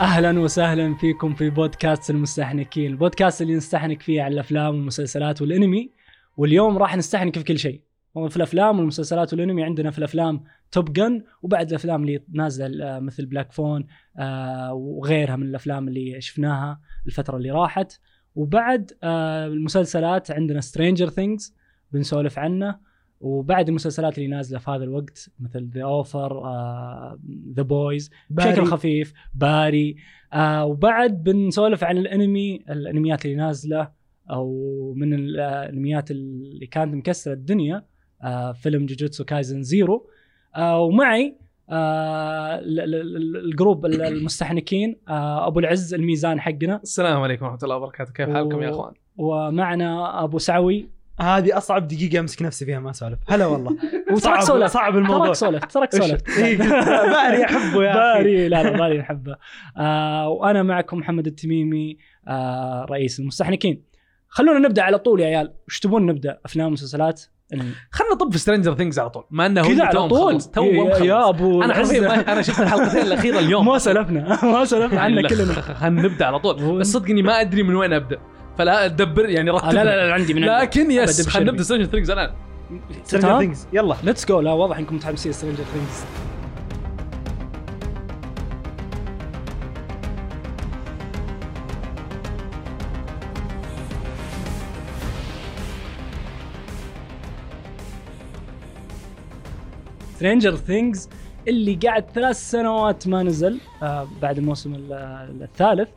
اهلا وسهلا فيكم في بودكاست المستحنكين، البودكاست اللي نستحنك فيه على الافلام والمسلسلات والانمي، واليوم راح نستحنك في كل شيء، في الافلام والمسلسلات والانمي عندنا في الافلام توب جن وبعد الافلام اللي نازله مثل بلاك فون آه، وغيرها من الافلام اللي شفناها الفتره اللي راحت، وبعد آه، المسلسلات عندنا سترينجر ثينجز بنسولف عنه، وبعد المسلسلات اللي نازله في هذا الوقت مثل ذا اوفر ذا بويز بشكل خفيف باري آه وبعد بنسولف عن الانمي الانميات اللي نازله او من الانميات اللي كانت مكسره الدنيا آه فيلم جوجوتسو كايزن زيرو آه ومعي آه ال- ال- ال- الجروب ال- المستحنكين آه ابو العز الميزان حقنا السلام عليكم ورحمه الله وبركاته كيف حالكم يا اخوان ومعنا ابو سعوي هذه اصعب دقيقه امسك نفسي فيها ما اسولف هلا والله تراك صعب سولفت صعب الموضوع تراك سولفت تراك إيش- سولفت إيه، قلت باري احبه يا اخي باري لا لا باري نحبه آه وانا معكم محمد التميمي آه رئيس المستحنكين خلونا نبدا على طول يا عيال وش تبون نبدا افلام مسلسلات خلنا نطب في سترينجر ثينجز على طول ما انه هو كذا توم على طول خلص. تو يا- يا مخلص ابو انا حرفيا العزة. ما- انا شفت الحلقتين الاخيره اليوم ما سلفنا ما سلفنا يعني عنا لخ- كلنا خلنا نبدا على طول بس صدق اني ما ادري من وين ابدا فلا ادبر يعني آه، رتب لا لا لا عندي من لكن أبدأ يس بشربي. خلينا نبدا سترينجر ثينجز الان Stranger Things. يلا ليتس جو لا واضح انكم متحمسين سترينجر ثينجز سترينجر ثينجز اللي قعد ثلاث سنوات ما نزل آه بعد الموسم ال- ال- الثالث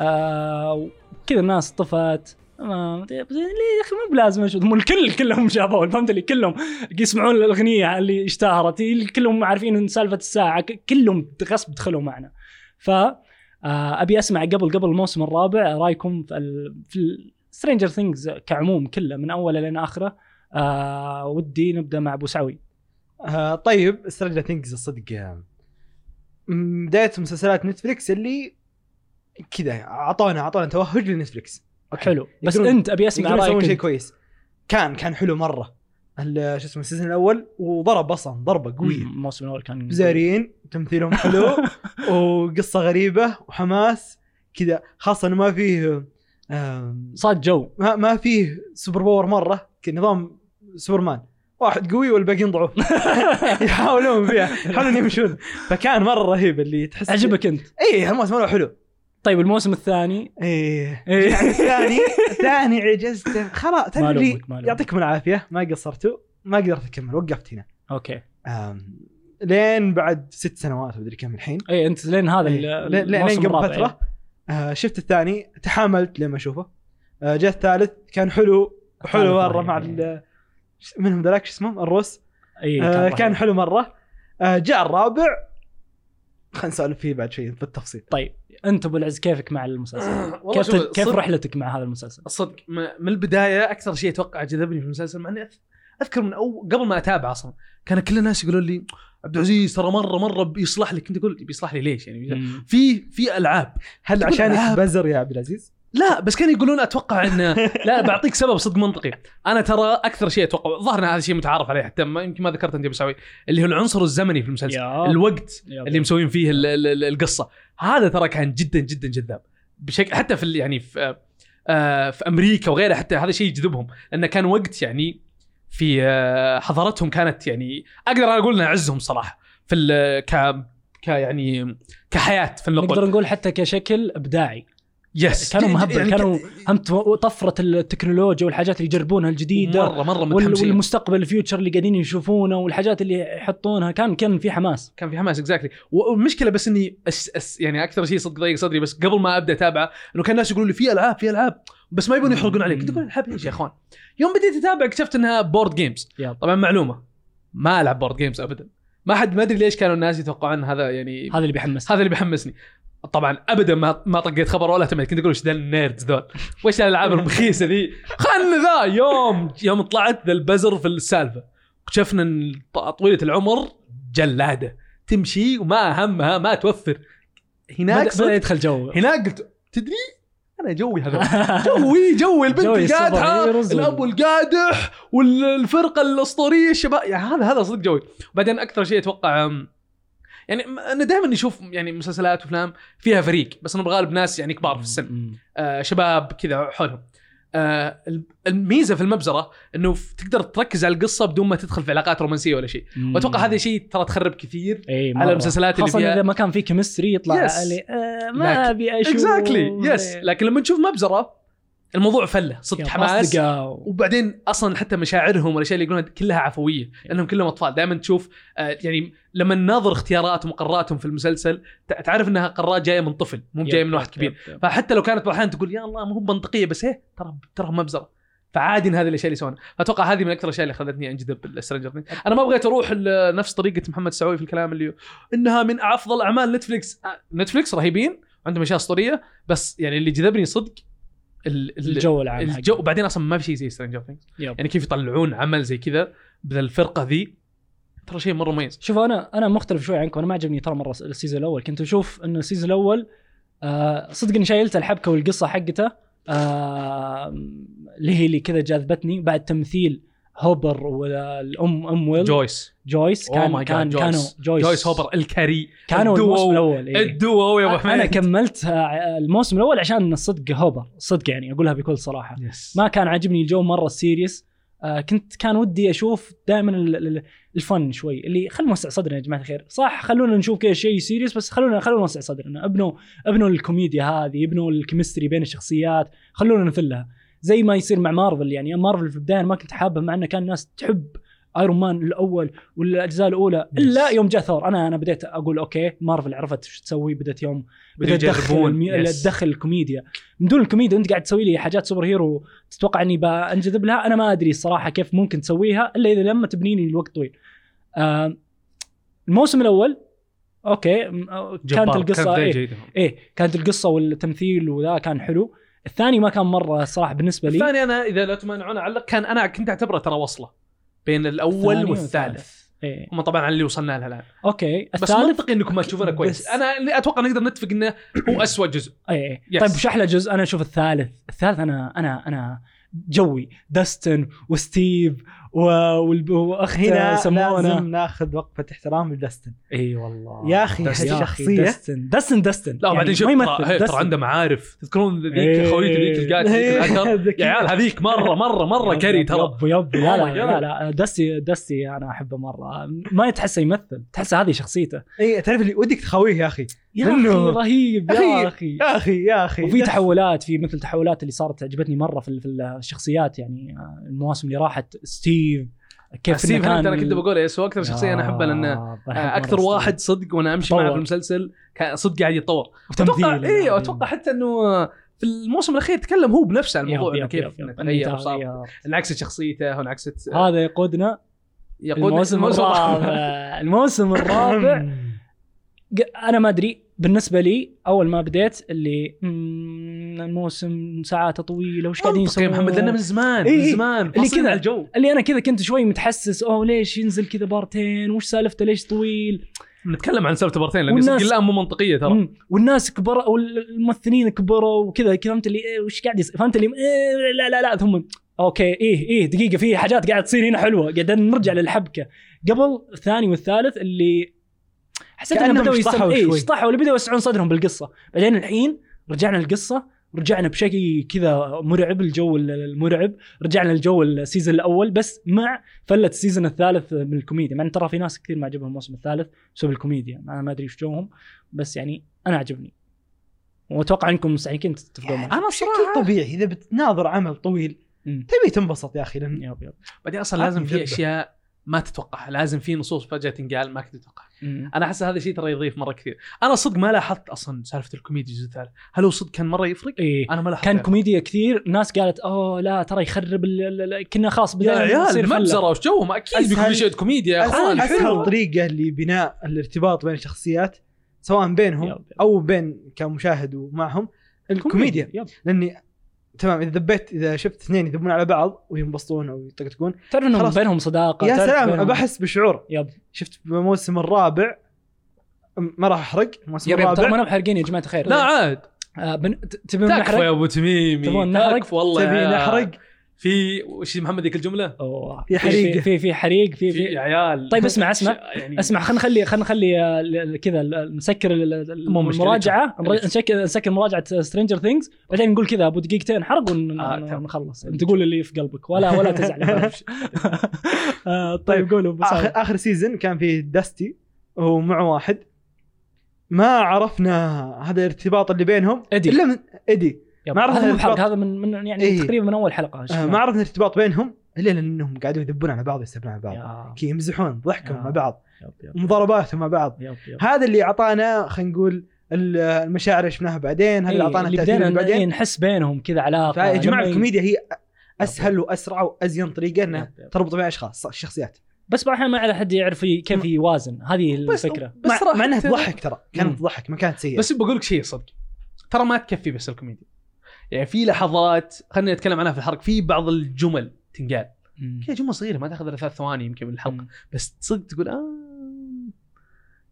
آه كذا الناس طفت آه، ما مدري- بس يعني ليه يا اخي مو بلازم اشوف هم الكل كلهم شافوه فهمت اللي كلهم يسمعون الاغنيه اللي اشتهرت اللي كلهم عارفين إن سالفه الساعه ك- كلهم غصب دخلوا معنا ف آه، ابي اسمع قبل قبل الموسم الرابع رايكم في, ال... في سترينجر ثينجز كعموم كله من اوله لين اخره آه ودي نبدا مع ابو سعوي آه طيب سترينجر ثينجز الصدق آه، م- بدايه مسلسلات نتفلكس اللي كذا اعطونا اعطونا توهج لنتفلكس أوكي. حلو بس يقدرون- انت ابي اسمع يقدرون يسوون رايك شيء أنت. كويس كان كان حلو مره ال- شو اسمه السيزون الاول وضرب اصلا ضربه قويه مم، الموسم الاول كان زارين تمثيلهم حلو وقصه غريبه وحماس كذا خاصه انه ما فيه آم، صاد جو ما ما فيه سوبر باور مره كنظام سوبرمان واحد قوي والباقيين ضعوف يحاولون فيها يحاولون يمشون فكان مره رهيب اللي تحس عجبك انت اي الموسم الاول حلو طيب الموسم الثاني ايه إيه. يعني الثاني الثاني عجزت خلاص تدري لومك، ما لومك. يعطيكم العافيه ما قصرتوا ما قدرت اكمل وقفت هنا اوكي آم، لين بعد ست سنوات مدري كم الحين اي انت لين هذا ال- إيه. لين لين الموسم قبل الرابع، إيه. فتره آه، شفت الثاني تحاملت لما اشوفه آه، جاء الثالث كان حلو الثالث حلو مره رهيب، مع يعني. ال- ش- منهم ذاك شو اسمه الروس اي آه، رهيب. كان حلو مره آه، جاء الرابع خلينا نسولف فيه بعد شوي بالتفصيل طيب انت ابو العز كيفك مع المسلسل؟ والله كيف شوف، كيف صدق- رحلتك مع هذا المسلسل؟ الصدق ما- من البدايه اكثر شيء اتوقع جذبني في المسلسل مع اني أذ- اذكر من اول قبل ما اتابع اصلا كان كل الناس يقولون لي عبد العزيز ترى مره مره بيصلح لك كنت اقول بيصلح لي ليش يعني في في العاب هل تقول عشانك ألعاب. بزر يا عبد العزيز؟ لا بس كانوا يقولون اتوقع ان لا بعطيك سبب صدق منطقي انا ترى اكثر شيء اتوقع ظهرنا هذا الشيء متعارف عليه حتى ما يمكن ما ذكرت انت بسوي اللي هو العنصر الزمني في المسلسل الوقت اللي مسوين فيه ال- ال- ال- القصه هذا ترى كان جدا جدا جذاب بشكل حتى في ال- يعني في آه، في امريكا وغيرها حتى هذا الشيء يجذبهم لانه كان وقت يعني في آه، حضارتهم كانت يعني اقدر انا اقول انه اعزهم صراحه في ال- ك ك يعني كحياه في النقود نقدر نقول حتى كشكل ابداعي يس كانوا ج- ج- مهبل يعني ك- كانوا هم تو- طفره التكنولوجيا والحاجات اللي يجربونها الجديده مره مره وال- متحمسين والمستقبل الفيوتشر اللي قاعدين يشوفونه والحاجات اللي يحطونها كان كان في حماس كان في حماس اكزاكتلي والمشكله بس اني أس أس يعني اكثر شيء صدق ضيق صدري بس قبل ما ابدا اتابعه انه كان الناس يقولوا لي في العاب في العاب بس ما يبون يحرقون عليك كنت اقول العاب ليش يا اخوان؟ يوم بديت اتابع اكتشفت انها بورد جيمز يب. طبعا معلومه ما العب بورد جيمز ابدا ما حد ما ادري ليش كانوا الناس يتوقعون هذا يعني هذا اللي بيحمس هذا اللي بيحمسني طبعا ابدا ما ما طقيت خبر ولا تميت كنت اقول وش ذا النيردز ذول وش الالعاب الرخيصه ذي خلنا ذا يوم يوم طلعت ذا البزر في السالفه اكتشفنا ان ط- طويله العمر جلاده تمشي وما همها ما توفر هناك بدا بدا صدق- يدخل جو هناك قلت تدري انا جوي هذا جوي جوي البنت جوي السوبر القادحه هيروز وال- الاب القادح والفرقه الاسطوريه الشباب يعني هذا هذا صدق جوي بعدين اكثر شيء اتوقع أم، يعني م- انا دائما نشوف يعني مسلسلات وافلام فيها فريق بس انه بالغالب ناس يعني كبار في السن مم. آه، شباب كذا حولهم آه، الب- الميزه في المبزره انه ف- تقدر تركز على القصه بدون ما تدخل في علاقات رومانسيه ولا شيء مم. واتوقع هذا شيء ترى تخرب كثير اي على مرة. المسلسلات اللي خاصه فيها اذا ما كان في كيمستري يطلع Yes. علي آه لكن- ما ابي اشوف اكزاكتلي يس لكن لما تشوف مبزره الموضوع فله صدق يا حماس أصدقاء و- وبعدين اصلا حتى مشاعرهم والاشياء اللي يقولونها كلها عفويه لانهم كلهم اطفال دائما تشوف آه، يعني لما نناظر اختياراتهم وقراراتهم في المسلسل تع- تعرف انها قرارات جايه من طفل مو يب، جايه من يب، واحد يب، كبير يب. فحتى لو كانت بعض الاحيان تقول يا الله مو منطقيه بس ايه ترى ترى مبزره فعادي إن هذه الاشياء اللي يسوونها فاتوقع هذه من اكثر الاشياء اللي خلتني انجذب بالسترينجر انا ما بغيت اروح ل- نفس طريقه محمد السعوي في الكلام اللي انها من افضل اعمال نتفلكس آه، نتفلكس رهيبين عندهم اشياء اسطوريه بس يعني اللي جذبني صدق ال- ال- الجو العام حقه. الجو وبعدين اصلا ما في شيء زي سترينجر ثينجز يب. يعني كيف يطلعون عمل زي كذا بذا الفرقه ذي ترى شيء مره مميز شوف انا انا مختلف شوي عنكم انا ما عجبني ترى مره السيزون الاول كنت اشوف انه السيزون الاول آه صدق اني شايلت الحبكه والقصه حقته آه اللي هي اللي كذا جاذبتني بعد تمثيل هوبر والام ام ويل جويس جويس Oh كان my God، كان جويس. كانوا جويس, جويس هوبر الكاري كانوا الدوو. الموسم الاول إيه. الدوو يا ابو حميد انا كملت آه، الموسم الاول عشان الصدق هوبر صدق يعني اقولها بكل صراحه يس. ما كان عاجبني الجو مره السيريس آه كنت كان ودي اشوف دائما الفن شوي اللي خلونا نوسع صدرنا يا جماعه الخير صح خلونا نشوف كذا شيء سيريس بس خلونا خلونا نوسع صدرنا ابنوا ابنوا الكوميديا هذه ابنوا الكيمستري بين الشخصيات خلونا نثلها زي ما يصير مع مارفل يعني مارفل في البدايه أنا ما كنت حابه مع انه كان الناس تحب ايرون مان الاول والاجزاء الاولى الا يوم جاء ثور انا انا بديت اقول اوكي مارفل عرفت شو تسوي بدات يوم بدأ بدهم تدخل يجربون المي... يس. تدخل الكوميديا من دون الكوميديا انت قاعد تسوي لي حاجات سوبر هيرو تتوقع اني بنجذب لها انا ما ادري الصراحه كيف ممكن تسويها الا اذا لما تبنيني الوقت طويل آه الموسم الاول اوكي م- أو- كانت جبار. القصه بداية ايه جيدة. ايه كانت القصه والتمثيل وذا كان حلو الثاني ما كان مره الصراحه بالنسبه لي الثاني انا اذا لا تمانعون اعلق كان انا كنت اعتبره ترى وصله بين الاول الثاني والثالث ايه هم طبعا على اللي وصلنا لها الان اوكي بس الثالث منطقي انكم ما تشوفونه كويس بس- انا اللي اتوقع نقدر نتفق انه هو أسوأ جزء ايه Yes. yes. طيب وش احلى جزء انا اشوف الثالث الثالث انا انا انا جوي داستن وستيف و... والب- واخت هنا آه، لازم سمونا ناخذ وقفه احترام لداستن اي والله يا أخي داستن- هالشخصية. داستن داستن داستن لا وبعدين شوف يعني ما ترى- هي، يمثل ترى داستن. عنده معارف تذكرون ذيك إيه. خويته ذيك القاتل ذيك الهكر يا عيال هذيك مره مره مره يب- كري يب- ترى يب يب لا Oh my لا, لا God. لا دستي دستي انا احبه مره ما تحسه يمثل تحسه هذه شخصيته اي إيه، تعرف اللي ودك تخويه يا اخي يا منه. اخي رهيب أخي. يا اخي يا اخي يا اخي وفي تحولات في مثل تحولات اللي صارت عجبتني مره في في الشخصيات يعني المواسم اللي راحت ستيف كيف إنه آه، ستيف هانت انا كنت إيه، ال- بقول يس هو اكثر شخصيه انا احبه لانه آه، بحب مرة آه، اكثر ستيف. واحد صدق وانا امشي معه تطور. في المسلسل كان صدق يعني قاعد يتطور وتمثيل اتوقع ايوه يعني. اتوقع حتى انه في الموسم الاخير تكلم هو بنفسه عن يب- الموضوع يب- انه يب- كيف يب- يب. تغير وصار تغير. انعكست شخصيته وانعكست هذا يقودنا يقود الموسم الرابع الموسم الرابع ق- انا ما ادري بالنسبه لي اول ما بديت اللي مم، الموسم ساعات طويله وش قاعدين منطقي يا يسوون محمد لانه من زمان إيه، من إيه. زمان اللي فاصلين كذا. على الجو اللي انا كذا كنت شوي متحسس اوه ليش ينزل كذا بارتين وش سالفته ليش طويل نتكلم عن سالفه بارتين لان والناس- صدق الان مو منطقيه ترى مم. والناس كبروا والممثلين كبروا وكذا كذا فهمت اللي إيه وش قاعد يصير فهمت اللي إيه لا لا لا ثم اوكي ايه ايه دقيقه في حاجات قاعد تصير هنا حلوه قاعدين نرجع للحبكه قبل الثاني والثالث اللي حسيت كأنهم انهم بداوا شطحوا يستمعوا ايه شوي. شطحوا اللي بداوا يوسعون صدرهم بالقصه بعدين الحين رجعنا القصه رجعنا بشكل كذا مرعب الجو ال- المرعب رجعنا الجو السيزون الاول بس مع فله السيزون الثالث من الكوميديا مع ان ترى في ناس كثير ما عجبهم الموسم الثالث بسبب الكوميديا انا ما ادري ايش جوهم بس يعني انا عجبني واتوقع انكم مستحيلين تتفقون معي انا يعني بشكل طبيعي اذا بتناظر عمل طويل أمم. تبي تنبسط يا اخي لان يب يب بعدين اصلا لازم في عطني اشياء ما تتوقعها لازم في نصوص فجاه تنقال ما كنت اتوقعها أمم. انا احس هذا الشيء ترى يضيف مره كثير انا صدق ما لاحظت اصلا سالفه الكوميديا الجزء الثالث هل هو صدق كان مره يفرق ايه انا ما لاحظت كان يعني. كوميديا كثير ناس قالت اوه لا ترى يخرب ال- ال- ال- كنا خلاص يا عيال فلة. مبزره وش جوهم اكيد أسهل- بيكون شيء كوميديا يا اخوان اسهل حلو. أسهل طريقه لبناء الارتباط بين الشخصيات سواء يب بينهم يب. او بين كمشاهد ومعهم الكوميديا يب. لاني تمام اذا دبيت اذا شفت اثنين يذبون على بعض وينبسطون او يطقطقون تعرف انهم خلاص. بينهم صداقه يا تعرف بينهم- سلام بحس بشعور يب شفت بالموسم الرابع م- ما راح احرق الموسم يب يب ترى الرابع ما انا محرقين يا جماعه الخير لا عاد آه، بن- ت- تبون تكفى نحرق يا ابو تميمي تبغون نحرق؟ تكفى والله تبي يا- نحرق في وش محمد ذيك الجمله؟ أوه. في حريق. في في حريق في في في يا عيال طيب اسمع- اسمع. يعني اسمع خلينا نخلي خلينا نخلي آه، ال- كذا ال- نسكر ال- ال- مو مشكلة. المراجعه اللي نر- نسكر نسكر مراجعه سترينجر ثينجز بعدين نقول كذا ابو دقيقتين حرق ون- آه، تمام. ونخلص تقول اللي في قلبك ولا ولا تزعل آه، طيب قولوا أبو اخر سعود. اخر سيزون كان فيه داستي ومعه واحد ما عرفنا هذا الارتباط اللي بينهم إيدي. الا من ايدي يلا، ما أعرف هذا مو هذا بحرق الرباط. هذا من من يعني إيه. تقريبا من اول حلقه آه ما عرفنا الارتباط بينهم الا لانهم قاعدين يذبون على بعض يستبون على بعض يا- كي يمزحون ضحكهم يا. مع بعض يب يب مضارباتهم مع بعض يب يب هذا اللي اعطانا خلينا نقول ال- المشاعر اللي شفناها بعدين هذا اللي إيه، اعطانا اللي التاثير بدينا اللي بعدين بعدين نحس بينهم كذا إيه، علاقه فيا جماعه لما ي- الكوميديا هي اسهل واسرع وازين طريقه انها يب يب. تربط بين اشخاص الشخصيات بس بعض الاحيان ما على حد يعرف ي- كيف يوازن هذه بس الفكره بس مع, صراحة مع انها ترى- تضحك ترى مم. كانت تضحك ما كانت سيئه بس بقول لك شيء صدق ترى ما تكفي بس الكوميديا يعني في لحظات خلينا نتكلم عنها في الحرق في بعض الجمل تنقال مم. هي جمله صغيره ما تاخذ الا ثلاث ثواني يمكن من الحلقه مم. بس صدق تقول آه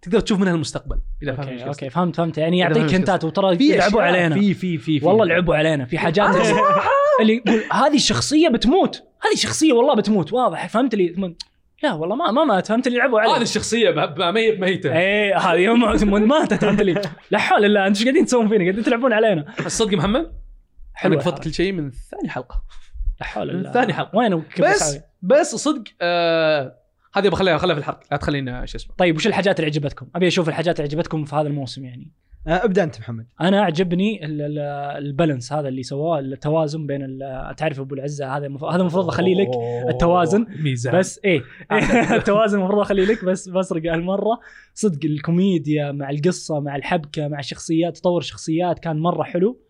تقدر تشوف منها المستقبل اذا فاهم اوكي إيش قصدي. اوكي فهمت فهمت يعني إذا يعطيك فهمت هنتات وترى في لعبوا أشياء- علينا في في في في- والله لعبوا علينا في حاجات آه، اللي يقول هذه الشخصيه بتموت هذه الشخصيه والله بتموت واضح فهمت لي من- لا والله ما ما مات فهمت اللي لعبوا علينا هذه الشخصيه ب- ب- ميت ميته ايه هذه يوم- يوم ماتت فهمت لي لا حول الله انتم ايش قاعدين تسوون فينا قاعدين تلعبون علينا الصدق محمد حلوة حلو قفلت الحركة. كل شيء من ثاني حلقه لا حول من الله ثاني حلقة. وين كيف بس أسوي؟ بس صدق آه هذه بخليها خليها في الحرق لا تخلينا شو اسمه طيب وش الحاجات اللي عجبتكم؟ ابي اشوف الحاجات اللي عجبتكم في هذا الموسم يعني آه، ابدا انت محمد انا عجبني ال- ال- البالانس هذا اللي سواه التوازن بين ال- تعرف ابو العزه هذا مف... هذا المفروض اخليه لك التوازن، ميزان بس ايه التوازن المفروض اخليه لك بس بسرق هالمره صدق الكوميديا مع القصه مع الحبكه مع الشخصيات تطور شخصيات كان مره حلو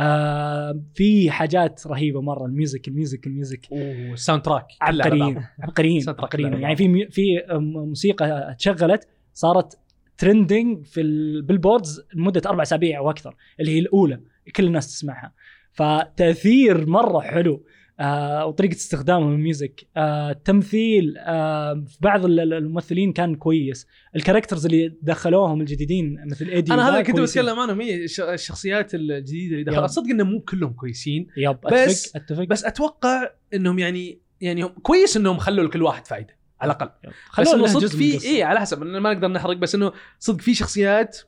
آه في حاجات رهيبه مره الميوزك الميوزك الميوزك والساوند تراك عبقريين عبقريين سنترك عبقريين لعبة. يعني في مي- في موسيقى تشغلت صارت ترندنج في البيلبوردز لمده اربع اسابيع او اكثر اللي هي الاولى كل الناس تسمعها فتاثير مره حلو آه وطريقه استخدامهم الميوزك آه التمثيل آه في بعض ال- ال- الممثلين كان كويس الكاركترز اللي دخلوهم الجديدين مثل ايدي انا هذا وذا كنت كويسين. بتكلم عنهم هي الش- الشخصيات الجديده اللي يلا. دخلت صدق انهم مو كلهم كويسين يب بس- اتفق اتفق بس اتوقع انهم يعني يعني هم كويس انهم خلوا لكل واحد فائده على الاقل يب. بس خلونا انه نهجز صدق من في القصة. اي على حسب إنه ما نقدر نحرق بس انه صدق في شخصيات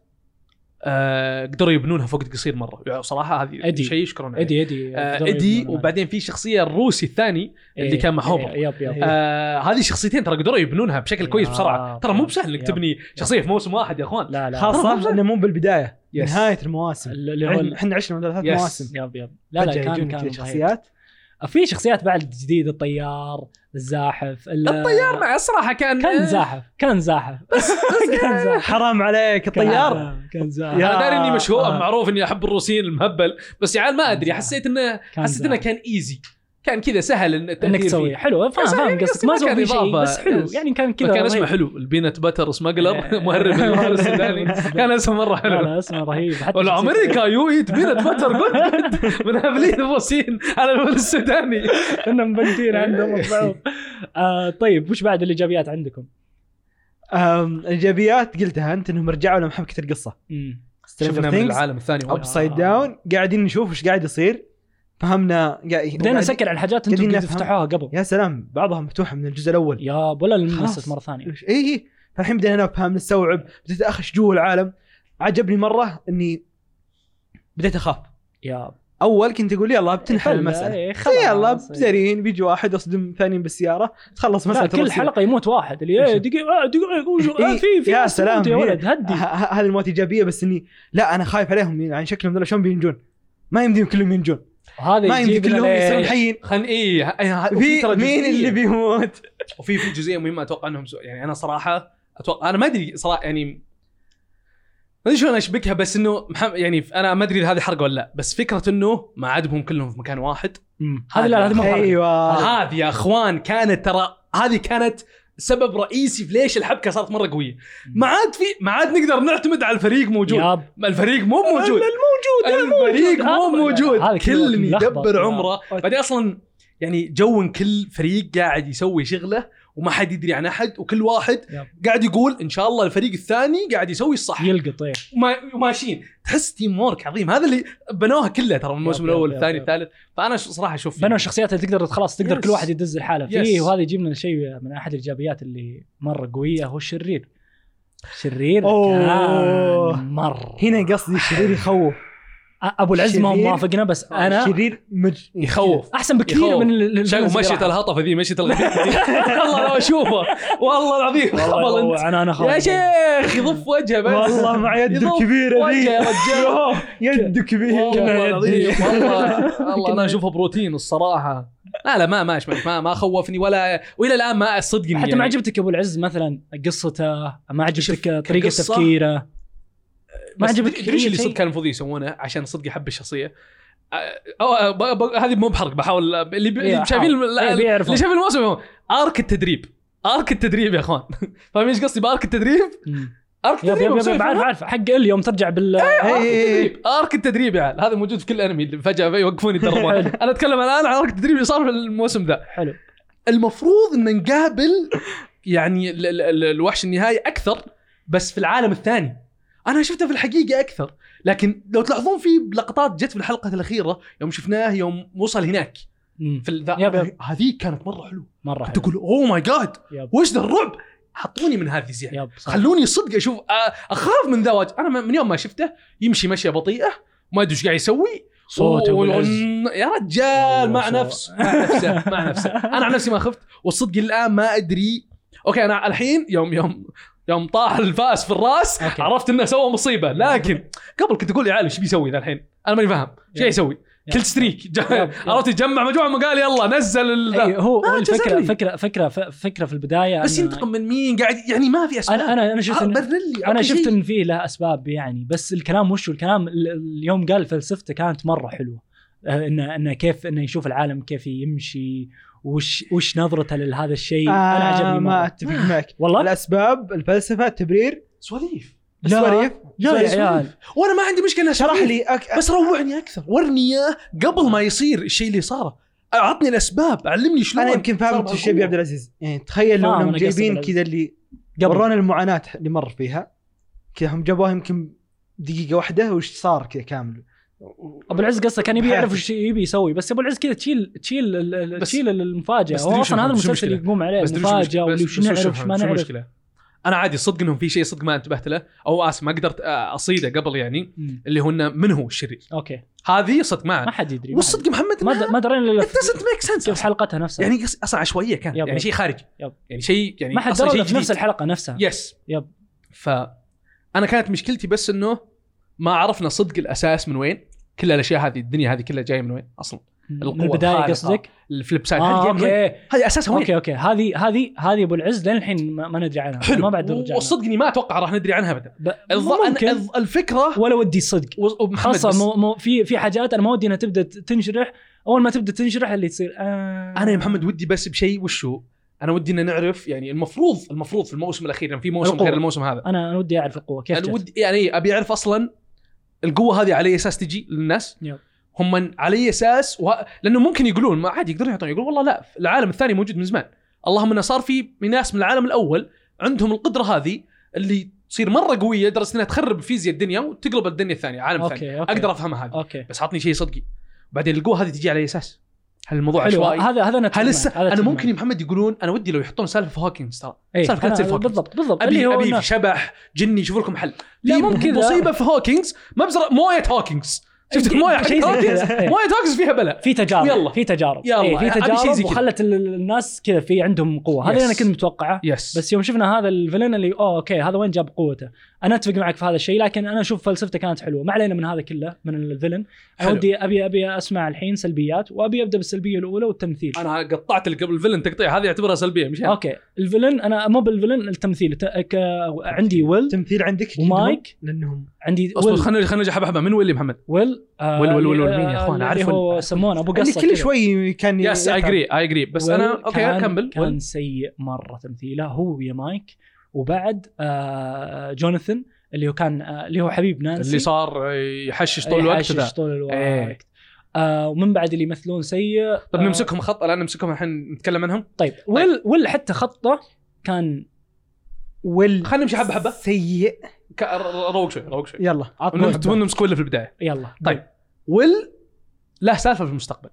آه قدروا يبنونها في وقت قصير مره يعني صراحه هذه إيدي. شيء يشكرون عليه ايدي ايدي آه، قدروا ايدي يبنون وبعدين في شخصيه الروسي الثاني هذا. اللي إيه، كان مع إيه، هوبر. يب يب آه هذه الشخصيتين ترى قدروا يبنونها بشكل كويس يا بسرعه ترى مو بسهل يا- انك تبني شخصيه في موسم واحد يا اخوان لا لا طبعاً. خاصه انه مو بالبدايه Yes. نهايه المواسم اللي هو ال- احنا عشنا من ثلاث Yes. مواسم يب يب لا لا فجأة كان يجونك كان كذا شخصيات شخصيات في شخصيات بعد جديد الطيار الزاحف ال- الطيار مع الصراحه كان كان زاحف كان زاحف كان زاحف حرام عليك كان الطيار زاحف، كان يا- زاحف انا داري اني مشهور آه. معروف اني احب الروسيين المهبل بس يا عيال ما ادري زاحف. حسيت انه كان حسيت انه زاحف. كان ايزي كان كذا سهل إن التأثير انك فيه. تسوي حلو فاهم بس فاهم يعني قصدك ما قصدي ما سوى في كان شيء إضافة. بس حلو Yes. يعني كان كذا كان اسمه رهيب. حلو البينت باتر إيه. سماجلر مهرب المهرب السوداني كان اسمه مره لا حلو لا اسمه رهيب حتى والامريكا يو ايت بينت باتر جود جود من هابلين الروسيين على الولد السوداني شخصية- كنا مبندين عنده مطبعوه. آه، طيب وش بعد الايجابيات عندكم؟ أم، الايجابيات قلتها انت انهم رجعوا لهم حبكه القصه مم. شفنا من العالم الثاني وين. ابسايد داون قاعدين نشوف ايش قاعد يصير فهمنا قاعد- بدينا قاعد- نسكر على الحاجات انتم قاعدين قد نفهم. فتحوها قبل يا سلام بعضها مفتوحه من الجزء الاول ياب ولا خلاص. المؤسس مره ثانيه اي اي فالحين بدينا نفهم نستوعب بديت اخش جوا العالم عجبني مره اني بديت اخاف ياب اول كنت اقول يلا بتنحل حلو، المساله إيه، خلاص. يلا إيه. بزرين بيجي واحد يصدم ثاني بالسياره تخلص لا مساله كل الرسم. حلقه يموت واحد اللي إيه، دقيقه آه، دقيقه وشو- آه، إيه، في في يا ناس سلام، تموت يا هي. ولد هدي ه- ه- هذه الموت ايجابيه بس اني لا انا خايف عليهم يعني شكلهم ذول شلون بينجون ما يمديهم كلهم ينجون هذا ما يمدي يجيب لنا كلهم إيه، يصيرون حيين خلنا ايه ه- ه- وفي في ترى مين جزئية. اللي بيموت وفي في جزئيه مهمه اتوقع انهم سو... يعني انا صراحه اتوقع انا ما ادري صراحه يعني ما ادري شلون اشبكها بس انه محمد يعني انا ما ادري اذا هذه حرقه ولا لا بس فكره انه ما عادهم كلهم في مكان واحد مم. هذا لا هذا مو حرق. ايوه هذه يا اخوان كانت ترى هذه كانت سبب رئيسي في ليش الحبكه صارت مره قويه ما عاد في ما عاد نقدر نعتمد على الفريق موجود ياب الفريق مو موجود الموجود الفريق مو هذا موجود كلمة كل ملخبط. يدبر عمره بعدين اصلا يعني جو إن كل فريق قاعد يسوي شغله وما حد يدري عن احد وكل واحد يب. قاعد يقول ان شاء الله الفريق الثاني قاعد يسوي الصح يلقط ايه وما- وماشيين تحس تيم وورك عظيم هذا اللي بنوها كلها ترى من الموسم يب، الاول يب، الثاني يب. الثالث فانا ش- يعني صراحه اشوف بنوا الشخصيات اللي تقدر خلاص تقدر Yes. كل واحد يدز الحاله فيه Yes. وهذا يجيب لنا شيء من احد الايجابيات اللي مره قويه هو الشرير شرير أوه. كان مره هنا قصدي شرير يخوف أ- ابو العز ما هو شرير. آه، موافقنا بس انا شرير مج... يخوف احسن بكثير يخوف. من ال- ال- شايف الفيلنز مشيت اللي راح. الهطفه ذي مشيت الغبية ذي. والله لو اشوفه والله العظيم والله خبل والله انت انا انا خاف يا شيخ يضف وجهه بس والله مع يده يضف الكبيره وجهه ذي يا رجال يده كبيره والله العظيم والله والله كنا- انا اشوفه بروتين الصراحه لا لا ما ما أشبه- ما ما خوفني ولا والى الان ما صدق إني حتى يعني ما عجبتك ابو العز مثلا قصته ما شوف، عجبتك طريقه كقصة- تفكيره ما بس عجبتك تدري ايش اللي شيء؟ صدق كان المفروض يسوونه عشان صدق يحب الشخصيه آه، أو ب- ب- هذه مو بحرق بحاول اللي ب- إيه، اللي شايفين الم- إيه، اللي بيعرفه شايفين الموسم هو ارك التدريب ارك التدريب يا اخوان فاهم ايش قصدي بارك التدريب؟ مم. ارك يب التدريب يب مسوي يب عارف فيلم. عارف حق ال يوم ترجع بال إيه؟ إيه، ارك اي التدريب ارك آه، التدريب يا عيال هذا موجود في كل انمي اللي فجاه يوقفون يتدربون حلو. انا اتكلم الان عن ارك التدريب اللي صار في الموسم ذا حلو المفروض ان نقابل يعني ال- ال- ال- الوحش النهائي اكثر بس في العالم الثاني انا شفته في الحقيقه اكثر لكن لو تلاحظون في لقطات جت في الحلقه الاخيره يوم شفناه يوم وصل هناك مم. في الذا... يب يب. هذه كانت مره حلوه مره حلو. تقول اوه ماي جاد يب وش ذا الرعب حطوني من هذه زين يب صح. خلوني صدق اشوف أ- اخاف من ذا واجد. انا من يوم ما شفته يمشي مشيه بطيئه ما ادري ايش قاعد يسوي صوت و- أبو العز. يا رجال والله مع صوت. نفس مع نفسه مع نفسه انا عن نفسي ما خفت والصدق الان ما ادري اوكي انا الحين يوم يوم يوم طاح الفاس في الراس أوكي. عرفت انه سوى مصيبه لكن قبل كنت اقول يا عيال ايش بيسوي ذا الحين؟ انا ماني فاهم ايش يب. يسوي؟ يب. كل ستريك يب. عرفت يجمع مجموعه قال يلا نزل ال- أي، هو هو ما جزاني. الفكره فكره فكره ف- فكره في البدايه بس أن- ينتقم من آه، مين قاعد يعني ما في اسباب انا انا انا شفت إن- برلي انا شفت ان فيه له اسباب يعني بس الكلام وش هو؟ الكلام ال- اليوم قال فلسفته كانت مره حلوه آه، انه انه كيف انه يشوف العالم كيف يمشي وش وش نظرته لهذا الشيء آه، انا عجبني آه، ما مره اتفق معك والله الاسباب الفلسفه التبرير سواليف السواليف يا سواليف. عيال وانا ما عندي مشكله شرح سواليف. لي أك... بس روعني اكثر ورني اياه قبل ما يصير الشيء اللي صاره اعطني الاسباب علمني شلون انا يمكن صار فاهم بهالقوة. الشيء عبد العزيز يعني تخيل لو فاهم انهم أنا قصدي عبد جايبين العزيز. كذا اللي قبل ورونا المعاناه اللي مر فيها كذا هم جابوها يمكن دقيقه واحده وش صار كذا كامل ابو العز قصه كان يبي يعرف بحياتي. وش يبي يسوي بس ابو العز كذا تشيل تشيل ال- ال- بس- تشيل المفاجاه بس هو تدري اصلا شو- هذا شو المسلسل المشكلة؟ يقوم عليه بس تدري وش المفاجاه المشكلة؟ واللي بس- وش بس نعرف وش وش ما شو نعرف المشكلة؟ انا عادي صدق انهم في شيء صدق ما انتبهت له او اسف ما قدرت آه، اصيده قبل يعني مم. اللي هو انه من هو الشرير اوكي هذه صدق ما ما حد يدري ما حد والصدق محمد يدري. ما د- ما درينا الا it doesn't make في sense حلقتها نفسها يعني قص- اصلا عشوائيه كانت يب، يعني يب. شيء خارجي يب. يعني شيء يعني ما حد أصلاً درى شيء إلا في نفس جديد. الحلقه نفسها يس يب. ف انا كانت مشكلتي بس انه ما عرفنا صدق الاساس من وين كل الاشياء هذه الدنيا هذه كلها جايه من وين اصلا من القوة البدايه الخارقة. قصدك الفليب سايد هذه آه جاية من وين؟ اوكي هذه اساسها وين اوكي اوكي هذه هذه هذه ابو العز لين الحين ما, ما ندري عنها حلو ما بعد رجعنا وصدقني ما اتوقع راح ندري عنها ابدا ب... الظ- ممكن أنا- الظ- الفكره ولا ودي صدق و- ومحمد خاصه بس- مو مو في في حاجات انا ما ودي انها تبدا تنشرح اول ما تبدا تنشرح اللي تصير آه انا يا محمد ودي بس بشيء وش هو؟ انا ودي ان نعرف يعني المفروض المفروض في الموسم الاخير يعني في موسم القوة. غير الموسم هذا انا انا ودي اعرف القوه كيف انا جت ودي يعني ابي اعرف اصلا القوه هذه على اي اساس تجي للناس؟ يب. هم من- على اي اساس و... لانه ممكن يقولون ما عادي يقدرون يعطون يقول والله لا العالم الثاني موجود من زمان اللهم انه صار في ناس من العالم الاول عندهم القدره هذه اللي تصير مره قويه لدرجه انها تخرب فيزياء الدنيا وتقلب الدنيا الثانيه عالم ثاني اوكي اوكي اقدر افهمها هذه اوكي بس عطني شيء صدقي بعدين القوه هذه تجي على اي اساس؟ هل الموضوع حلو عشوائي؟ هذا هذا انا أتفق هل الس... معك، هذا انا أتفق ممكن يا معك. محمد يقولون انا ودي لو يحطون سالفه هوكينز ترى إيه، سالفه كانت أنا- سيف هوكينز. بالضبط بالضبط ابي اللي هو ابي إنه- شبح جني يشوف لكم حل لا، في ممكن ذا. مصيبه في هوكينز مبزره مويه هوكينز شفت إيه، المويه حق شيء زي هوكينز كذا. إيه. مويه هوكينز فيها بلا في تجارب يلا. في تجارب يلا. إيه، في أبي شيء زي تجارب كذا. وخلت ال- الناس كذا في عندهم قوه هذا اللي انا Yes. كنت متوقعه يس بس يوم شفنا هذا الفيلن اللي اوه اوكي هذا وين جاب قوته؟ انا اتفق معك في هذا الشيء لكن انا اشوف فلسفته كانت حلوه، ما علينا من هذا كله من الفيلن، انا حلو. ودي ابي ابي اسمع الحين سلبيات وابي ابدا بالسلبيه الاولى والتمثيل. انا قطعت اللي قبل الفيلن تقطيع هذه يعتبرها سلبيه مش يعني؟ هي. اوكي الفيلن انا مو بالفيلن التمثيل ت- ك- عندي ويل التمثيل عندك أكيد ومايك هم- لانهم عندي اصبر ويل خلينا نرجع- خلينا نرجع حبه حبه من ويلي محمد ويل آه، ويل- ويل- ويل- اللي- ويل مين يا أخوان؟ اللي أعرف هو ويل. يسمونه ابو اللي قصه كل كذا. شوي كان يس اي يتعب. اجري اي اجري بس يعني ويل انا اوكي كان- كمل كان سيء مره تمثيله هو يا مايك وبعد آه، جوناثان اللي هو كان آه، اللي هو حبيب نانسي اللي صار يحشش طول الوقت آه، يحشش ذا طول الوقت إيه. آه ومن بعد اللي يمثلون سيء طب آه. نمسكهم خط الان نمسكهم الحين نتكلم عنهم طيب ويل ويل حتى خطه كان وال خلينا نمشي حبه حبه سيء ك- ر- روق شوي روق شوي يلا عطنا ون- حبة. نمسك ولا في البدايه يلا طيب ويل له سالفه في المستقبل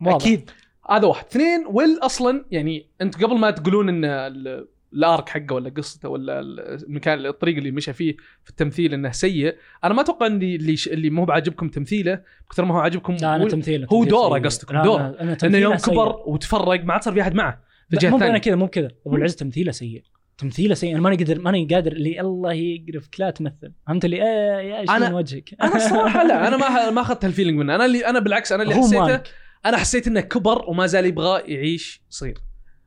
واضح. اكيد هذا واحد اثنين ويل اصلا يعني انت قبل ما تقولون ان ال- الارك حقه ولا قصته ولا ال- المكان الطريق اللي مشى فيه في التمثيل انه سيء انا ما اتوقع ان اللي اللي مو بعاجبكم تمثيله كثر ما هو عاجبكم لا انا ويل. تمثيله هو تمثيل دوره سيء. قصدك، لا، دوره. أنا- أنا انه تمثيله يوم سيء. كبر وتفرق ما عاد صار في احد معه في لا، الجهه مو انا الثانيه كذا مو كذا ابو العز تمثيله سيء تمثيله سيء انا ماني قادر ماني قادر اللي الله يقرفك لا تمثل فهمت اللي ايه يا شيل أنا- من وجهك انا الصراحه لا انا ما ما اخذت هالفيلينج منه انا اللي انا بالعكس انا اللي هو حسيته مالك. انا حسيت انه كبر وما زال يبغى يعيش صغير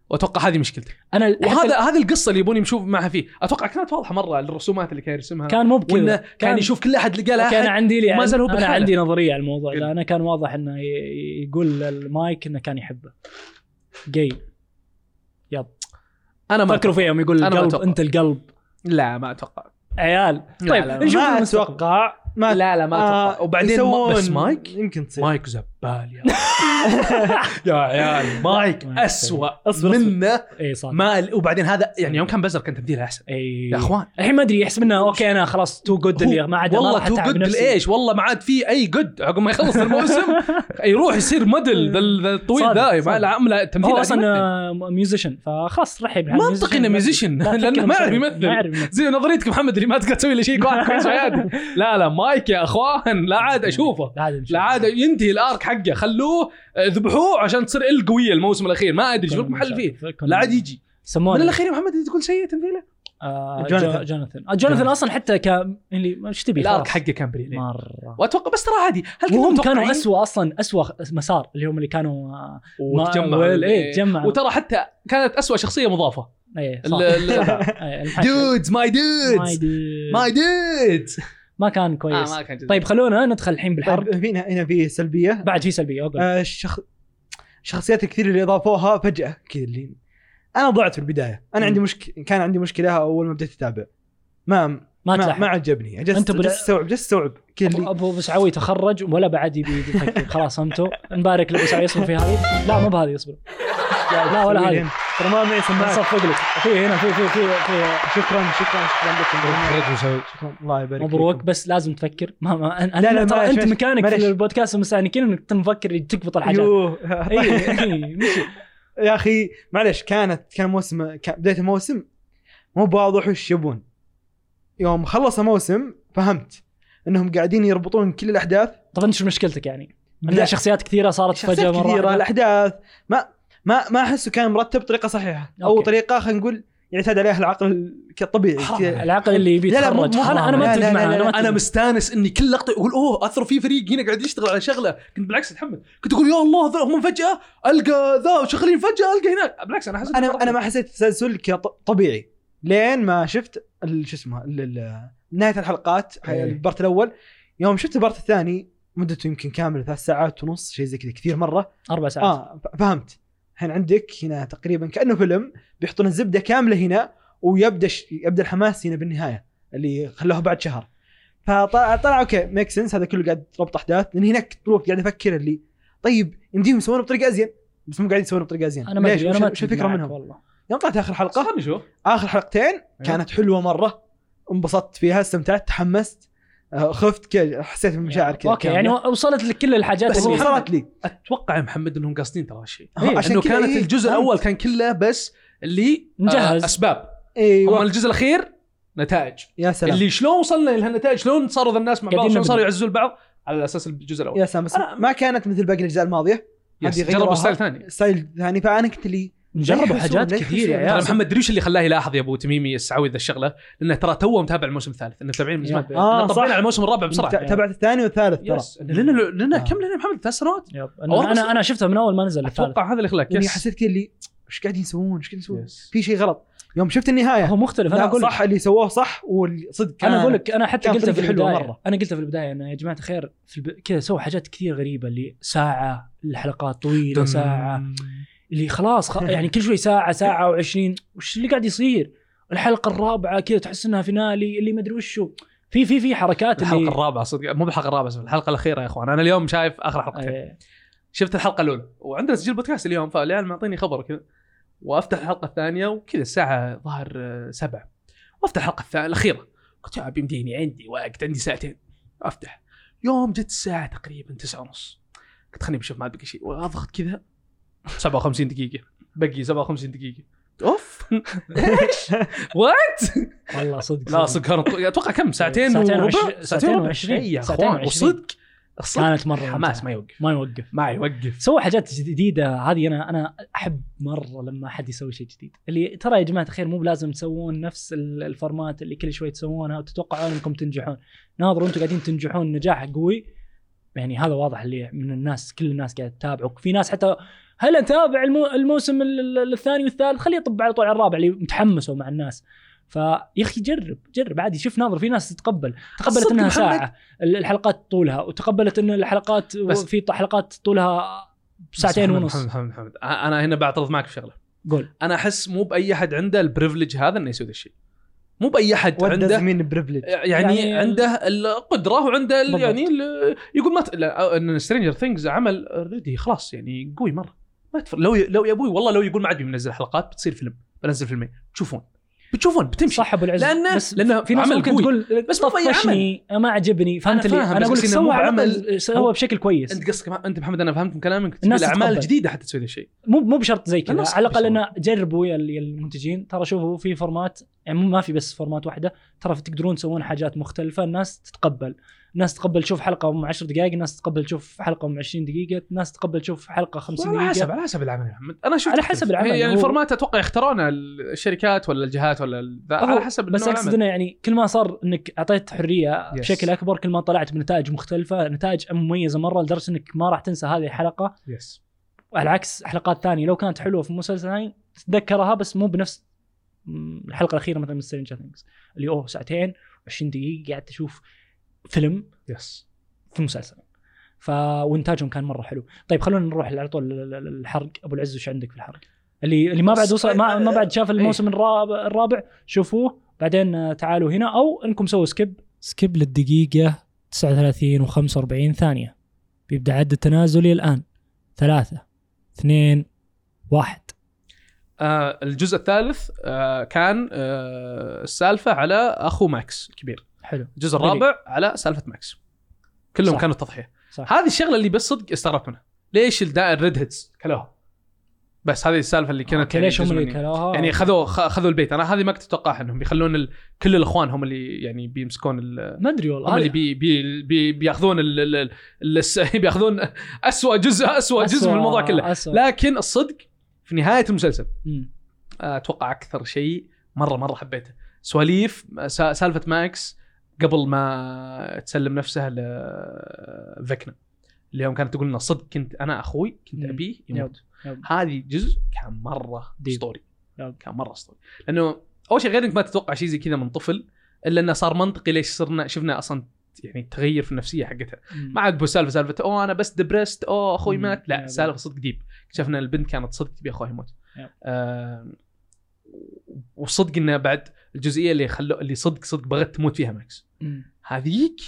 واتوقع هذه مشكلته انا وهذا هذه القصه اللي يبون يمشون معها فيه اتوقع كانت واضحه مره الرسومات اللي كان يرسمها كان مو بكذا وانه كان يشوف كل احد لقى له أوكي، انا احد عندي لي ما زال هو إيه. انا بالحالة. عندي نظريه على الموضوع قل. ده انا كان واضح انه ي- ي- يقول المايك انه كان يحبه جاي انا ما فكروا فيه يوم يقول أنا ما القلب أتوقع. انت القلب لا ما اتوقع عيال لا، طيب لا، نشوف ما المستقبل. اتوقع ما لا لا ما اتوقع آه، وبعدين ما يسوون- بس مايك يمكن تصير مايك زبال يا يا عيال مايك مايك اسوء أصبر، أصبر. منه اي صادق إيه. ما ال- وبعدين هذا يعني يوم كان بزر كان إيه. تمثيله احسن اي يا اخوان الحين ما ادري يحسب انه اوكي انا خلاص تو جود هو- اللي ما عاد ما والله راح تو أتعب جود نفسي. الايش والله ما عاد في اي جود عقب ما يخلص الموسم يروح يصير موديل ذا ال- ذا الطويل صادق، ذا صادق. مع العمله تمثيل هو عادي اصلا يمثل. آه، ميوزيشن فخلاص رحب على منطقي انه ميوزيشن لا، فكر لانه ما يعرف يمثل ما يعرف يمثل زي نظريتك محمد اللي ما تقدر تسوي الا شيء واحد كويس في حياتك لا لا مايك يا اخوان لا عاد اشوفه لا عاد نشوف. لا عاد ينتهي الارك حقه خلوه آه، ذبحوه عشان تصير ال قويه الموسم الاخير ما ادري شوف لك محل فيه فكر لا عاد يجي من سموه الاخير يا محمد أنت تقول سيء تمثيله آه، جوناثان. جو- جوناثان آه، جوناثان اصلا حتى ك اللي ايش تبي الارك خلاص. حقه كان بريلين مره واتوقع بس ترى عادي هل وهم متوقعين؟ كانوا اسوء اصلا اسوء مسار اللي هم اللي كانوا آه، ما- وتجمع ويل- إيه، تجمع. وترى حتى كانت اسوء شخصيه مضافه ايه صح. ال- إيه، الحشد. دودز ماي ما دودز يدري. ماي دودز ما كان كويس آه، ما كان جدا. طيب خلونا ندخل الحين بالحرب طيب، هنا هنا في سلبيه بعد في سلبيه أقول. آه، الشخ... الشخصيات الكثير اللي اضافوها فجاه كذا اللي انا ضعت في البدايه انا عندي مشكله كان عندي مشكله اول ما بديت اتابع ما ما ما ما, تلاحظ عجبني جست أنت بال- جست استوعب جست استوعب كذا أبو- اللي ابو بسعوي تخرج ولا بعد يبي يفكر خلاص فهمتوا نبارك لابو سعوي يصبر في هذه لا مو بهذه يصبر لا ولا هذه ترى ما معي سماعه نصفق لك في هنا في في في, في شكرا شكرا شكرا لكم شكرا الله يبارك مبروك فيكم. بس لازم تفكر ما ما أنا- لا، أنا لا، ترى معلش، انت معلش، مكانك معلش. في البودكاست المستهلكين انك تنفكر تقبط الحاجات يوه. اي إي، مشي يا اخي معلش كانت كان موسم كان بدايه الموسم مو بواضح وش يبون يوم خلص الموسم فهمت انهم قاعدين يربطون كل الاحداث طب انت شو مشكلتك يعني؟ لا. عندنا شخصيات كثيره صارت فجاه شخصيات مره كثيره واحدة. الاحداث ما ما ما احسه كان مرتب بطريقه صحيحه او أوكي. طريقه خلينا نقول يعتاد عليها العقل الطبيعي حرام كذا. العقل اللي يبي لا، لا، مو- يتخرج مو انا انا ما حرام. اتفق لا، لا، معه لا، انا لا، ما انا أتفق. مستانس اني كل لقطه يقول اوه اثروا في فريق هنا قاعد يشتغل على شغله كنت بالعكس اتحمس كنت اقول يا الله ذا هم فجاه القى ذا شغالين فجاه القى هناك بالعكس انا حسيت انا انا ما حسيت تسلسل كطبيعي لين ما شفت ال- شو اسمه ال- ال- نهايه الحلقات إيه. البارت الاول يوم شفت البارت الثاني مدته يمكن كامل ثلاث ساعات ونص شيء زي كذا كثير مره اربع ساعات اه ف- فهمت الحين عندك هنا تقريبا كانه فيلم بيحطون الزبده كامله هنا ويبدا ش... يبدا الحماس هنا بالنهايه اللي خلوه بعد شهر فطلع طلع اوكي ميك سنس هذا كله قاعد ربط احداث لان هناك طول الوقت قاعد افكر اللي طيب يمديهم يسوونه بطريقه ازين بس مو قاعدين يسوونه بطريقه ازين انا ما ليش؟ ادري انا ما وش- شو أتفق الفكره معك منهم؟ آه. والله أيوه. يوم طلعت اخر حلقه خلنا نشوف اخر حلقتين كانت حلوه مره انبسطت فيها استمتعت تحمست آه، خفت كذا حسيت بمشاعر كذا اوكي يعني وصلت لك كل الحاجات بس اللي وصلت لي اتوقع يا محمد انهم قاصدين ترى هالشيء إيه، عشان انه كذا كانت إيه، الجزء فهمت. الاول كان كله بس اللي آه، نجهز. اسباب ايوه اما الجزء الاخير نتائج يا سلام اللي شلون وصلنا لهالنتائج شلون صاروا ذا الناس مع بعض قاعدين شلون نبني. صاروا يعزوا البعض على اساس الجزء الاول يا سلام بس أنا- ما كانت مثل باقي الاجزاء الماضيه يس، عندي جربوا غيرها. ستايل ثاني ستايل ثاني فانا كنت لي نجربوا يحسون- حاجات لا كثير يا يحسون. ترى عيال إيه، محمد دريوش اللي خلاه يلاحظ يا ابو تميمي السعوي ذا الشغله لانه ترى توه متابع الموسم الثالث انه متابعين من زمان اه طبعا على صح الموسم الرابع بسرعه ت- تبعت الثاني والثالث ترى يس لان لان آه. كم لنا محمد ثلاث سنوات يب. أنا- أول انا انا شفتها من اول ما نزل الثالث اتوقع هذا اللي خلاك يعني يس حسيت كذا اللي ايش قاعدين يسوون ايش قاعدين يسوون يس. في شيء غلط يوم شفت النهايه هو مختلف انا لا اقول لك صح اللي سووه صح والصدق انا اقول لك انا حتى كان قلتها في طريقة حلوة البدايه مرة. انا قلتها في البدايه انه يا جماعه الخير في الب... كذا سووا حاجات كثير غريبه اللي ساعه الحلقات طويله ساعه اللي خلاص خ... يعني كل شوي ساعه ساعه و20 وش اللي قاعد يصير؟ الحلقه الرابعه كذا تحس انها فينالي اللي ما ادري وشو في في في حركات الحلقه الرابعه صدق مو بالحلقه الرابعه بس الحلقه الاخيره يا اخوان انا اليوم شايف اخر حلقتين إيه. شفت الحلقه الاولى وعندنا تسجيل بودكاست اليوم فالعيال معطيني خبر كذا وافتح الحلقه الثانيه وكذا الساعه ظهر آه، سبعة وافتح الحلقه الثانيه الاخيره قلت يا بيمديني عندي وقت عندي ساعتين افتح يوم جت الساعه تقريبا تسعة ونص قلت خليني بشوف ما بقي شيء واضغط كذا 57 دقيقه بقي 57 دقيقه اوف ايش وات والله صدق لا صدق كان- اتوقع كم ساعتين ساعتين وربع وعشرين- ساعتين وربع. وعشرين. إي يا ساعتين اخوان وعشرين. وصدق الصدق كانت مره ممتعة. حماس ما يوقف ما يوقف ما يوقف سوى حاجات جديده هذه انا انا احب مره لما احد يسوي شيء جديد اللي ترى يا جماعه الخير مو بلازم تسوون نفس ال- الفورمات اللي كل شوي تسوونها وتتوقعون انكم تنجحون ناظروا انتم قاعدين تنجحون نجاح قوي يعني هذا واضح اللي من الناس كل الناس قاعده تتابعك في ناس حتى هلا تابع المو الموسم ال- ال- الثاني والثالث خليه يطب على طول على الرابع اللي متحمسوا مع الناس فيا اخي جرب جرب عادي شوف ناظر في ناس تتقبل تقبلت صدق انها محمد. ساعه ال- الحلقات طولها وتقبلت ان الحلقات بس- في حلقات طولها ساعتين محمد- ونص محمد محمد محمد انا هنا بعترض معك في شغله قول انا احس مو باي احد عنده البريفليج هذا انه يسوي ذا الشيء مو باي احد عنده عنده مين بريفليج يعني, يعني- عنده القدره وعنده ال- بالضبط. يعني ال- يقول ما ت... لا ان سترينجر ثينجز عمل اوريدي خلاص يعني قوي مره ما تفرق لو ي... لو يا ابوي والله لو يقول ما عاد بينزل حلقات بتصير فيلم بنزل فيلمين بتشوفون بتشوفون بتمشي صح ابو العز لأنه- بس لأنه في ناس عمل ممكن قوي. تقول بس بس مو بأي عمل. طفشني ما عجبني فهمت أنا لي فاهم، انا بس اقول لك قصدي إنه مو سوى بعمل- عمل مو- سوى بشكل كويس انت قصدك ما- انت محمد انا فهمت من كلامك تبي الناس الاعمال تتقبل. جديده حتى تسوي ذا الشيء مو مو بشرط زي كذا الناس على الاقل تسوي. انه جربوا يا ال- يا المنتجين ترى شوفوا في فورمات يعني مو- ما في بس فورمات واحده ترى تقدرون تسوون حاجات مختلفه الناس تتقبل الناس تقبل تشوف حلقه ام 10 دقائق الناس تقبل تشوف حلقه ام 20 دقيقه الناس تقبل تشوف حلقه 50 على دقيقه حسب على حسب العمل يا محمد انا شفت على حسب العمل، يعني هو- الفورمات اتوقع يختارونه الشركات ولا الجهات ولا ال- ذا، هو- على حسب بس نوع اقصد العمل. انه يعني كل ما صار انك اعطيت حريه Yes. بشكل اكبر كل ما طلعت بنتائج مختلفه نتائج مميزه مره لدرجه انك ما راح تنسى هذه الحلقه يس وعلى عكس حلقات ثانيه لو كانت حلوه في مسلسل ثاني تتذكرها بس مو بنفس مم، الحلقه الاخيره مثلا من سترينجر ثينجز اللي اوه ساعتين و20 دقيقه قاعد تشوف فيلم يس في مسلسل ف وانتاجهم كان مره حلو طيب خلونا نروح على طول الحرق ابو العز وش عندك في الحرق اللي اللي ما بعد وصل ما, ما بعد شاف الموسم الرابع, الرابع شوفوه بعدين آه، تعالوا هنا او انكم سووا سكيب سكيب للدقيقه 39 و45 ثانيه بيبدا عد التنازلي الان ثلاثة اثنين واحد آه الجزء الثالث آه كان آه السالفه على اخو ماكس الكبير حلو الجزء بيبي. الرابع على سالفه ماكس كلهم صح. كانوا تضحيه صح. هذه الشغله اللي بس صدق استغربت منها ليش الدائر ريد هيدز كلوها بس هذه السالفه اللي كانت أوكي، آه، ليش هم جزء اللي مني. كلوها يعني خذوا خ- خذوا البيت انا هذه ما كنت اتوقعها انهم بيخلون ال... كل الاخوان هم اللي يعني بيمسكون ال... ما ادري والله هم اللي بي بي بي بياخذون ال ال ال ال بياخذون اسوء جزء اسوء جزء من الموضوع كله لا لكن الصدق في نهايه المسلسل اتوقع اكثر شيء مره مره حبيته سواليف سا- سالفه ماكس قبل ما تسلم نفسها لفيكنا اللي يوم كانت تقول لنا صدق كنت انا اخوي كنت مم. ابيه يب. يموت هذه جزء كان مره ديب. اسطوري يب. كان مره اسطوري لانه اول شيء غير انك ما تتوقع شيء زي كذا من طفل الا انه صار منطقي ليش صرنا شفنا اصلا يعني تغير في النفسيه حقتها ما عاد بو سالفه سالفه اوه انا بس دبرست اوه اخوي مم. مات يب. لا سالفه صدق ديب اكتشفنا إن البنت كانت صدق تبي اخوها يموت يب. آه وصدق انه بعد الجزئيه اللي خلو اللي صدق صدق بغت تموت فيها ماكس هذيك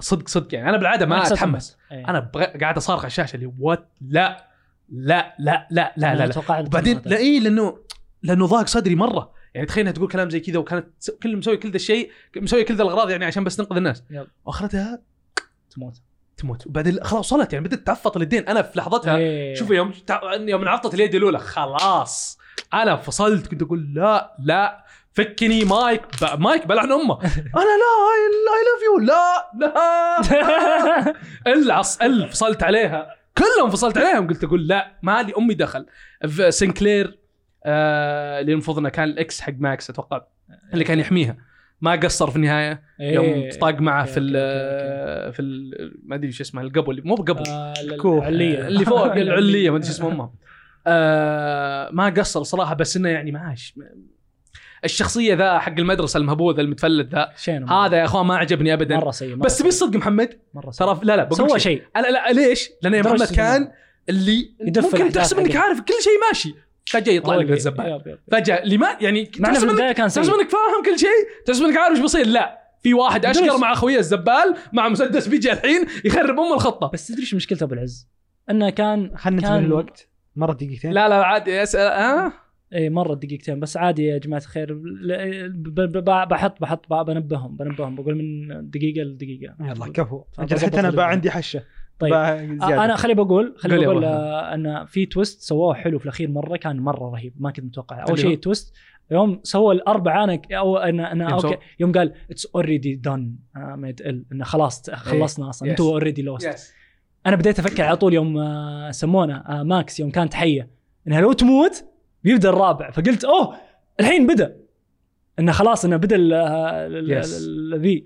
صدق صدق يعني انا بالعاده ما اتحمس إيه. انا بغ- قاعد اصارخ على الشاشه اللي وات لا لا لا لا لا لا, لا. لا وبعدين لا اي لانه لانه ضاق صدري مره يعني تخيل انها تقول كلام زي كذا وكانت تس- كل مسوي كل ذا الشيء مسوي كل ذا الاغراض يعني عشان بس تنقذ الناس يب. واخرتها تموت تموت وبعدين خلاص وصلت يعني بدات تعفط اليدين انا في إيه. لحظتها شوف يوم تع- يوم انعطت اليد الاولى خلاص انا فصلت كنت اقول لا لا فكني مايك ب... مايك بلعن امه انا لا اي لاف يو لا لا العص ال فصلت عليها كلهم فصلت عليهم قلت اقول لا ما لي امي دخل ف- سنكلير آه اللي المفروض انه كان الاكس حق ماكس اتوقع اللي كان يحميها ما قصر في النهايه إيه. يوم طاق معه في ال في ال ما ادري شو اسمه القبو اللي مو بقبو الكوخ الكوخ. العليه آه. اللي فوق العليه ما ادري شو اسمه امها آه ما قصر صراحه بس انه يعني معاش الشخصيه ذا حق المدرسه المهبوذ المتفلت ذا شينو هذا يا اخوان ما عجبني ابدا مره سيء مرة بس تبي سيء، الصدق محمد مره سيء. ترى لا لا بقول لك سوى شيء. شيء لا لا ليش؟ لان يا درجة محمد السينما. كان اللي يدف ممكن الأحداث تحسب انك حقه. عارف كل شيء ماشي فجاه يطلع لك الزبال فجاه اللي ما يعني مع انه في تحسب انك البدايه كان تحسب سيء انك فاهم كل شيء تحسب انك عارف ايش بيصير لا في واحد اشقر درس. مع اخويه الزبال مع مسدس بيجي الحين يخرب ام الخطه بس تدري ايش مشكلته ابو العز؟ انه كان خلنا ننتهي كان- من الوقت مره دقيقتين لا لا عادي آه. اسال ها اي مره إيه، دقيقتين بس عادي يا جماعه الخير ل- ب- ب- ب- بحط بحط ب- بنبههم بنبههم بقول من دقيقه لدقيقه يلا كفو فبضبط اجل حتى انا بقى الوقت. عندي حشه طيب. بقى آه، زيادة. انا خلي بقول خلي قول يا بقول أبو آه، ان في تويست سووه حلو في الاخير مره كان مره رهيب ما كنت متوقع اول اللي شيء هو؟ تويست يوم سوى الاربعه انا او انا انا يوم سوى؟ اوكي يوم قال اتس اوريدي دون ميد آه، ال انه خلاص خلصنا اصلا Yes. انتوا اوريدي لوست انا بديت افكر على طول يوم آه، سمونا آه، ماكس يوم كانت حيه انها لو تموت بيبدا الرابع فقلت اوه الحين بدا انه خلاص انه بدا ال- آه، ال- Yes. ال- ال- ذي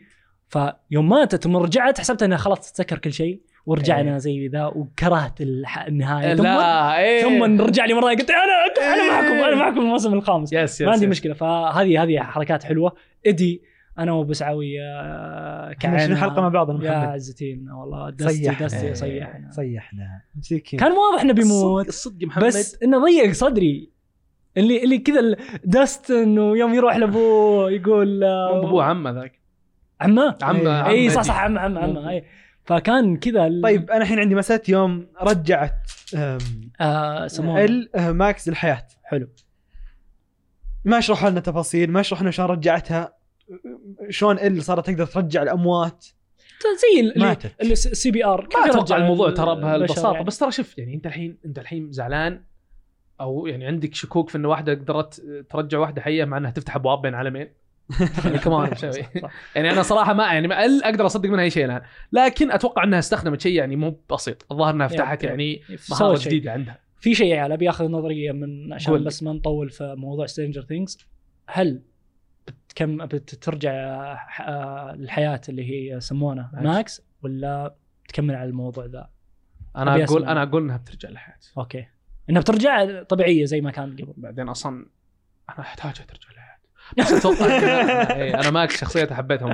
فيوم ماتت ثم رجعت حسبت انها خلاص تسكر كل شيء ورجعنا زي ذا وكرهت الح- النهايه ثم إيه. لا إيه. ايه ثم رجع لي مره قلت انا انا معكم انا معكم الموسم الخامس يس يس ما عندي يس. مشكله فهذه هذه حركات حلوه ادي انا وابو سعوي آه، احنا عشرين كعنا. حلقه مع بعض يا محمد عزتينا والله دستي صيحنا. دستي إيه. صيحنا صيحنا مسكين كان واضح انه الصدق- بيموت الصدق محمد بس انه ضيق صدري اللي اللي كذا ال- داستن ويوم يروح لابوه يقول آه، مو بابوه عمه ذاك عمه عمه اي إيه. صح دي. صح عمه عمه عمه اي فكان كذا ال- طيب انا الحين عندي مساله يوم رجعت أم، آه سموه ال آه، ماكس للحياه حلو ما شرحوا لنا تفاصيل ما شرحوا لنا شلون رجعتها شلون ال صارت تقدر ترجع الاموات زي ال- اللي ماتت. السي بي ار ما اتوقع الموضوع ترى بهالبساطه بس ترى شوف يعني انت الحين انت الحين زعلان او يعني عندك شكوك في ان واحده قدرت ترجع واحده حيه مع انها تفتح ابواب بين عالمين يعني كمان بسوي. يعني انا صراحه ما يعني ما ال اقدر اصدق منها اي شيء الان لكن اتوقع انها استخدمت شيء يعني مو بسيط الظاهر انها فتحت يب. يعني مهاره مهاره جديده جديده عندها في شيء يعني، يا عيال ابي اخذ نظريه من عشان قول لي. بس ما نطول في موضوع سترينجر ثينجز هل بتكم بترجع آه، الحياه اللي هي سمونا ماكس. ماكس ولا تكمل على الموضوع ذا أبي انا اقول أسمع. انا اقول انها بترجع للحياه اوكي انها بترجع طبيعيه زي ما كان قبل بعدين اصلا انا احتاجها ترجع للحياه بس اتوقع كذا. إيه، انا ماكس شخصيته حبيتهم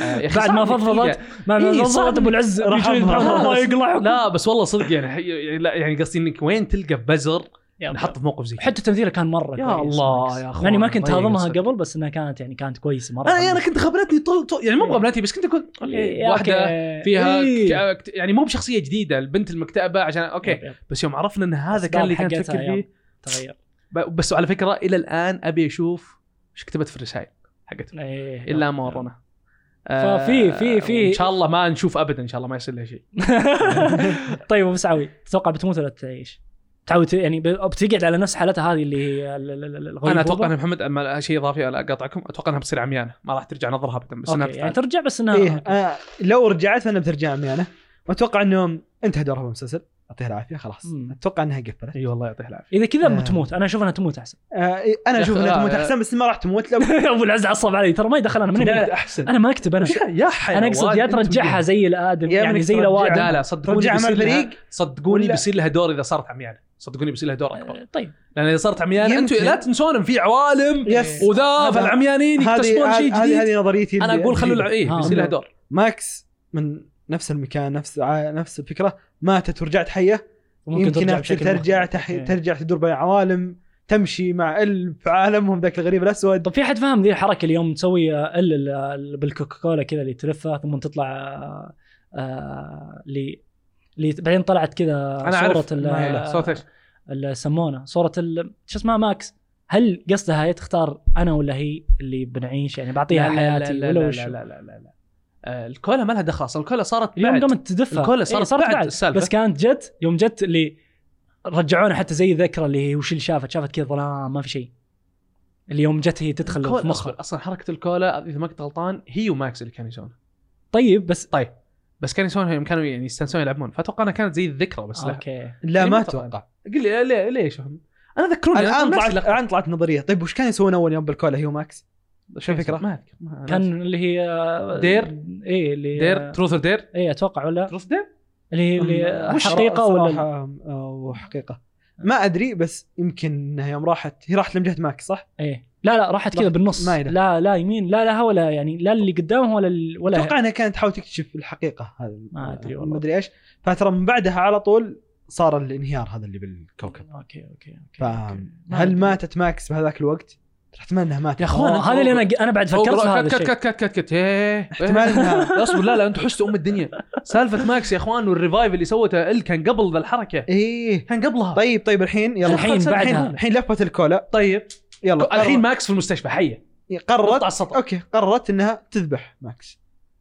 آه، يا أخي بعد ما صعب فضفضت ما إيه، ما صعب. فضفضت ابو العز رحمها. بيجي يدعو الله يقلعك لا بس والله صدق يعني حي... لا يعني قصدي انك وين تلقى بزر نحط في موقف زي كذا حتى تمثيله كان مره يعني يا كويس، الله ماكس. يا مع أخوان، اني ما كنت ضيق هضمها صدق. قبل بس انها كانت يعني كانت كويسه مره انا انا كنت غبنتني طول, طول يعني مو إيه. بغبنتني بس كنت اقول إيه، إيه واحده أوكي. فيها إيه. إيه. يعني مو بشخصيه جديده البنت المكتئبه عشان اوكي يب، يب. بس يوم عرفنا ان هذا أسباب كان اللي كانت حقتها، تفكر يب. فيه تغير ب- بس على فكره الى الان ابي اشوف ايش كتبت في الرسائل حقتهم إيه. الا ما ورونا ففي- في- في- ان آه، شاء الله ما نشوف ابدا ان شاء الله ما يصير لها شيء طيب ابو سعوي تتوقع بتموت ولا تعيش؟ تعود يعني ب- بتقعد على نفس حالتها هذه اللي هي ال- ال- ال- الغريبة. انا اتوقع ان محمد أما شيء اضافي ولا اقاطعكم اتوقع انها بتصير عميانه ما راح ترجع نظرها ابدا بس انها أوكي. يعني بتتعالج. ترجع بس انها ايه أنا لو رجعت انا بترجع عميانه واتوقع انه انتهى دورها بالمسلسل يعطيها العافيه خلاص مم. اتوقع انها قفلت اي والله يعطيها العافيه اذا كذا آه. بتموت انا اشوف انها تموت احسن آه إيه، انا يا اشوف أخي، انها تموت آه، احسن بس ما راح تموت لو ابو العز عصب علي ترى ما يدخل انا ماني لا مكتب. لا احسن انا ما اكتب انا يا حيوان انا اقصد يا أنتم ترجعها جدا. زي الادم يا يعني إنك زي ترجع- الاوادم لا لا صدقوني رجعها مع بيصير لها- الفريق صدقوني ولا- بيصير لها دور اذا صارت عميانه صدقوني بيصير لها دور اكبر آه، طيب لان اذا صارت عميانه انتم يمكن. لا تنسون إن في عوالم إيه. يس وذا هذا- فالعميانين هذه يكتشفون شيء هذه- هذه جديد هذه نظريتي انا اللي اقول خلوا أمشي الع- ايه آه. بيصير لها دور فيها. ماكس من نفس المكان نفس ع- نفس الفكره ماتت ورجعت حيه يمكن ترجع بشكل ترجع مختلف. تح... إيه. ترجع تدور بين عوالم تمشي مع ال في عالمهم ذاك الغريب الاسود طب طيب، في حد فاهم ذي الحركه اليوم تسوي آه، ال ال- ال- بالكوكاكولا كذا اللي تلفها ثم تطلع آه، آه، لي لي بعدين طلعت كذا انا اعرف ال- ما- لا، صوت ايش اللي سمونا صورة ال... شو اسمها ماكس هل قصدها هي تختار انا ولا هي اللي بنعيش يعني بعطيها لا، لا، حياتي لا، ولا لا، وش لا لا لا لا لا آه، الكولا ما لها دخل اصلا الكولا صارت اليوم بعد قامت تدفها إيه، الكل صارت بعد السالفة. بس كانت جت يوم جت اللي رجعونا حتى زي ذكرى اللي هي وش اللي شافت شافت كذا ظلام ما في شيء اللي يوم جت هي تدخل في الكولا مخها أصبر. اصلا حركه الكولا اذا ما كنت غلطان هي وماكس اللي كانوا يسوونها طيب بس طيب بس كانوا يسوونها يوم كانوا يعني يستانسون يلعبون فاتوقع انها كانت زي الذكرى بس لها اوكي لا يعني ما ما اتوقع قل لي ليه ليش هم؟ انا ذكروني يعني الان أنا ناسي طلعت لقطة. الان طلعت نظريه طيب وش كانوا يسوون اول يوم بالكولا هي وماكس؟ شو الفكره؟ ما اذكر ما- كان اللي هي دير؟ ايه اللي دير تروث دير ايه اتوقع ولا تروث دير اللي هي اللي وش حقيقه ولا صراحة، أو حقيقه ما ادري بس يمكن انها يوم راحت هي راحت لمجهه ماكس صح؟ ايه لا لا راحت كذا راحت بالنص مايلة. لا لا يمين لا لها ولا يعني لا اللي قدامه ولا ال- ولا اتوقع انها كانت تحاول تكتشف الحقيقه هذا ما أدري والله. آه، ما ادري ايش فترى من بعدها على طول صار الانهيار هذا اللي بالكوكب اوكي اوكي اوكي, ف- أوكي. ما آه. هل آه، أدري. ماتت ماكس بهذاك الوقت؟ احتمال انها ماتت يا اخوان اخوان هذا اللي انا انا بعد فكرت في هذا كت الشيء كت كت كت كت إيه. احتمال انها لا اصبر لا لا انتم حستوا ام الدنيا سالفه ماكس يا اخوان والريفايف اللي سوته ال كان قبل ذا إيه، الحركه ايه كان قبلها طيب طيب الحين يلا الحين الحين, بعدها. الحين لفت الكولا طيب يلا إيه، الحين ماكس في المستشفى حيه نط على قررت السطح اوكي قررت انها تذبح ماكس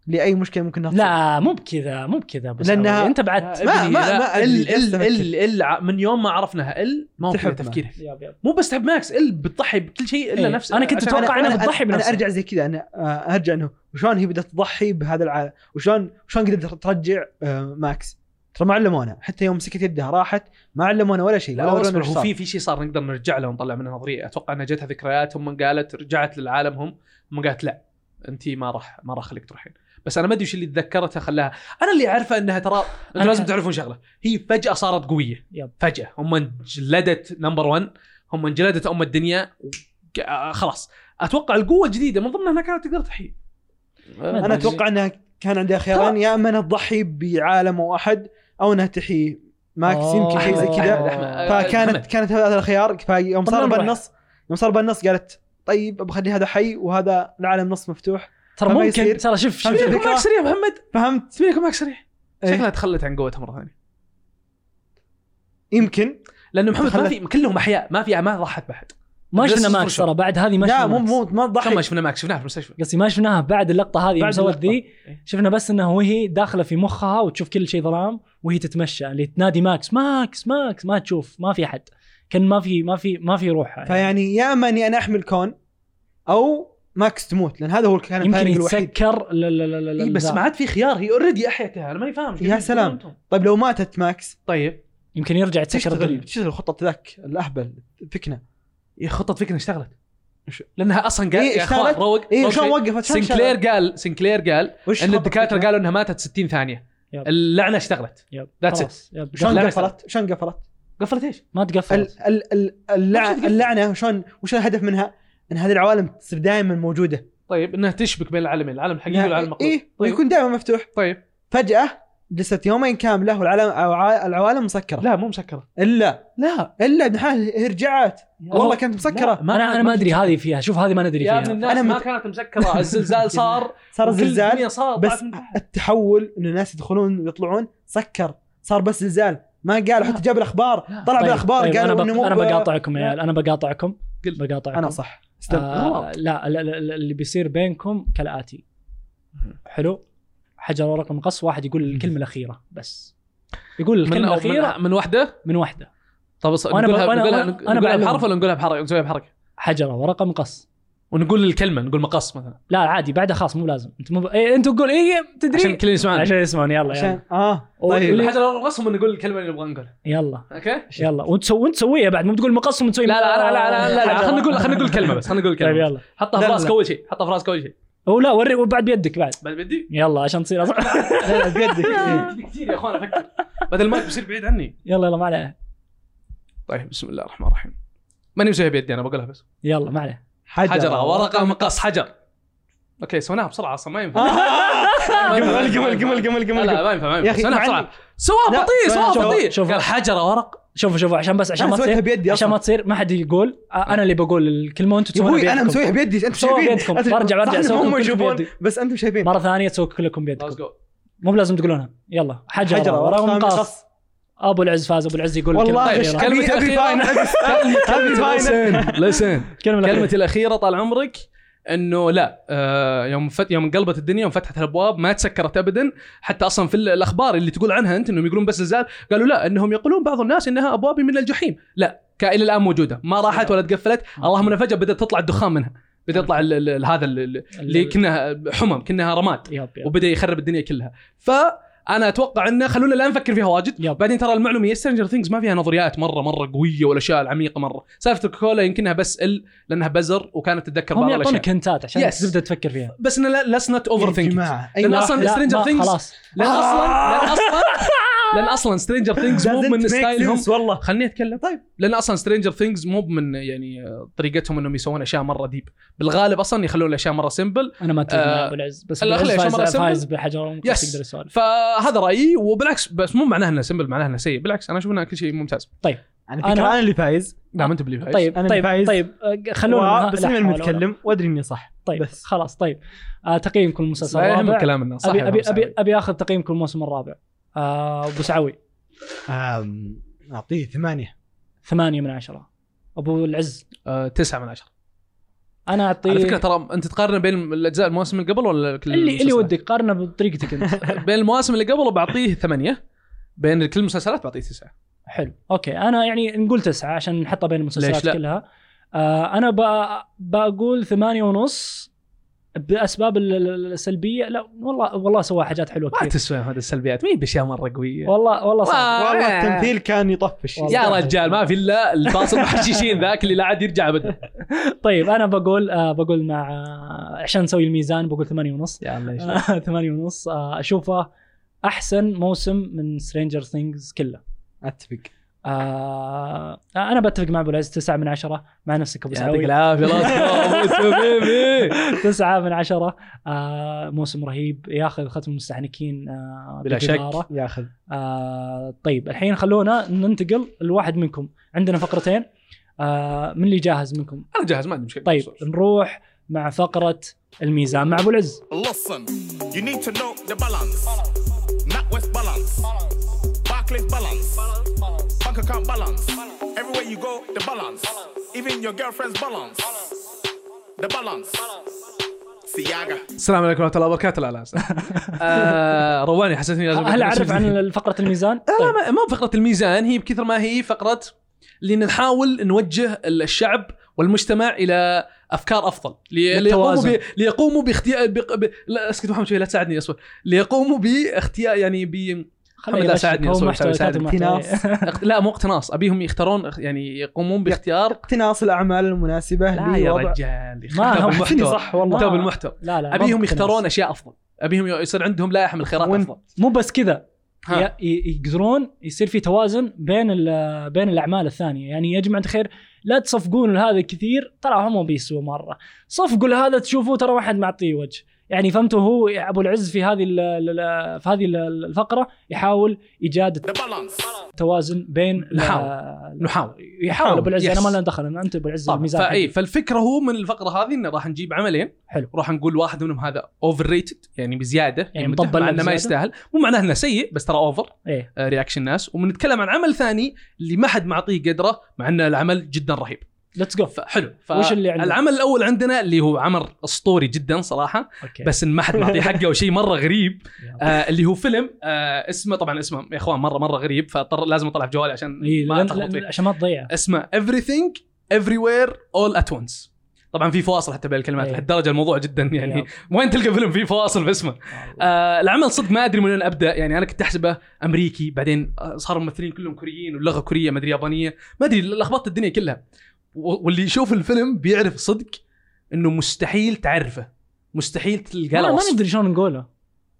لاي مشكله ممكن انها لا مو بكذا مو بكذا بس لأنها- آه، لأنها... انت يا بعد طيب، ابني، ما- ما- لا، ما أدري، ال ال لسه ال ال ع- من يوم ما عرفناها ال ما هو فيها تحب تفكير ياب ياب. مو بس تحب ماكس ال بتضحي بكل شيء الا إيه. نفس أنا كنت عشان- أتوقع أنا بتضحي انا بنفسها. ارجع زي كذا انا آه، ارجع انه وشلون هي بدات تضحي بهذا العالم وشلون شلون قدرت ترجع آه، ماكس ترى ما علمونا حتى يوم مسكت يدها راحت ما علمونا ولا شيء لا ولا لا ورونا اصبر إيش هو صار. في في شيء صار نقدر نرجع له ونطلع منه نظريه اتوقع انها جتها ذكريات هم قالت رجعت للعالمهم هم قالت لا انت ما راح ما راح اخليك تروحين بس انا ما ادري وش اللي تذكرتها خلاها انا اللي اعرفه انها ترى أنا- انتم لازم تعرفون شغله هي فجاه صارت قويه يب. فجاه هم انجلدت نمبر 1 هم انجلدت ام الدنيا وق- آه، خلاص اتوقع القوه الجديده من ضمنها انها كانت تقدر تحيي انا اتوقع انها كان عندها خيارين يا اما انها تضحي بعالم او احد او انها تحيي ماكس أوه. يمكن شيء زي آه، أحمد، كذا أحمد. فكانت كانت هذا الخيار فيوم طب صار نروح. بالنص يوم صار بالنص قالت طيب بخلي هذا حي وهذا العالم نص مفتوح ترى فما ممكن يصير. ترى شوف شوف فهمت؟ تبيكم معك سريع يا محمد فهمت تبيكم معك سريع إيه. شكلها تخلت عن قوتها مره ثانيه يمكن لانه محمد ما تخلت. في كلهم احياء ما في ما ضحت بحد ما بس شفنا صفر ماكس شوط. ترى بعد هذه ما شفنا لا مو ماكس. مو ما كم ما تضحي شفنا ماكس شفناه في المستشفى قصدي ما شفناها بعد اللقطه هذه بعد بعد سوت اللقطة. ذي إيه. شفنا بس انها وهي داخله في مخها وتشوف كل شيء ظلام وهي تتمشى اللي تنادي ماكس ماكس ماكس ما تشوف ما في احد كان ما في ما في ما في روح يعني. فيعني يا اما اني انا احمل كون او ماكس تموت لان هذا هو كان يمكن الفارق الوحيد يتسكر لا لا لا لا لا اي بس لا. ما عاد في خيار هي اوريدي احيتها انا ماني فاهم إيش يا قاعدين سلام. تقولون أنتم؟ طيب لو ماتت ماكس طيب يمكن يرجع يتسكر تشتغل الدنيا تشتغل خطه ذاك الاهبل فكنا هي خطه فكره اشتغلت وش- لانها اصلا قال إيه، يا اخوان اشتغلت. روق اي طيب، روق شوي. شلون وقفت شلون شغلت؟ سنكلير قال سنكلير قال وش ان خطة الدكاتره فكنا؟ قالوا انها ماتت 60 ثانيه يب. اللعنه اشتغلت يب. That's it. خلاص. يب. شلون لا، قفلت؟ شلون قفلت؟ قفلت ايش؟ ما تقفلت ال- ال- ال- ما اللع- في- اللعنه شلون وش الهدف منها؟ ان هذه العوالم تصير دائما موجوده طيب انها تشبك بين العالمين العالم الحقيقي والعالم المقلوب ايه طيب. ويكون دائما مفتوح طيب فجاه جلست يومين كامله والعالم أو- العوالم مسكره لا مو مسكره الا لا الا ابن حلال هي رجعت والله والله كانت مسكره انا انا ما ادري هذه فيها شوف هذه ما ندري يا ابن فيها الناس أنا ما مت- كانت مسكره الزلزال صار صار وكل زلزال الدنيا صار بس طلعت من تحت. التحول ان الناس يدخلون ويطلعون سكر صار بس زلزال ما قالوا حتى جاب الاخبار طلع طيب، بالاخبار طيب، قالوا انا انه مو بق- انا ب- بقاطعكم يا عيال انا بقاطعكم قل. بقاطعكم انا صح طيب، آه لا لا- لا- اللي بيصير بينكم كالاتي حلو حجر ورقم قص واحد يقول الكلمه الاخيره بس يقول من الكلمه الاخيره من, من واحده من واحده طب أص- وأنا ب- نقولها وأنا- نقولها وأنا- أنا نقولها بعلمهم. بحرف ولا نقولها بحركه نسويها بحركه حجره ورقم قص ونقول الكلمه نقول مقص مثلا لا عادي بعدها خلاص مو لازم انت مو ب... إيه انت تقول اي تدري عشان كلنا يسمعنا عشان يسمعون يلا عشان يلا اه واللي- طيب الحاجه الاول رسم نقول الكلمه اللي نبغى نقولها يلا اوكي يلا وانت سو- وانت تسويها بعد مو تقول مقص وتسوي لا لا لا لا لا, لا. حجر. خلينا نقول خلينا نقول كلمه بس خلينا نقول طيب كلمه يلا حطها لا، في لا، راسك لا. اول شيء حطها في راسك اول شيء هو لا وري وبعد بيدك بعد بعد بدي يلا عشان تصير أصعب. لا، لا، بيدك إيه. بدي كثير يا اخوان افكر بدل ما بيصير بعيد عني يلا يلا ما عليه طيب بسم الله الرحمن الرحيم ماني مسويها بيدي انا بقولها بس يلا ما عليه حجره ورقه مقص حجر اوكي سويناها بسرعه اصلا ما ينفع آه. قمل قمل قمل قمل لا لا قمل ما ينفع ما يا ينفع أخي، سويناها مع بسرعه إني- سواه لا، بطيء سواه شوف- بطيء شوف- قال حجره ورق شوفوا شوفوا عشان بس عشان انا ما سويتها تصير بيدي عشان اصلا ما تصير ما حد يقول آه، انا اللي بقول الكلمه وانتم يا تسوونها ابوي انا بيدكم. مسويها بيدي انتم سووا شايفين بيدكم. أنت- برجع- برجع صح إنهم أسويكم هم كلكم يشوفون بيدي. بس انتم شايفين مره ثانيه تسوي كلكم ليتس بيدكم جو مو بلازم تقولونها يلا حجر حجرة ورقة ورقم قاص قص ابو العز فاز ابو العز يقول الكلمه والله طيب، إيش- الأخيرة. كلمة أبي- أبي الأخيرة. فاينل، أبي- أبي فاينل. لسن الكلمه الأخيرة. كلمتي الاخيره طال عمرك انه لا آه يوم فت يوم انقلبت الدنيا وانفتحت الابواب ما تسكرت ابدا حتى اصلا في ال- الاخبار اللي تقول عنها انت انهم يقولون بس زلزال قالوا لا انهم يقولون بعض الناس انها ابواب من الجحيم لا ك- الى الان موجوده ما راحت ولا تقفلت اللهم انها فجاه بدات تطلع الدخان منها بدا يطلع ال- ال- ال- هذا ال- ال- اللي كنا حمم كنا رماد يب يب وبدا يخرب الدنيا كلها فانا اتوقع انه خلونا لا نفكر فيها واجد يب. بعدين ترى المعلومه هي سترينجر ثينجز ما فيها نظريات مره مره قويه والاشياء العميقه مره سالفه الكولا يمكنها بس ال لانها بزر وكانت تتذكر هم بعض الاشياء يعطونك هنتات عشان Yes. تبدا تفكر فيها بس انه لا لس نوت يا أيوة. اوفر ثينك جماعه أي لان واحد- اصلا لا سترينجر ما- ثينجز خلاص لان اصلا لان اصلا لان اصلا سترينجر ثينجز مو Doesn't من make ستايلهم sense والله خليني اتكلم طيب. لان اصلا سترينجر ثينجز مو من يعني آه، طريقتهم انهم يسوون اشياء مره ديب بالغالب اصلا يخلون الاشياء مره سمبل انا ما اتفق آه، مع ابو العز بس لا، أبو العز خليه عشان مرة فايز سمبل. فايز بحجر المقص Yes. يقدر يسولف فهذا رايي وبالعكس بس مو معناه انه سمبل معناه انه سيء بالعكس انا اشوف انه كل شيء ممتاز على فكره أنا- انا اللي فايز لا ما انت بليف طيب أنا طيب فايز. طيب آه، خلونا و- من- بس لا، انا حول ولا قوة. المتكلم وادري اني صح طيب بس. خلاص طيب آه تقييم كل مسلسل لا يهم رابع كلامنا صح ابي ابي ابي ابي اخذ تقييم كل موسم الرابع آه، ابو سعوي آم، اعطيه ثمانيه ثمانية من عشرة ابو العز أه تسعة من عشرة انا اعطيه على فكرة ترى انت تقارن بين الاجزاء المواسم اللي قبل ولا كل طيب. اللي اللي المسلسلات؟ ودك قارنه بطريقتك انت بين المواسم اللي قبل بعطيه ثمانية بين كل المسلسلات بعطيه تسعة حلو اوكي انا يعني نقول تسعة عشان نحطها بين المسلسلات ليش لا؟ كلها آه انا ب- بقول ثمانية ونص باسباب ال- ال- السلبيه لا والله والله سوى حاجات حلوه ما كثير تسوى هذه السلبيات مين بأشياء مرة قوية طيب. والله والله صعب آه. والله التمثيل كان يطفش والله. يا رجال ما في الا الباص المحششين ذاك اللي لا عاد يرجع ابدا طيب انا بقول آه بقول مع آه عشان نسوي الميزان بقول ثمانية ونص يا الله يشفيك. آه، ثمانية ونص آه، أشوفه أحسن موسم من سترينجر ثينجز كله اتفق آه أنا بتفق مع أبو العز تسعة من عشرة مع نفسك أبو يعطيك سعوي العافية الله يسلمك حبيبي تسعة من عشرة آه موسم رهيب ياخذ ختم المستحنكين آه بلا شك. بجدارة. ياخذ آه طيب الحين خلونا ننتقل الواحد منكم عندنا فقرتين آه من اللي جاهز منكم انا جاهز ما عندي مشكلة طيب نروح مع فقرة الميزان مع أبو العز Listen, you need to know the balance. NatWest balance. Barclays balance. Bank account balance. Everywhere you go, the balance. Even your girlfriend's balance. The balance. Siaga. السلام عليكم ورحمة الله وبركاته لا لا آه، رواني حسيت اني لازم هل أعرف أقدم- عن فقرة الميزان؟ طيب، لا آه، ما- ما فقره الميزان هي بكثر ما هي فقره اللي نحاول نوجه الشعب والمجتمع الى افكار افضل لي- ليقوموا للتوازن. ب... ليقوموا باختيار ب... ب... لا اسكت محمد شوي لا تساعدني اصبر ليقوموا باختيار يعني ب محمد لا يغشك، ساعدني هو أسوي- محتوى كاتب أسوي- ساعدني. محتوى. تناص. اخت- لا مو اقتناص ابيهم يختارون اخ- يعني يقومون باختيار اقتناص الاعمال المناسبه لا يا لوضع- رجال ما كتاب هم حسيني المحتوى صح والله كتاب ما- المحتوى لا لا ابيهم ربط يختارون الناس. اشياء افضل ابيهم يصير عندهم لائحه من الخيارات وين- افضل مو بس كذا ها. ي- ي- يقدرون يصير في توازن بين ال- بين الاعمال الثانيه يعني يا جماعه الخير لا تصفقون لهذا كثير ترى هم بيسوى مره صفقوا لهذا تشوفوه ترى واحد معطيه وجه يعني فهمته هو ابو العز في هذه ال- ال- ال- في هذه ال- الفقره يحاول ايجاد The balance. توازن بين ال- نحاول. نحاول يحاول ابو العز Yes. انا ما لنا دخل أنا- انت ابو العز طبعا الميزان فاي حقك. فالفكره هو من الفقره هذه انه راح نجيب عملين حلو. راح نقول واحد منهم هذا اوفر ريتد يعني بزياده يعني مطبل مع انه ما بزيادة. يستاهل مو معناه انه سيء بس ترى آه، اوفر إيه. رياكشن الناس وبنتكلم عن عمل ثاني اللي ما حد معطيه قدره مع ان العمل جدا رهيب ليتس جو فحلو ف... وش اللي عندك؟ العمل الاول عندنا اللي هو عمل اسطوري جدا صراحه أوكي. بس ان ما حد معطيه حقه وشيء مره غريب يلا. آه اللي هو فيلم آه اسمه طبعا اسمه يا اخوان مره مره غريب فاضطر لازم اطلع في جوالي عشان إيه، ما لأن- اتلخبط فيه لأن- عشان ما تضيعه اسمه everything everywhere all at once طبعا في فواصل حتى بين الكلمات إيه. لهالدرجه الموضوع جدا يعني يلا. وين تلقى فيلم في فواصل في اسمه آه العمل صدق ما ادري من وين ابدا يعني انا كنت احسبه امريكي بعدين آه، صاروا ممثلين كلهم كوريين واللغه كوريه ما ادري يابانيه ما ادري لخبطت الدنيا كلها و- واللي يشوف الفيلم بيعرف صدق انه مستحيل تعرفه مستحيل تلقى له ما وصف. ندري شلون نقوله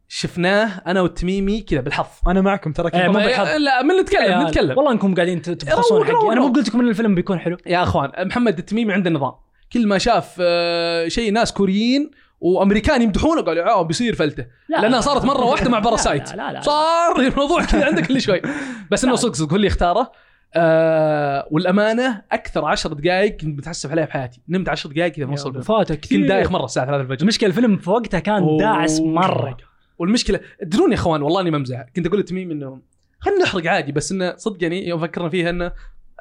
شفناه انا والتميمي كذا بالحظ انا معكم ترى إيه، كيف- مو بالحظ. لا من نتكلم يا نتكلم هلا. يعني والله انكم قاعدين ت- تبخسون روق، حقي روق، انا مو روق. قلت لكم ان الفيلم بيكون حلو يا اخوان محمد التميمي عنده نظام كل ما شاف آه، شيء ناس كوريين وامريكان يمدحونه قالوا اه بيصير فلته لانها صارت مره واحده مع باراسايت لا لا, لا, لا. صار الموضوع كذا عندك كل شوي بس انه لا. صدق صدق هو اللي اختاره آه والامانه اكثر عشر دقائق كنت متعسف عليها بحياتي نمت عشر دقائق كذا ما وصل الفيلم. فاتك كثير كنت دايخ مره الساعه 3 الفجر المشكله الفيلم في وقتها كان أوه. داعس مره والمشكله تدرون يا اخوان والله اني ما امزح كنت اقول لتميم انه خلينا نحرق عادي بس انه صدق يعني يوم فكرنا فيها انه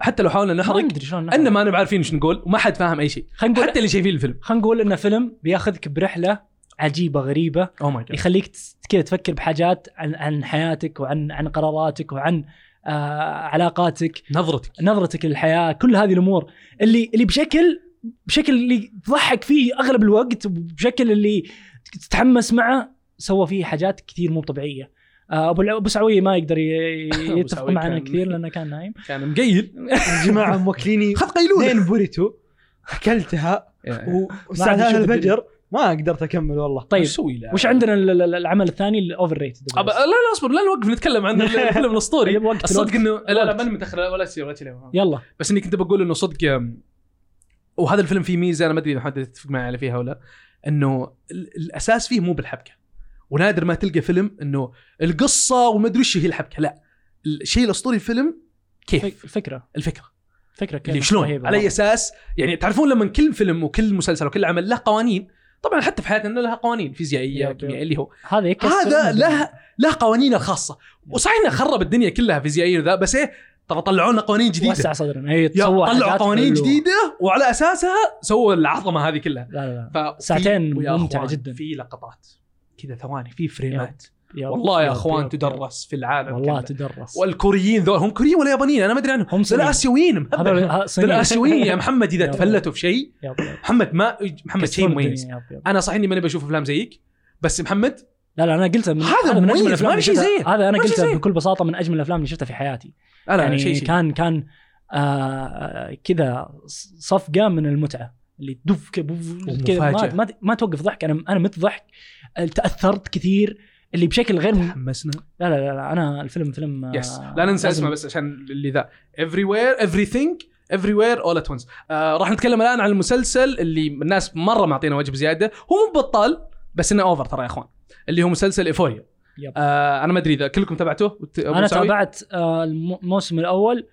حتى لو حاولنا ما نحرق ندري شلون نحرق. ان ما نبغى عارفين ايش نقول وما حد فاهم اي شيء خلينا نقول حتى اللي شايفين الفيلم خلينا نقول انه فيلم بياخذك برحله عجيبه غريبه اوه ماي جاد يخليك تس- كذا تفكر بحاجات عن عن حياتك وعن عن قراراتك وعن آه علاقاتك نظرتك نظرتك للحياه كل هذه الامور اللي اللي بشكل بشكل اللي تضحك فيه اغلب الوقت بشكل اللي تتحمس معه سوى فيه حاجات كثير مو طبيعيه آه، ابو الع- ابو سعوي ما يقدر ي- أبو يتفق سعوي معنا كان- كثير لانه كان نايم كان مقيل الجماعه موكليني خذ قيلوله اثنين بوريتو اكلتها و- يعني. والساعه ما عاد 3 يشوف الفجر ما قدرت اكمل والله طيب وش اسوي له؟ وش عندنا ال- ال- العمل الثاني الاوفر ريتد أب- لا لا اصبر لا نوقف نتكلم عن الفيلم الاسطوري طيب، الوقت الصدق انه طيب. لا لا الوقت. ماني متاخر ولا تصير ولا تصير يلا بس اني كنت بقول انه صدق أم، وهذا الفيلم فيه ميزه انا ما ادري اذا حد يتفق معي على فيها ولا لا، انه ال- الاساس فيه مو بالحبكه ونادر ما تلقى فيلم انه القصه وما ادري وش هي الحبكه لا الشيء الاسطوري الفيلم كيف فك- فكره الفكره فكره كانت إيه. اللي شلون رهيبة على اي والله. اساس يعني تعرفون لما كل فيلم وكل مسلسل وكل عمل له قوانين طبعا حتى في حياتنا لها قوانين فيزيائيه يب، يب. وكيميائيه اللي هو هذا يكسر هذا مدري. له له قوانينه الخاصه وصحيح انه خرب الدنيا كلها فيزيائيه وذا بس ايه ترى طلعوا لنا قوانين جديده وسع صدرنا اي يا تصور طلعوا حاجات قوانين حلوة. جديده وعلى اساسها سووا العظمه هذه كلها لا لا لا ف ساعتين ممتعة جداً. في لقطات كذا ثواني في فريمات يا والله يا رب، اخوان رب، رب. تدرس في العالم والله والله تدرس والكوريين ذول هم كوريين ولا يابانيين انا ما ادري عنهم هم دول صينيين. اسيويين مهبل. هذول ها- دول صينيين اسيويين يا محمد اذا يلا. تفلتوا في شيء يا رب، يا رب. محمد ما محمد شيء كسروا مميز الدنيا، يا رب، يا رب. انا صحيح اني ماني بشوف افلام زيك بس محمد لا لا انا قلتها من هذا هذا من مميز، اجمل الافلام ما في اللي شيء شفتها- زيه، هذا انا ما في شيء قلتها زيه. بكل بساطه من اجمل الافلام اللي شفتها في حياتي انا يعني شيء شيء كان كان آه كذا صفقه من المتعه اللي تدف ك- بوف- كذا ما, ومفاجأة. ما, ما توقف ضحك انا انا مت ضحك تاثرت كثير اللي بشكل غير م... تحمسنا لا, لا لا لا انا الفيلم فيلم آه، يس لا ننسى لازم- اسمه بس عشان اللي ذا everywhere everything everywhere all at once آه راح نتكلم الان عن المسلسل اللي الناس مره معطينا وجه بزياده هو مو بطال بس انه اوفر ترى يا اخوان اللي هو مسلسل ايفوريا يب. آه انا ما ادري اذا كلكم تابعتوه وت- أبو انا مسعوي؟ تابعت آه، الم- الموسم الاول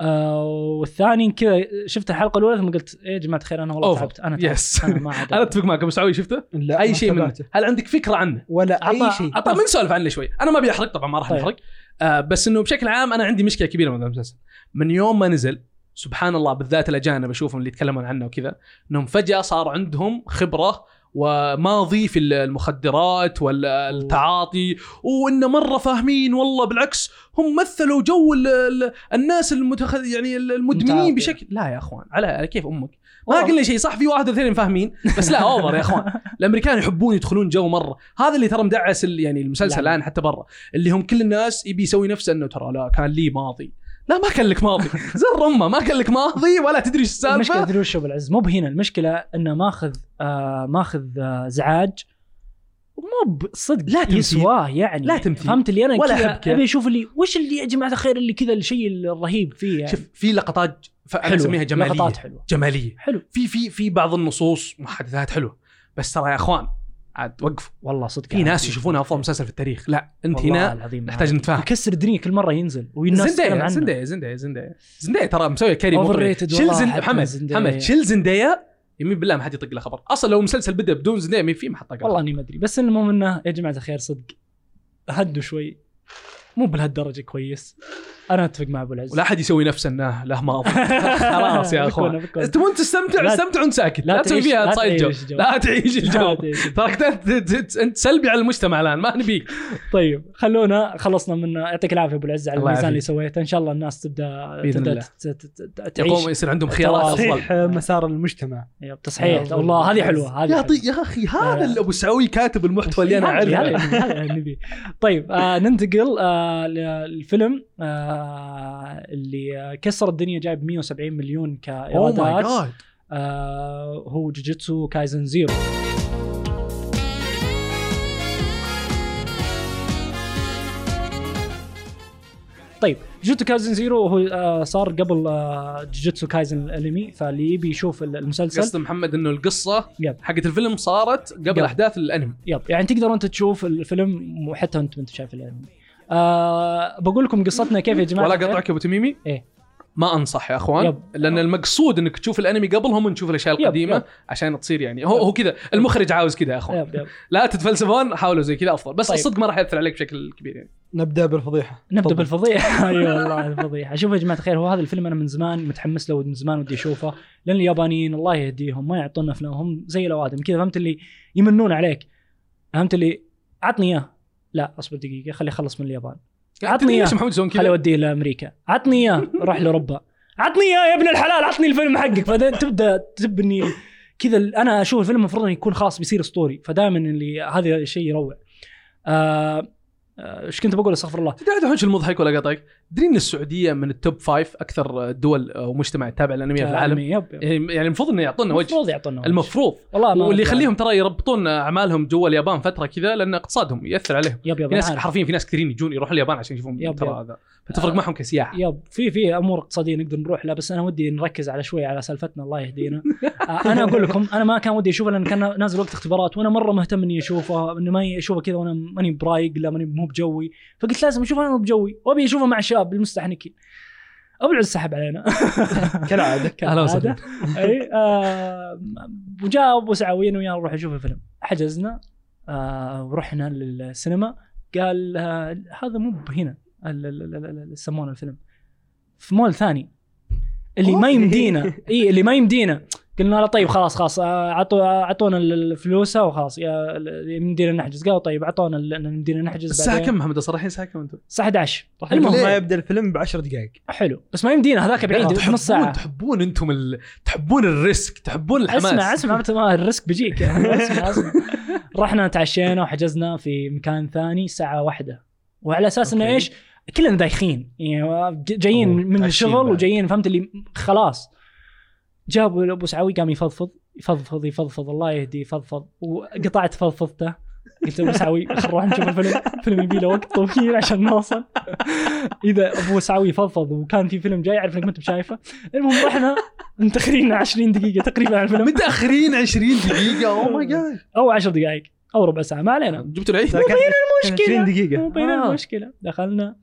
آه، والثاني كذا شفت الحلقه الاولى ثم قلت إيه يا جماعه الخير انا والله Over. تعبت انا تعبت يس انا ما عاد انا اتفق معك ابو مسعوي شفته لا ما اي شيء منه تابعته. هل عندك فكره عنه ولا اي شيء عطى من سولف عنه شوي انا ما بيحرق طبعا ما راح طيب. نحرق آه بس انه بشكل عام انا عندي مشكله كبيره مع هذا المسلسل من يوم ما نزل سبحان الله بالذات الاجانب اشوفهم اللي يتكلمون عنه وكذا انهم فجاه صار عندهم خبره وماضي في المخدرات والتعاطي وانه مره فاهمين والله بالعكس هم مثلوا جو ال- ال- الناس المتخذ يعني متعاطية. المدمنين بشكل لا يا اخوان على على كيف امك ما قلنا شيء صح في واحد واثنين فاهمين بس لا اوفر يا اخوان الامريكان يحبون يدخلون جو مره هذا اللي ترى مدعس ال- يعني المسلسل لا. الان حتى برا اللي هم كل الناس يبي يسوي نفسه انه ترى لا كان لي ماضي لا ما كان لك ماضي زر امه ما كان لك ماضي ولا تدري ايش المشكله السالفه تدري وش هو بالعز مو بهنا المشكله انه ماخذ آه ماخذ آه زعاج مو بصدق لا تمثيل. يسواه يعني لا تمثيل. فهمت اللي انا ولا كذا حبكة. ابي اشوف اللي وش اللي يا جماعه الخير اللي كذا الشيء الرهيب فيه يعني شوف في لقطات ف- انا حلوة. اسميها جماليه لقطات حلوه جماليه حلو في في في بعض النصوص محادثات حلوه بس ترى يا اخوان عاد وقفوا والله صدق يعني. في ناس يشوفونها افضل مسلسل في التاريخ لا انت هنا نحتاج نحتاج نتفاهم يكسر الدنيا كل مره ينزل والناس تتكلم زندايا عنه زندايا زندايا زندايا زندايا ترى مسوي كاري Overrated مغري شيل والله زند حتى محمد زندايا. محمد شيل زندايا يمين بالله ما حد يطق له خبر اصلا لو مسلسل بدا بدون زندايا مين فيه ما حد طق له والله خبر. اني ما ادري بس المهم انه يا جماعه الخير صدق هدوا شوي مو بهالدرجه كويس انا اتفق مع ابو العز ولا احد يسوي نفسه انه له ماضي خلاص يا اخوان بكون- بكون. تبون تستمتع لا- استمتع وانت ساكت لا, تسوي تعيش- فيها تصايد جو تعيش جو. لا تعيش لا الجو تعيش الجو. تراك انت أنت سلبي على المجتمع الان ما نبيك طيب خلونا خلصنا من يعطيك العافيه ابو العز على الله الميزان اللي يعافيك. سويته ان شاء الله الناس تبدا بإذن تبدا الله. ت- ت- ت- ت- يقوم تعيش يصير عندهم خيارات افضل تصحيح مسار المجتمع يب، تصحيح يا والله هذه الله. حلوه هذه يا حلوة. طي يا اخي هذا لا. اللي ابو سعوي كاتب المحتوى اللي انا هذه- اعرفه هذه- هذه اللي نبي طيب آه ننتقل آه للفيلم آه اللي آه، كسر الدنيا جايب 170 مليون اوه ماي كايرادات جاد آه هو جوجيتسو كايزن زيرو طيب جوجيتسو كايزن زيرو هو آه صار قبل آه جوجيتسو كايزن الانمي فاللي يبي يشوف ال- قصد المسلسل محمد انه القصه يب. حقت الفيلم صارت يب. قبل احداث الانمي يب يعني تقدر انت تشوف الفيلم وحتى انت ما انت شايف الانمي آه بقول لكم قصتنا كيف يا جماعه ولا الخير. قطعك يا ابو تميمي إيه. ما انصح يا اخوان يب. لان المقصود انك تشوف الانمي قبلهم ونشوف الاشياء يب، القديمه يب. عشان تصير يعني هو هو كذا المخرج عاوز كذا يا اخوان يب يب. لا تتفلسفون حاولوا زي كذا افضل بس طيب. طيب. الصدق ما راح ياثر عليك بشكل كبير يعني نبدا بالفضيحه نبدا تفضل. بالفضيحه اي والله الفضيحه شوف يا جماعه الخير هو هذا الفيلم انا من زمان متحمس له ومن زمان ودي اشوفه لان اليابانيين الله يهديهم ما يعطونا افلامهم زي الاوادم كذا فهمت اللي يمنون عليك فهمت اللي عطني اياه لا اصبر دقيقه خلي اخلص من اليابان عطني يعني تدري ليش إياه. محمد يسوون خلي كذا اوديه لامريكا عطني اياه روح لاوروبا عطني اياه يا ابن الحلال عطني الفيلم حقك بعدين تبدا تبني كذا ال- انا اشوف الفيلم المفروض انه يكون خلاص بيصير اسطوري فدائما اللي هذا الشيء يروع آه، آه، ايش كنت بقول استغفر الله تدري عاد الحوش المضحك ولا قطعك تدري ان السعوديه من التوب فايف اكثر دول ومجتمع تابع للانمي في العالم آه، يب يب. يعني المفروض انه يعطونا وجه المفروض يعطونا وجه. المفروض والله ما أدري. واللي يخليهم ترى يربطون اعمالهم جوا اليابان فتره كذا لان اقتصادهم ياثر عليهم يب يب في ناس أنا عارف. آه. حرفيا في ناس كثيرين يجون يروحون اليابان عشان يشوفون يب ترى يب. هذا فتفرق معهم كسياحه يب في في امور اقتصاديه نقدر نروح لها بس انا ودي نركز على شوي على سالفتنا الله يهدينا آه، انا اقول لكم انا ما كان ودي اشوفه لان كان نازل وقت اختبارات وانا مره مهتم اني اشوفه انه ما اشوفه كذا وانا ماني برايق لا ماني مو بجوي فقلت لازم اشوفه انا مو بجوي وابي اشوفه مع شباب المستحنكين ابو العز سحب علينا كالعاده كالعادة. وسهلا. اي آه وجاء ابو سعوي انه يلا نروح نشوف الفيلم حجزنا آه ورحنا للسينما قال آه هذا مو بهنا ال- ال- ال- ال- ال- يسمونه الفيلم في مول ثاني اللي ما أوكي. يمدينا اي اللي ما يمدينا قلنا له طيب خلاص خلاص آه، عطوا اعطونا الفلوس وخلاص يا ال- يمدينا نحجز قالوا طيب اعطونا ال- إن يمدينا نحجز الساعه بعدين. كم محمد الصراحه الساعه كم انتم؟ الساعه 11 المهم المهم ما يبدا الفيلم ب 10 دقائق حلو بس ما يمدينا هذاك بعيد آه، تحبون- نص ساعه تحبون انتم ال... تحبون الريسك تحبون الحماس اسمع اسمع متى ما الريسك بيجيك يعني اسمع اسمع رحنا تعشينا وحجزنا في مكان ثاني الساعه واحدة وعلى اساس انه أوكي. ايش كلنا دايخين يعني ج- جايين أوه، من تعشين الشغل بعد. وجايين فهمت اللي خلاص جاب ابو سعوي قام يفضفض يفضفض يفضفض الله يهدي يفضفض وقطعت فضفضته قلت ابو سعوي خل نروح نشوف الفيلم الفيلم يبي له وقت طويل عشان نوصل اذا ابو سعوي فضفض وكان في فيلم جاي اعرف انك ما انت شايفه المهم رحنا منتخرين 20 دقيقه تقريبا على الفيلم متاخرين 20 دقيقه اوه ماي جاد او 10 دقائق او ربع ساعه ما علينا جبتوا العيد كان- كان مشكلة. 20 طيب، مو دقيقه بين آه. المشكله دخلنا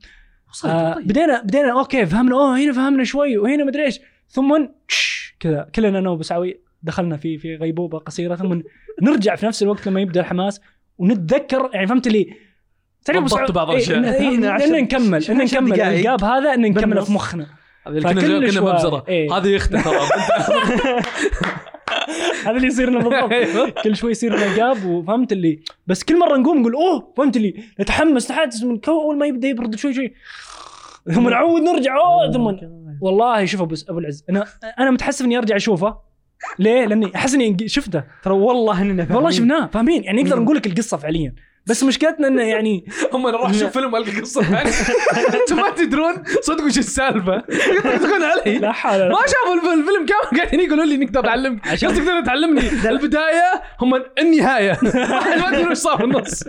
وصلت، آه طيب. بدينا بدينا اوكي فهمنا اوه هنا فهمنا شوي وهنا مدري ايش ثم تش، كذا كلنا انا وابو سعوي دخلنا في في غيبوبه قصيره ثم نرجع في نفس الوقت لما يبدا الحماس ونتذكر يعني فهمت اللي تعرف أبو ضبطت سعوي- بعض إيه، الأشياء. إن- إيه، إن- عشر- إن نكمل إن عشر نكمل دقايق القاب هذا إن نكمله بالنص. في مخنا هذا اللي كنا آه، فكل كنا شوي. مبزره إيه. هذا يختم ترى هذا اللي يصير لنا أيوه. بالضبط كل شوي يصير لنا قاب وفهمت اللي بس كل مره نقوم نقول اوه فهمت اللي نتحمس نتحدث من كو- اول ما يبدا يبرد شوي شوي ثم نعود نرجع اوه ثم والله شوف ابو ابو العز انا انا متحسف اني ارجع اشوفه ليه؟ لاني احس اني شفته ترى والله اننا والله فاهمين. شفناه فاهمين يعني نقدر نقول لك القصه فعليا بس مشكلتنا انه يعني هم انا اروح اشوف فيلم والقى قصه ثانيه انتم ما تدرون صدق وش السالفه يطقطقون علي لا حول ولا ما شافوا الف- الفيلم كامل قاعدين يقولوا لي نقدر نعلمك قصدك تقدر تعلمني البدايه هم النهايه واحد ما تدري وش صار في النص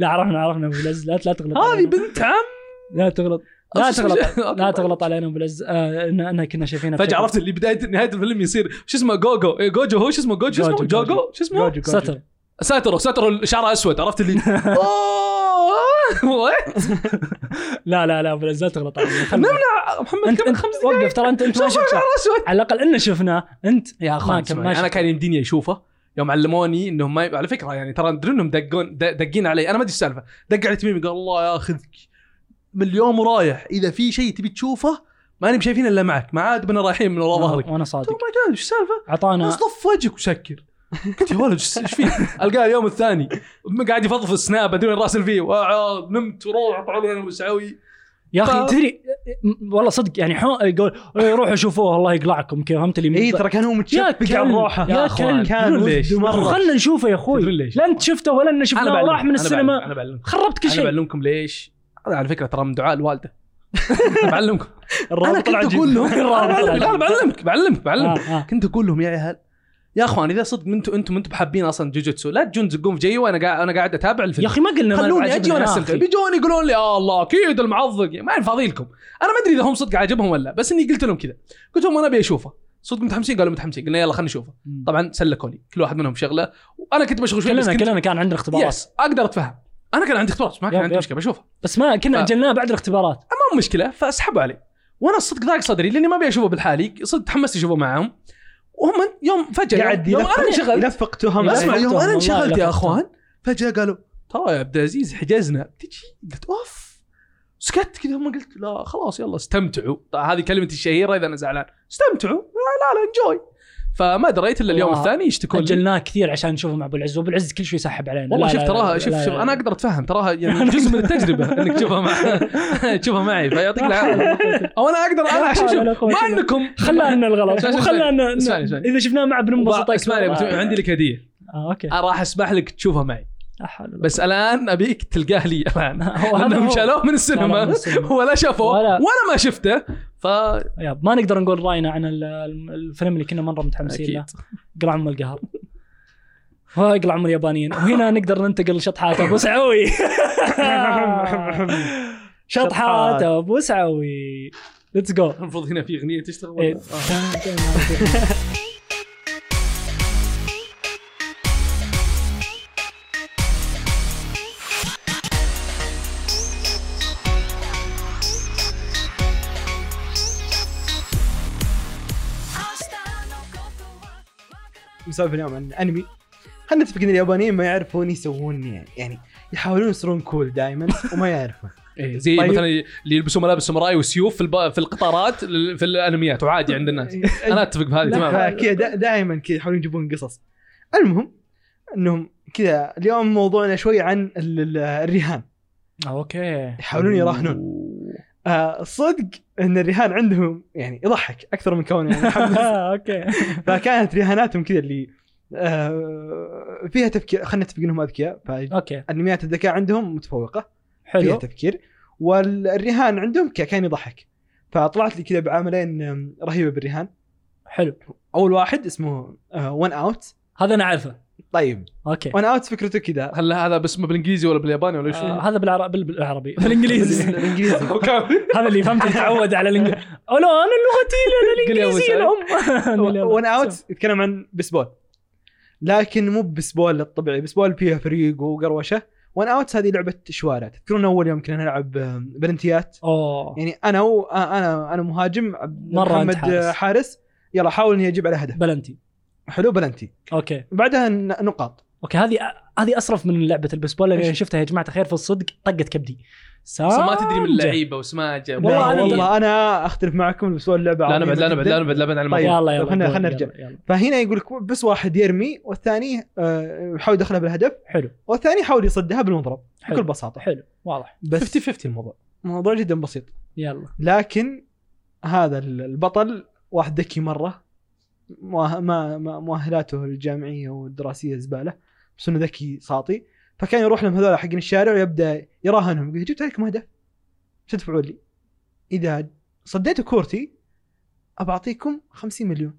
لا عرفنا عرفنا ابو العز لا لا تغلط هذه علينا. بنت عم لا تغلط لا أصلاً. تغلط لا أوكي. تغلط علينا ابو العز آه، إن- إن كنا شايفينها فجاه عرفت اللي بدايه نهايه الفيلم يصير شو اسمه جوجو إيه، جوجو هو شو اسمه جوجو شو اسمه جوجو، جوجو شو اسمه جوجو، جوجو. ستر ساترو ساترو شعره اسود عرفت اللي اوه وات؟ لا لا لا بلا تغلط علينا خلنا- محمد انت كم انت خمس دقائق وقف ترى انت انت ما شوف شعره شفته اسود على الاقل انه شفناه انت يا ما اخوان كم- اسمعني، ما انا شفت. كان يمديني اشوفه يوم علموني انهم ما يب... على فكره يعني ترى ادري انهم دقون د- دقين علي انا ما ادري إيش السالفه دق علي تميمي قال الله ياخذك من اليوم ورايح اذا في شيء تبي تشوفه ما انا شايفين الا معك ما عاد بنا رايحين من ورا ظهرك وانا قلت، اوه صادق ماي جاد ايش السالفه؟ اعطانا اصطف وجهك وسكر قلت يا ولد ايش إيش فيك؟ القاه اليوم الثاني قاعد يفضفض السناب ادري وين راسل فيه وأع- آه، نمت وروح طلعنا وسعوي يا اخي ف- تدري م- والله صدق يعني حو... يقول إيه، روحوا شوفوه الله يقلعكم كيف فهمت اللي إيه، اي ترى كان هو متشبك على كلب، روحه يا كلب. كان تدرون ليش؟ وده مره خلنا نشوفه يا اخوي تدرون ليش؟ لا انت شفته ولا انه شفناه بعلمك، راح من بعلمك، السينما انا بعلمك خربت كل انا شيء بعلمكم ليش هذا على فكره ترى من دعاء الوالده أنا بعلمكم انا الرابط كنت العجيب. اقول لهم الرابط أنا بعلمك، العجيب. أنا بعلمك بعلمك بعلمك آه، آه. كنت اقول لهم يا عيال يا اخوان اذا صدق انتم انتم انتم حابين اصلا جوجوتسو لا تجون تزقون في جي وانا قاعد انا قاعد اتابع يا الفيلم اخي ما قلنا ما خلوني عجبنا اجي وانا يا استمتع أخي. بيجون يقولون لي آه الله اكيد المعضق ما انا فاضي لكم انا ما ادري اذا هم صدق عجبهم ولا لا، بس اني قلت لهم كذا قلت لهم انا ابي اشوفه صدق متحمسين قالوا متحمسين قلنا يلا خلينا نشوفه مم. طبعا سلكوا لي كل واحد منهم شغله وانا كنت مشغول شوي بس كلنا كنت كلنا كان عندنا اختبارات يس اقدر اتفهم انا كان عندي اختبارات ما كان يب، عندي يب. مشكله بشوفه بس ما كنا ف- اجلناه بعد الاختبارات مو مشكله فاسحبوا علي وانا الصدق ضاق صدري لاني ما ابي اشوفه بالحالي صدق تحمست اشوفه معاهم وهم يوم فجاه قاعد يوم, يوم انا يلفق انشغلت يلفق تهم لا، اسمع لفتهم، يوم انا والله انشغلت لفتهم. يا اخوان فجاه قالوا ترى يا عبد العزيز حجزنا بتجي قلت اوف سكت كذا ما قلت لا خلاص يلا استمتعوا طبعا هذه كلمتي الشهيره اذا انا زعلان استمتعوا لا لا, لا انجوي فما دريت الا اليوم والله الثاني يشتكون لي. اجلناه كثير عشان نشوفه مع ابو العز وابو العز كل شوي يسحب علينا والله لا، شوف لا، لا، تراها لا، شوف لا، شوف لا. انا اقدر اتفهم تراها يعني جزء من التجربه انك تشوفها مع تشوفها معي فيعطيك العافيه او انا اقدر انا عشان شوف ما انكم خلانا الغلط اسمعني، اسمعني. وخلانا اسمعني، اسمعني. اذا شفناه مع بننبسط اسمعني بس عندي لك هديه آه، اوكي راح اسمح لك تشوفها معي لا حول ولا بس الان ابيك تلقاه لي الان قوة. هو هذا لانهم هو. شالوه شالوه من من السينما السينما. ولا شافوه ولا- ولا, ما شفته ف يا، ما نقدر نقول راينا عن ال- ال- الفيلم اللي كنا مره متحمسين له اكيد اقلع عم القهر واقلع عم اليابانيين وهنا نقدر ننتقل لشطحات ابو سعوي شطحات ابو سعوي ليتس جو المفروض هنا في اغنيه تشتغل ولا؟ إيه. آه. نسولف اليوم عن انمي خلينا نتفق ان اليابانيين ما يعرفون يسوون يعني, يعني يحاولون يصيرون كول دائما وما يعرفون إيه. زي طيب. مثلا اللي يلبسوا ملابس ساموراي وسيوف في, الب... في القطارات ل- في الانميات وعادي عند الناس انا اتفق بهذه تماما كذا دائما كذا يحاولون يجيبون قصص المهم انهم كذا اليوم موضوعنا شوي عن ال- ال- الرهان اوكي يحاولون يراهنون آه صدق ان الرهان عندهم يعني يضحك اكثر من كونه يعني يحمس. اوكي فكانت رهاناتهم كذا اللي آه فيها تفكير خلينا نتفق انهم اذكياء اوكي فانميات الذكاء عندهم متفوقه فيها حلو تفكير والرهان عندهم ك- كان يضحك فطلعت لي كذا بعاملين آم، رهيبه بالرهان حلو اول واحد اسمه آه، ون اوت هذا انا اعرفه طيب اوكي ون اوت فكرته كذا هل هذا باسمه بالانجليزي ولا بالياباني ولا آه، شو؟ هذا بالعربي بالعربي بالانجليزي بالانجليزي أوكي. هذا اللي فهمت تعود على الانجليزي او لا انا لغتي لا- قل يا أبو الانجليزيه سعيد. الام ون اوت يتكلم عن بيسبول لكن مو بيسبول الطبيعي بيسبول فيها فريق وقروشه ون اوت هذه لعبه شوارع تذكرون اول يوم كنا نلعب آم، بلنتيات اوه يعني انا و... انا انا مهاجم عبد مرة أنت محمد حارس. آه، حارس يلا حاول اني اجيب على هدف بلنتي حلو بلنتي اوكي بعدها ن- نقاط اوكي هذه هذه اصرف من لعبه البيسبول اللي إيش؟ انا شفتها يا جماعه الخير في الصدق طقت كبدي بس ما تدري من سانجا. اللعيبه وسماجه والله والله أنا- والله انا اختلف معكم بس هو اللعبه لا نبعد لا عظيمة نبعد لا جداً. نبعد لا نبعد عن طيب. الموضوع يلا يلا طيب، خلنا- قول، خلنا يلا، نرجع. يلا. فهنا يقول لك بس واحد يرمي والثاني آه، يحاول يدخلها بالهدف حلو والثاني يحاول يصدها بالمضرب حلو. بكل بساطه حلو واضح بس 50 50 الموضوع موضوع جدا بسيط يلا لكن هذا ال- البطل واحد ذكي مره مؤه- ما ما- مؤهلاته الجامعيه والدراسيه زباله بس انه ذكي ساطي فكان يروح لهم هذول حقين الشارع ويبدا يراهنهم يقول جبت عليكم هدف تدفعوا لي اذا صديتوا كورتي ابعطيكم 50 مليون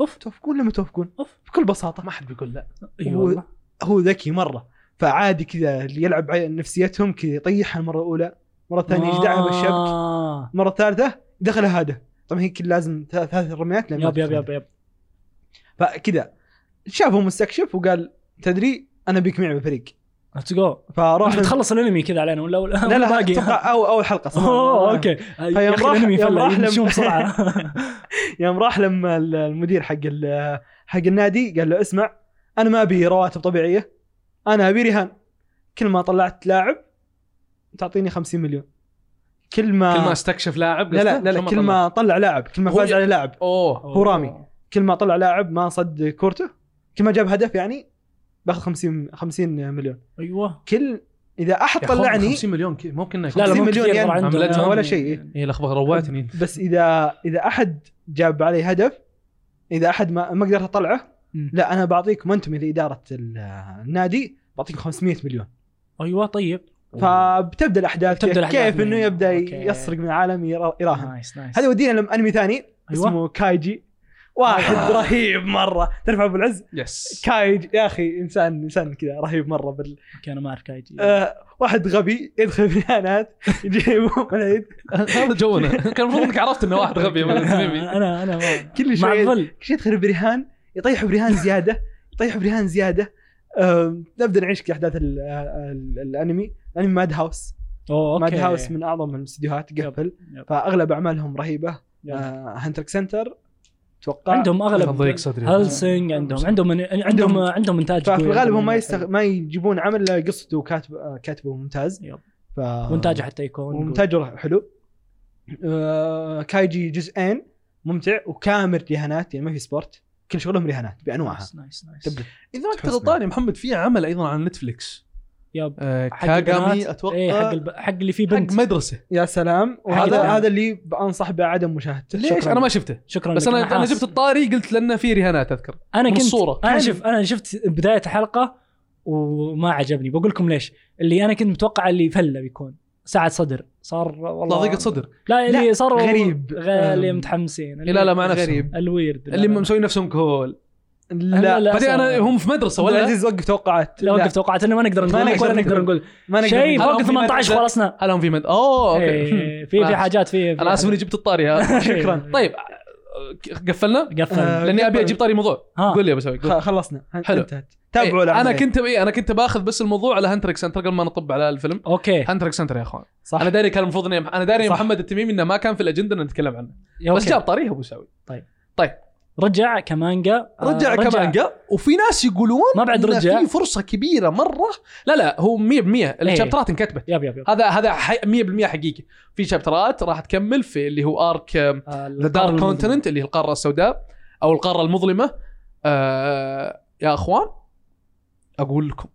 أوف. توافقون لما توافقون أوف. بكل بساطه ما حد بيقول لا اي هو- والله هو ذكي مره فعادي كذا اللي يلعب على نفسيتهم كذا يطيحها المره الاولى مره ثانيه يجدعها بالشبك آه. المره الثالثه دخل هذا طبعا هي كل لازم ثلاث ثلاث رميات لأن ما يب يب تدخل. يب يب فكذا شافه مستكشف وقال تدري انا بيك معي بالفريق ليتس جو فراح تخلص الانمي كذا علينا ولا ولا لا لا باقي اتوقع أو اول حلقه صراحة. اوه اوكي يا اخي راح- الانمي يوم راح فلا لم- يمشون بسرعه يوم راح لما ال- المدير حق ال- حق النادي قال له اسمع انا ما ابي رواتب طبيعيه انا ابي رهان كل ما طلعت لاعب تعطيني 50 مليون كل ما, كل ما استكشف لاعب لا لا قصده، لا, لا ما كل طلع. ما طلع لاعب كل ما هو يعني- فاز ي- على لاعب اوه هو رامي. كل ما طلع لاعب ما صد كورته كل ما جاب هدف يعني باخذ 50 50 مليون ايوه كل اذا احد يا أخوان، طلعني 50 مليون كي ممكن لا لا 50 مو مليون كثير ين. ترى عندهم. عملتها ولا شيء. اي لخبطه روعتني انت بس اذا اذا احد جاب علي هدف اذا احد ما ما قدرت اطلعه مم. لا انا بعطيكم انتم لاداره ال- النادي بعطيكم 500 مليون ايوه طيب فبتبدا الاحداث بتبدأ كيف, الأحداث كيف من انه هنا. يبدا أوكي. يسرق من العالم يرا- يراهن نايس نايس هذا ودينا لانمي ثاني أيوة. اسمه كايجي واحد آه. رهيب مره ترفع ابو العز يس كايجي يا اخي انسان انسان كذا رهيب مره بال اوكي انا ما اعرف كايجي آه، واحد غبي يدخل في الخيانات يجيبه ولد هذا جونا كان المفروض انك عرفت انه واحد غبي من انا التميمي. انا أنا ما كل مع شوي الظل كل شوي يدخل برهان يطيحوا برهان زياده يطيحوا برهان زياده آم، نبدا نعيش في احداث ال- آه، ال- الانمي الانمي ماد هاوس اوه اوكي ماد هاوس من اعظم الاستديوهات قفل يب. فاغلب اعمالهم رهيبه يب. هنتر سنتر اتوقع عندهم ضيق اغلب صدري هلسنج عندهم عندهم عندهم عندهم انتاج ففي قوي، الغالب عندهم هم ما إنتاج يستغ... حلو. ما يجيبون عمل إلا قصته كاتب آه، كاتبه ممتاز يب. ف... وانتاجه حتى يكون ومتاجر حلو آه، كايجي جزئين ممتع وكامل رهانات يعني ما في سبورت كل شغلهم رهانات بانواعها نايس نايس نايس تبلت اذا ما كنت تحسني. غلطان يا محمد في عمل ايضا على نتفلكس يب آه، حق البنات. كاغامي اتوقع ايه حق الب... حق اللي فيه بنت حق مدرسه يا سلام وهذا حقيقة. هذا اللي بانصح بعدم مشاهدته ليش شكراً. انا ما شفته شكرا بس لك، انا انا نحاس. جبت الطاري قلت لانه في رهانات اذكر انا من كنت الصورة. انا كان- شوف انا شفت بدايه حلقه وما عجبني بقول لكم ليش اللي انا كنت متوقع اللي فله بيكون ساعة صدر صار والله ضيقه صدر لا اللي لا، صار غريب. غ- اللي أم. متحمسين لا لا مع نفسهم غريب. الويرد اللي مسويين نفسهم كهول لا، لا لا. بعدين انا هم في مدرسه ولا ولا عزيز وقف توقعات لا وقف توقعات انه ما نقدر ما نقول ولا نقدر نقدر نقول. نقول ما نقدر شيء نقول. هلا فوق في 18 مدرسة. خلصنا هل هم في مد اوه إيه، اوكي في في آسف. حاجات في في انا اسف اني حاجات. جبت الطاري ها. شكراً. طيب آه، قفلنا قفل آه، لاني ابي قفل. اجيب طاري موضوع آه. ها قول لي يا بسوي قول. خ- خلصنا حلو. حلو انتهت تابعوا إيه، انا العملية. كنت ايه انا كنت باخذ بس الموضوع على هنتر اكس هنتر قبل ما نطب على الفيلم اوكي هنتر اكس هنتر يا اخوان صح انا داري كان المفروض اني انا داري يا صح. محمد التميمي انه ما كان في الاجنده ان نتكلم عنه يا بس أوكي. جاب طاريه ابو سعود رجع كمانجا آه، رجع كمانجا وفي ناس يقولون ما بعد إنه رجع. إيه. في فرصه كبيره مره لا لا هو 100% الشابترات انكتبت يب يب يب هذا هذا حي- 100% حقيقي في شابترات راح تكمل في اللي هو ارك ذا آه، القارة دارك المظلمة. كونتيننت اللي هي القاره السوداء او القاره المظلمه آه يا اخوان اقول لكم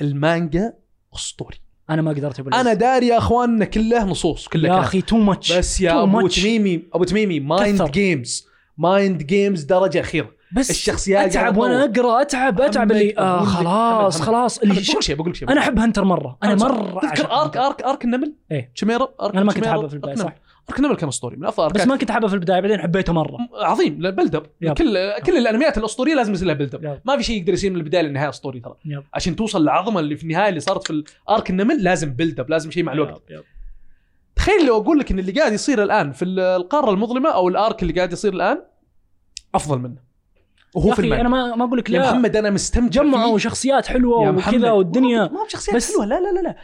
المانجا اسطوري انا ما قدرت أبلغ. انا داري يا اخواننا كله نصوص كله يا كلام. اخي تو ماتش بس يا too ابو much. تميمي ابو تميمي مايند كثر. جيمز مايند جيمز درجه اخيره بس الشخصيات اتعب قاعدة وانا تطور. اقرا اتعب اتعب عمك اللي آه أقول لك، خلاص عمك- خلاص أنا اللي بقول لك شيء بقول لك شيء انا احب هنتر مره انا مره تذكر أعشق ارك هنتر. ارك ارك النمل إيه. شميرا ارك انا ما كنت شميرة، حابه في أرك البدايه نمل. صح ارك نمل كان اسطوري من افضل بس أركات. ما كنت حابه في البدايه بعدين حبيته مره عظيم بيلد اب يب. كل كل الانميات الاسطوريه لازم يصير لها بيلد يب. اب ما في شيء يقدر يصير من البدايه للنهايه اسطوري ترى يب. عشان توصل للعظمه اللي في النهايه اللي صارت في ارك النمل لازم بيلد اب لازم شيء مع الوقت يب، يب. تخيل لو اقول لك ان اللي قاعد يصير الان في القاره المظلمه او الارك اللي قاعد يصير الان افضل منه يا وهو في أخي، المانجا انا ما ما اقول لك يا لا محمد انا مستمتع جمعوا فيه. شخصيات حلوه يا محمد. وكذا والدنيا ما هو بشخصيات بس- بس حلوه لا لا لا لا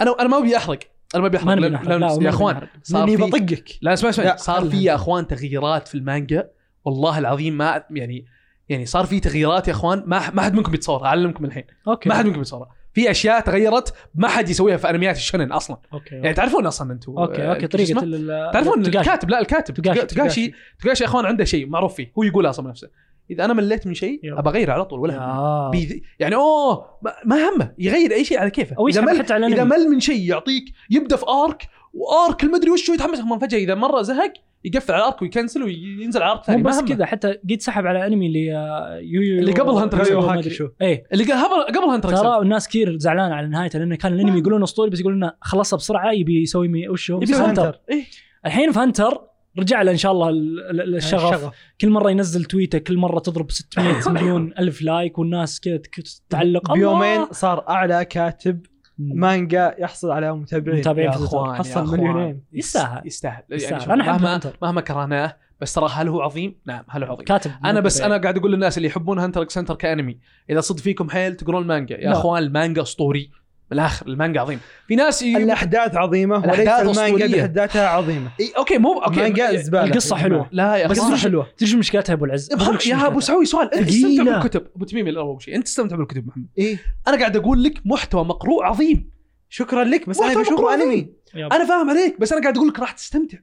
انا انا ما ابي احرق انا ما ابي احرق ما نبي لأن- نحرق، لأن- لا، وما نبي يا اخوان نحرق. صار اني في بطقك لا اسمع اسمع لا، صار في يا اخوان تغييرات في المانجا والله العظيم ما يعني يعني صار في تغييرات يا اخوان ما ما حد منكم بيتصورها اعلمكم الحين اوكي ما حد منكم بيتصورها في اشياء تغيرت ما حد يسويها في انميات الشنن اصلا اوكي يعني تعرفون اصلا انتم اوكي آه، اوكي شو طريقه اسمه؟ ال- تعرفون التقاشي. الكاتب لا الكاتب تقاشي، تقا- تقاشي تقاشي يا اخوان عنده شيء معروف فيه هو يقول اصلا نفسه اذا انا مليت من شيء يلا. ابى اغيره على طول ولا آه. بي- يعني اوه ما- ما همه يغير اي شيء على كيفه او اذا يسحب مل حتى على اذا الأنمي. مل من شيء يعطيك يبدا في ارك وارك المدري وش يتحمس هم فجاه اذا مره زهق يقفل على ارك ويكنسل وينزل على ارك ثاني مو ما بس همه. كذا حتى قد سحب على انمي اللي آه، يو يو اللي قبل هانتر إكس يو- هانتر. ما أدري. شو. ايه اللي قبل قبل هانتر إكس هانتر. ترى الناس كثير زعلانه على نهايته لانه كان الانمي يقولون اسطوري بس يقولون إنه خلصها بسرعه يبي يسوي مي وش هو؟ آه. يبي يسوي هنتر. هانتر إيه. الحين في هنتر رجع له ان شاء الله ال- ال- الشغف كل مره ينزل تويته كل مره تضرب 600 مليون الف لايك والناس كذا تك- تعلق الله. بيومين صار اعلى كاتب مم. مانجا يحصل على متابعين متابعين يا في تويتر. اخوان يا حصل أخوان. مليونين. يستاهل. يستاهل يستاهل. يعني شوف، أنا أحب مهما هانتر. مهما كرهناه بس ترى هل هو عظيم؟ نعم هل هو عظيم كاتب انا بس انا قاعد اقول للناس اللي يحبون هانتر اكس هانتر كانمي اذا صد فيكم حيل تقرون المانجا يا لا. اخوان المانجا اسطوري بالاخر المانجا عظيم في ناس ي... الاحداث عظيمه وليس الأحداث المانجا أسطورية. بحد ذاتها عظيمه إي، اوكي مو اوكي مانجا ي- زباله القصة حلوة. لا يا بس اخوان مش- حلوه تدري شو مشكلتها يا ابو العز؟ ابو- أقول لك شو يا ابو مشكلتها. سعوي سؤال انت ثقيلة. تستمتع بالكتب ابو تميمي لا، اول شيء انت تستمتع بالكتب محمد ايه انا قاعد اقول لك محتوى مقروء عظيم شكرا لك بس انا محتوى بشوفه مقروء انمي عظيم. يا انا فاهم عليك بس انا قاعد اقول لك راح تستمتع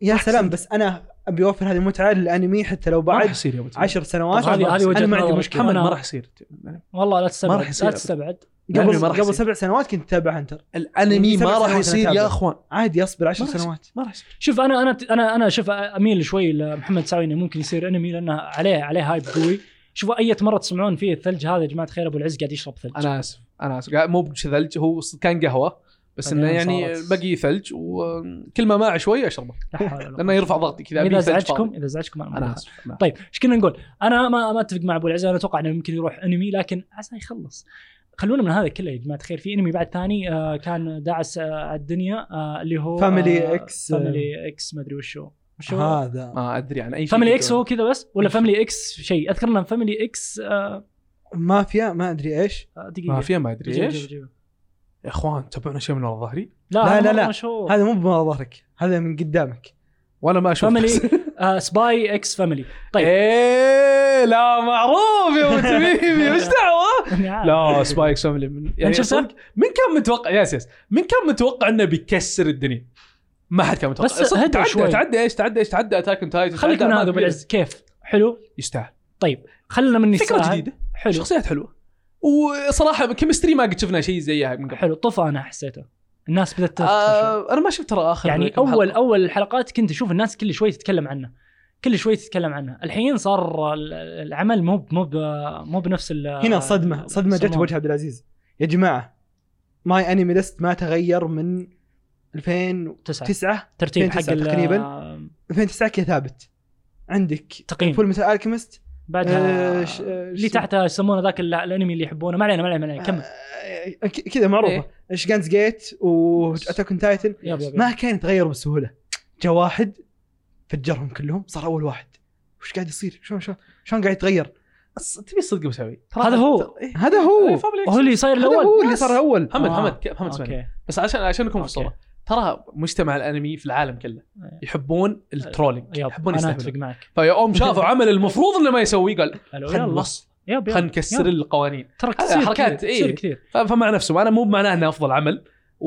يا سلام بس انا ابي اوفر هذه المتعه للانمي حتى لو ما راح بعد يصير يا ابو تميمي عشر سنوات طب هذه- هذه وجهة انا ما نظر. عندي محمد مشكله أنا- ما راح يصير والله لا تستبعد ما راح يصير لا أبد. تستبعد الأنمي يعني ما راح قبل قبل يصير. سبع سنوات كنت اتابع هنتر الانمي سبع ما راح سنوات يصير أتابع. يا اخوان عادي اصبر عشر ما راح يصير. سنوات ما راح يصير شوف انا انا انا انا شوف اميل شوي لمحمد سعوي انه ممكن يصير انمي لانه عليه عليه هايب قوي شوفوا اي مره تسمعون فيه الثلج هذا يا جماعه الخير ابو العز قاعد يشرب ثلج انا اسف انا اسف قاعد- مو بثلج هو كان قهوه بس انه بعدين يعني صارت- بقي ثلج وكل ما ماع شوي اشربه لا حول ولا قوة. لانه يرفع ضغطي كذا اذا أبي ثلج ازعجكم فاضي. اذا ازعجكم انا, انا أنا اسف أنا آسف. طيب ايش كنا نقول؟ انا ما ما اتفق مع ابو العز انا اتوقع انه يمكن يروح انمي لكن عسى يخلص خلونا من هذا كله يا جماعه الخير في انمي بعد ثاني آه كان داعس آه على الدنيا آه اللي هو Family X. آه. فاميلي اكس ما ادري وش هو وش هو هذا ما ادري عن اي شيء فاميلي اكس هو كذا بس ولا فاميلي اكس شيء اذكر انه فاميلي اكس مافيا ما ادري ايش دقيقه ما فيها ما ادري بجيبه- ايش بجيبه. يا اخوان تبعنا شيء من ورا ظهري لا لا، هذا لا، مرة لا. مشهور هذا مو بما ظهرك هذا من قدامك وانا ما اشوف فاميلي آه سباي اكس فاميلي طيب. ايه لا معروف يا ابو تميمي وش دعوه؟ لا لا سبايكس فاميلي من يعني شفته؟ صدق من كان متوقع ياس ياس من كان متوقع انه بيكسر الدنيا؟ ما حد كان متوقع بس صدق، هدى تعدى شوي. تعدى ايش تعدى ايش تعدى اتاك اون تايتن خليك تعدى من أعمال هذا كبيرة. بالعز كيف حلو يستاهل طيب خلنا مني فكره جديده حلو شخصيات حلوه وصراحه كيمستري ما قد شفنا شيء زيها من قبل حلو طف انا حسيته الناس بدات تدخل شوي. آه انا ما شفت ترى اخر يعني كم اول حلقة. اول الحلقات كنت اشوف الناس كل شوي تتكلم عنه كل شوي تتكلم عنها الحين صار ال- العمل مو ب- مو ب- مو بنفس ال- آه، هنا صدمه صدمه جت يسمونه. بوجه عبد العزيز يا جماعه ماي انمي ليست ما تغير من 2009 تسعة ترتيب حق 2009 ال- تقريباً. 2009 كذا ثابت عندك تقييم. فول ميتال الكيمست بعدها آه، ش- آه، اللي شو- تحتها يسمونه ذاك ال- الانمي اللي يحبونه ما علينا ما علينا ما علينا كمل آه، ك- كذا معروفه إيه. ايش جانز جيت واتاك تايتن يب يب يب. ما كان يتغير بسهوله جاء واحد فجرهم كلهم صار اول واحد وش قاعد يصير شلون شلون شلون قاعد يتغير أص- تبي الصدق بسوي هذا هو إيه. هذا هو هو اللي صاير هذا الاول هو اللي صار الاول محمد آه. محمد محمد اسمعني اوكي بس عشان عشان نكون في الصوره أوكي. ترى مجتمع الانمي في العالم كله إيه. يحبون الترولينج يب يحبون انا اتفق يستهبلون معك فيوم شافوا عمل المفروض انه ما يسويه قال قالوا خلينا يلا ننص يب يب خلينا نكسر يلا. القوانين ترى هذا تصير حركات، كثير، إيه. تصير كثير ف- فمع نفسه انا مو معناه انه افضل عمل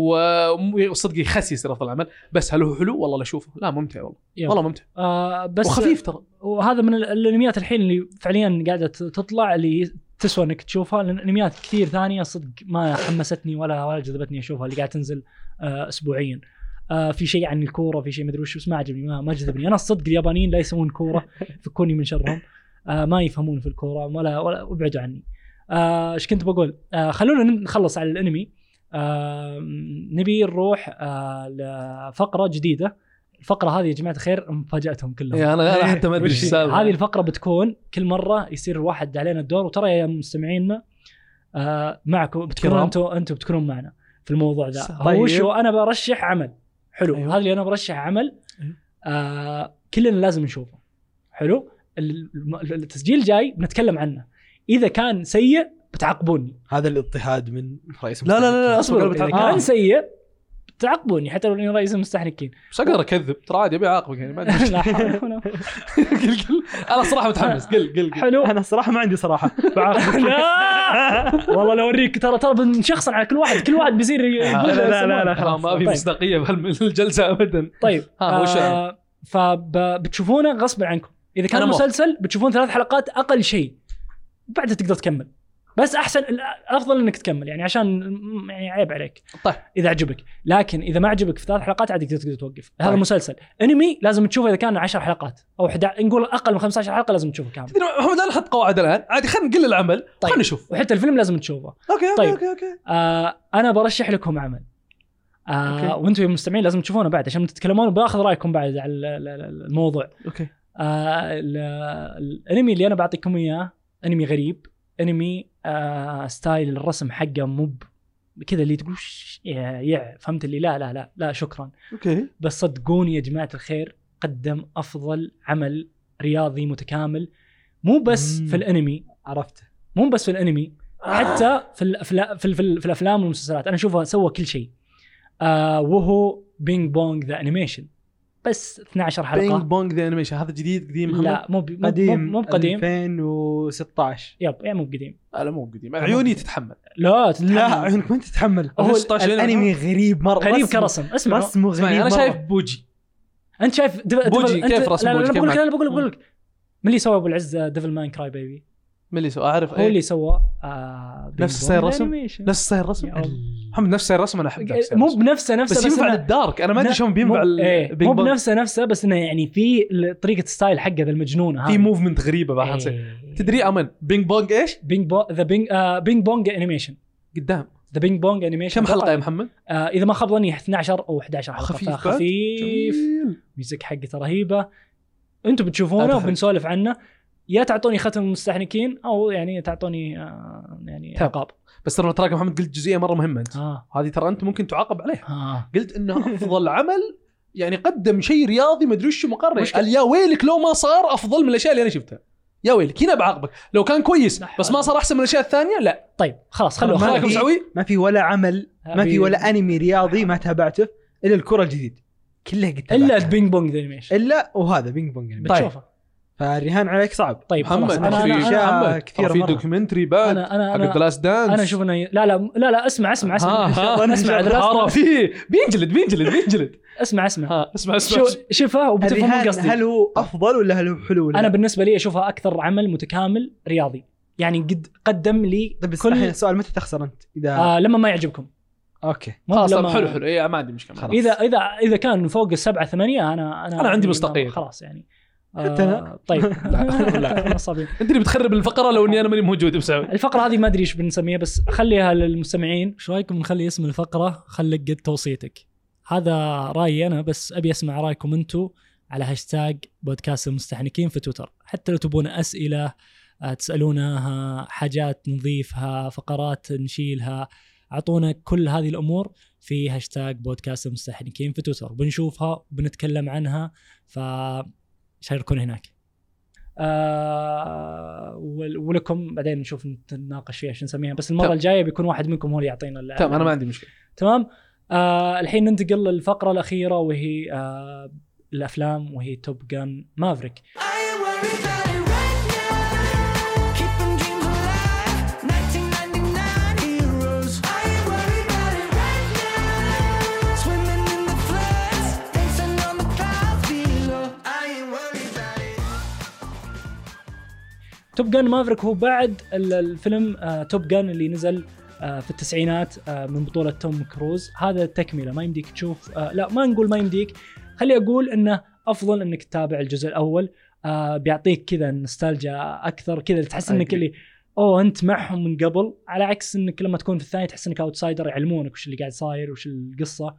و- وصدق يخس يصير افضل عمل بس هل هو حلو والله لا اشوفه لا ممتع والله يب. والله ممتع آه بس وخفيف ترى وهذا من ال- الانميات الحين اللي فعليا قاعده ت- تطلع اللي تسوى انك تشوفها لان انميات كثير ثانيه صدق ما حمستني ولا ولا جذبتني اشوفها اللي قاعد تنزل آه اسبوعيا آه في شيء عن الكوره في شيء مدري وش بس ما عجبني ما, ما جذبني انا الصدق اليابانيين لا يسوون كوره فكوني من شرهم آه ما يفهمون في الكوره ولا ولا ابعدوا عني آه، ايش كنت بقول آه خلونا ن- نخلص على الانمي آه نبي نروح آه لفقره جديده الفقره هذه يا جماعه الخير مفاجاتهم كلهم إيه، انا انا حتى ما ادري ايش السالفه هذه الفقره بتكون كل مره يصير الواحد علينا الدور وترى يا مستمعينا آه معكم بتكونون كرام. انتم انتم بتكونون معنا في الموضوع ذا طيب. هو شو انا برشح عمل حلو أيوة. أيوه. هذا اللي انا برشح عمل أيوه. آه كلنا لازم نشوفه حلو ال- الم- التسجيل جاي بنتكلم عنه اذا كان سيء بتعاقبوني هذا الاضطهاد من رئيس لا لا لا, لا اصبر اذا بتعاقب. كان آه. سيء بتعاقبوني حتى لو اني رئيس المستحنكين بس اقدر اكذب ترى عادي ابي اعاقبك يعني ما عندي مشكلة. لا حول ولا قوة. قل- قل. انا صراحه متحمس قل قل قل. حلو انا الصراحه ما عندي صراحه بعاقبك. لا والله لو اوريك ترى ترى بنشخصن على كل واحد كل واحد بيصير لا، لا، لا، لا، لا، آه، ما في طيب. مصداقيه بهالجلسه ابدا طيب ها، وش آه فبتشوفونه غصبا عنكم اذا كان أنا موافق. مسلسل بتشوفون ثلاث حلقات اقل شيء بعدها تقدر تكمل بس احسن الافضل انك تكمل يعني عشان م- يعني عيب عليك طيب. اذا عجبك لكن اذا ما عجبك في ثلاث حلقات عاد تقدر تقدر توقف هذا طيب. مسلسل انمي لازم تشوفه اذا كان 10 حلقات او 11 نقول اقل من 15 حلقه لازم تشوفه كامل تدري محمد لا نحط قواعد الان عادي خلينا نقل العمل طيب. خلينا نشوف وحتى الفيلم لازم تشوفه اوكي طيب. اوكي اوكي اوكي آه انا برشح لكم عمل أوكي. آه وانتم يا المستمعين لازم تشوفونه بعد عشان تتكلمون وباخذ رايكم بعد على ال- ال- ال- الموضوع اوكي آه ال- الانمي اللي انا بعطيكم اياه انمي غريب انمي آه ستايل الرسم حقه مو ب- كذا اللي تقول "وش يا يا فهمت اللي لا لا لا لا شكرا اوكي بس صدقوني يا جماعه الخير قدم افضل عمل رياضي متكامل مو بس مم. في الانمي عرفته مو بس في الانمي آه. حتى في الأفلا في, ال- في, ال- في الافلام والمسلسلات انا اشوفه سوى كل شيء آه وهو بينج بونج ذا انيميشن بس 12 بينج حلقه بونج ذا انيميشن هذا جديد قديم محمد؟ لا مو ب- مو ب- قديم مو بقديم 2016 يب يعني مو بقديم لا لا مو قديم عيوني تتحمل لا لا لا عيونك ما تتحمل هو 16 لين- الانمي غريب مره غريب رسمه- كرسم اسمع رسمه غريب اسمعني انا مرة. شايف بوجي انت شايف دف... دف- بوجي، أنت- كيف رسم لا، لا، بوجي؟ لا كيف بقول لك معك؟ انا بقول لك بقول لك من اللي سوى ابو العز ديفل مان كراي بيبي من اللي سوى اعرف هو إيه. اللي سوى آه Bing نفس ستايل Bong الرسم؟ Animation. نفس ستايل الرسم يا الله. محمد نفس ستايل الرسم انا احب ذاك ستايل مو إيه، الرسم. إيه، بنفسه نفسه بس ينفع إنه- للدارك انا ما ادري لا، شلون بينفع مو, ال- ايه بينج مو بونج. بنفسه نفسه بس انه يعني في ال- طريقه ستايل حقه ذا المجنونه في هذه. موفمنت غريبه بعد حتصير إيه. تدري امن بينج بونج ايش؟ بينج بو ذا بينج آه بينج بونج انيميشن قدام ذا بينج بونج انيميشن كم حلقه يا محمد؟ آه اذا ما خاب ظني 12 او 11 حلقه خفيف بعد. خفيف جميل. ميوزك حقته رهيبه انتم لا بتشوفونه تحرق. وبنسولف عنه يا تعطوني ختم المستحنكين او يعني تعطوني آه يعني تمام. عقاب بس ترى تراك محمد قلت جزئيه مره مهمه انت اه هذه ترى انت ممكن تعاقب عليها اه قلت انه افضل عمل يعني قدم شيء رياضي مدري وش مقرر مشكلة. قال يا ويلك لو ما صار افضل من الاشياء اللي انا شفتها يا ويلك هنا بعاقبك لو كان كويس لا حول. بس ما صار احسن من الاشياء الثانيه لا طيب خلاص خلوه ما خلاك في- خلاص مسعوي ما في ولا عمل ما في ولا انمي رياضي ما تابعته الا الكره الجديد كلها قد الا تابعتها. البينج بونج ذا انيميشن الا وهذا بينج بونج انمي. طيب. بتشوفه فالرهان عليك صعب طيب محمد خلاص انا في انا أشياء انا محمد كثيرة ترى في مرة. دوكيومنتري بعد انا انا, حق أنا لاست دانس انا اشوف انه لا لا لا لا اسمع اسمع اسمع ها، ها. أنا اسمع The Last ترى Man. في بينجلد بينجلد بينجلد اسمع اسمع ها اسمع اسمع طيب، شو شوفها وبتفهم الرهان قصدي هل هو افضل ولا هل هو حلو ولا انا لا؟ بالنسبه لي اشوفها اكثر عمل متكامل رياضي يعني قد قدم لي طيب بس الحين كل السؤال متى تخسر انت؟ اذا آه لما ما يعجبكم اوكي مو خلاص طب لما- حلو حلو اي ما عندي مشكله خلاص. اذا اذا اذا كان فوق السبعه ثمانيه انا انا أنا عندي مصداقية. خلاص يعني حتى أنا. آه، طيب لا، لا. نصابين انت اللي بتخرب الفقره لو اني انا ماني موجود بسوي الفقره هذه ما ادري ايش بنسميها بس خليها للمستمعين ايش رايكم نخلي اسم الفقره خلك قد توصيتك هذا رايي انا بس ابي اسمع رايكم انتم على هاشتاج بودكاست المستحنكين في تويتر حتى لو تبون اسئله آه، تسالونها حاجات نضيفها فقرات نشيلها اعطونا كل هذه الامور في هاشتاج بودكاست المستحنكين في تويتر بنشوفها وبنتكلم عنها فشاركونا هناك آه ول- ولكم بعدين نشوف نتناقش فيها شو نسميها بس المره تمام. الجايه بيكون واحد منكم هو اللي يعطينا ال- تمام انا ما عندي مشكله تمام آه الحين ننتقل للفقره الاخيره وهي آه الافلام وهي توب جان مافريك I ain't worried about it right now. Keeping dreams alive. 1999 heroes. I ain't worried about it right now. Swimming in the floods, dancing on the clouds below. I ain't worried about it. توب جان مافريك هو بعد ال- الفيلم آه توب جان اللي نزل آه في التسعينات آه من بطولة توم كروز هذا التكملة ما يمديك تشوف آه لا ما نقول ما يمديك خلي أقول أنه أفضل أنك تتابع الجزء الأول آه بيعطيك كذا نوستالجيا أكثر كذا تحس أنك اللي أوه أنت معهم من قبل على عكس أنك لما تكون في الثاني تحس أنك أوتسايدر يعلمونك وش اللي قاعد صاير وش القصة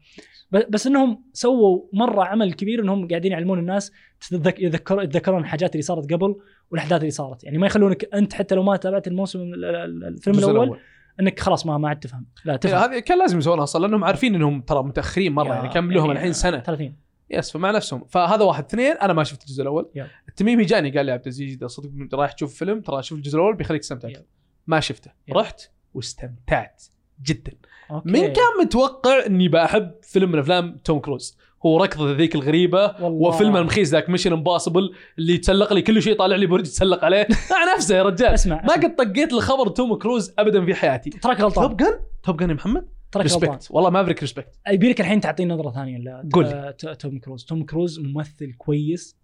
ب- بس أنهم سووا مرة عمل كبير أنهم قاعدين يعلمون الناس تتذك- يتذكر- يتذكرون الحاجات اللي صارت قبل والاحداث اللي صارت يعني ما يخلونك انت حتى لو ما تابعت الموسم ال- ال- الفيلم الجزء الأول, انك خلاص ما ما عاد تفهم لا إيه، تفهم هذه كان لازم يسوونها اصلا لانهم عارفين انهم ترى متاخرين مره يا- يعني كملوهم يعني الحين سنه 30 يس مع نفسهم فهذا واحد اثنين انا ما شفت الجزء الاول يلا. التميمي جاني قال لي عبد العزيز اذا صدق رايح تشوف فيلم ترى شوف الجزء الاول بيخليك تستمتع يلا. ما شفته يلا. رحت واستمتعت جدا اوكي من كان متوقع اني بحب فيلم من افلام توم كروز هو ركضه ذيك الغريبه والله. وفيلم المخيس ذاك ميشن امباسبل اللي يتسلق لي كل شيء طالع لي برج يتسلق عليه مع نفسه يا رجال اسمع ما قد طقيت لخبر توم كروز ابدا في حياتي تراك غلطان توب جن توب جن يا محمد تراك غلطان ريسبكت والله ما افرك ريسبكت يبي لك الحين تعطيني نظره ثانيه ل- قول. آه، ت- توم كروز توم كروز ممثل كويس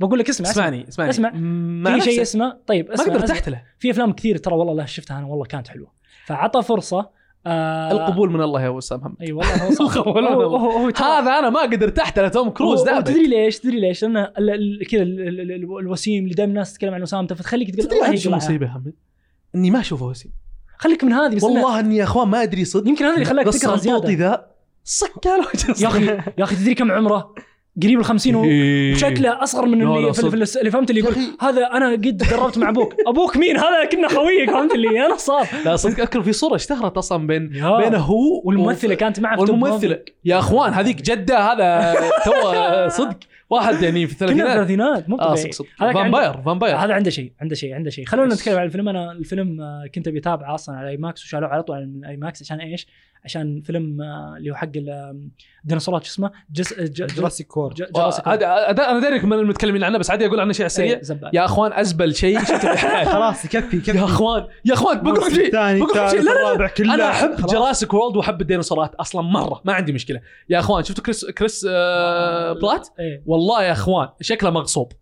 بقول لك اسمع اسمع اسمعني اسمعني اسمع. مع في شيء نفسه. اسمه طيب ما اسمع قد اسمع. ارتحت له في افلام كثير ترى والله لا شفتها انا والله كانت حلوه فعطى فرصه آه القبول من الله يا وسام محمد اي والله هو صح. القبول من هو- الله. هو- هو ترى- هذا انا ما قد ارتحت له توم كروز هو- هو ده تدري ليش تدري ليش لان ال- ال- كذا ال- ال- ال- الوسيم اللي دائما الناس تتكلم عن وسامته فتخليك تقول تدري الله عندي شو يجمعها. المصيبه يا محمد اني ما اشوفه وسيم خليك من هذه بس والله والله اني يا اخوان ما ادري صدق يمكن هذا اللي خلاك بس تكره صنطوطي زياده ذا صك على وجه يا اخي يا اخي تدري كم عمره؟ قريب ال 50 هو شكله اصغر من إيه. لا، لا، اللي, في صدق. في- اللي فهمت اللي يقول يا أخي. هذا انا قد دربت مع ابوك ابوك مين هذا كنا خويك فهمت اللي انا صار لا صدق اذكر في صوره اشتهرت اصلا بين يا. بينه هو والممثله كانت معه في توب والممثله يا اخوان هذيك جده هذا تو صدق واحد يعني في مافيا. كنا في الثلاثينات الثلاثينات مو اه طبيعي صدق صدق هذا كان عنده- فامباير فامباير هذا عنده شيء عنده شيء عنده شيء خلونا بس. نتكلم عن الفيلم انا الفيلم آه، كنت ابي اتابعه اصلا على اي ماكس وشالوه على طول من اي ماكس عشان ايش؟ عشان فيلم آه، اللي هو حق ال- آم، الديناصورات شو اسمه؟ جس آه، ج- ج- جراسيك كور ج- جراسيك عاد- عاد- انا داريك من المتكلمين عنه بس عادي اقول عنه شيء على السريع إيه، زبال. يا اخوان ازبل شيء شفته في حياتي. خلاص يكفي يا يكفي اخوان يا اخوان بقول لك الموسم شيء الثاني، بقول لك شيء الثالث، لا لا، الرابع لا كله. انا احب خلاص. جراسيك وورلد واحب الديناصورات اصلا مره ما عندي مشكله يا اخوان شفتوا كريس كريس آه بلات إيه. والله يا اخوان شكله مغصوب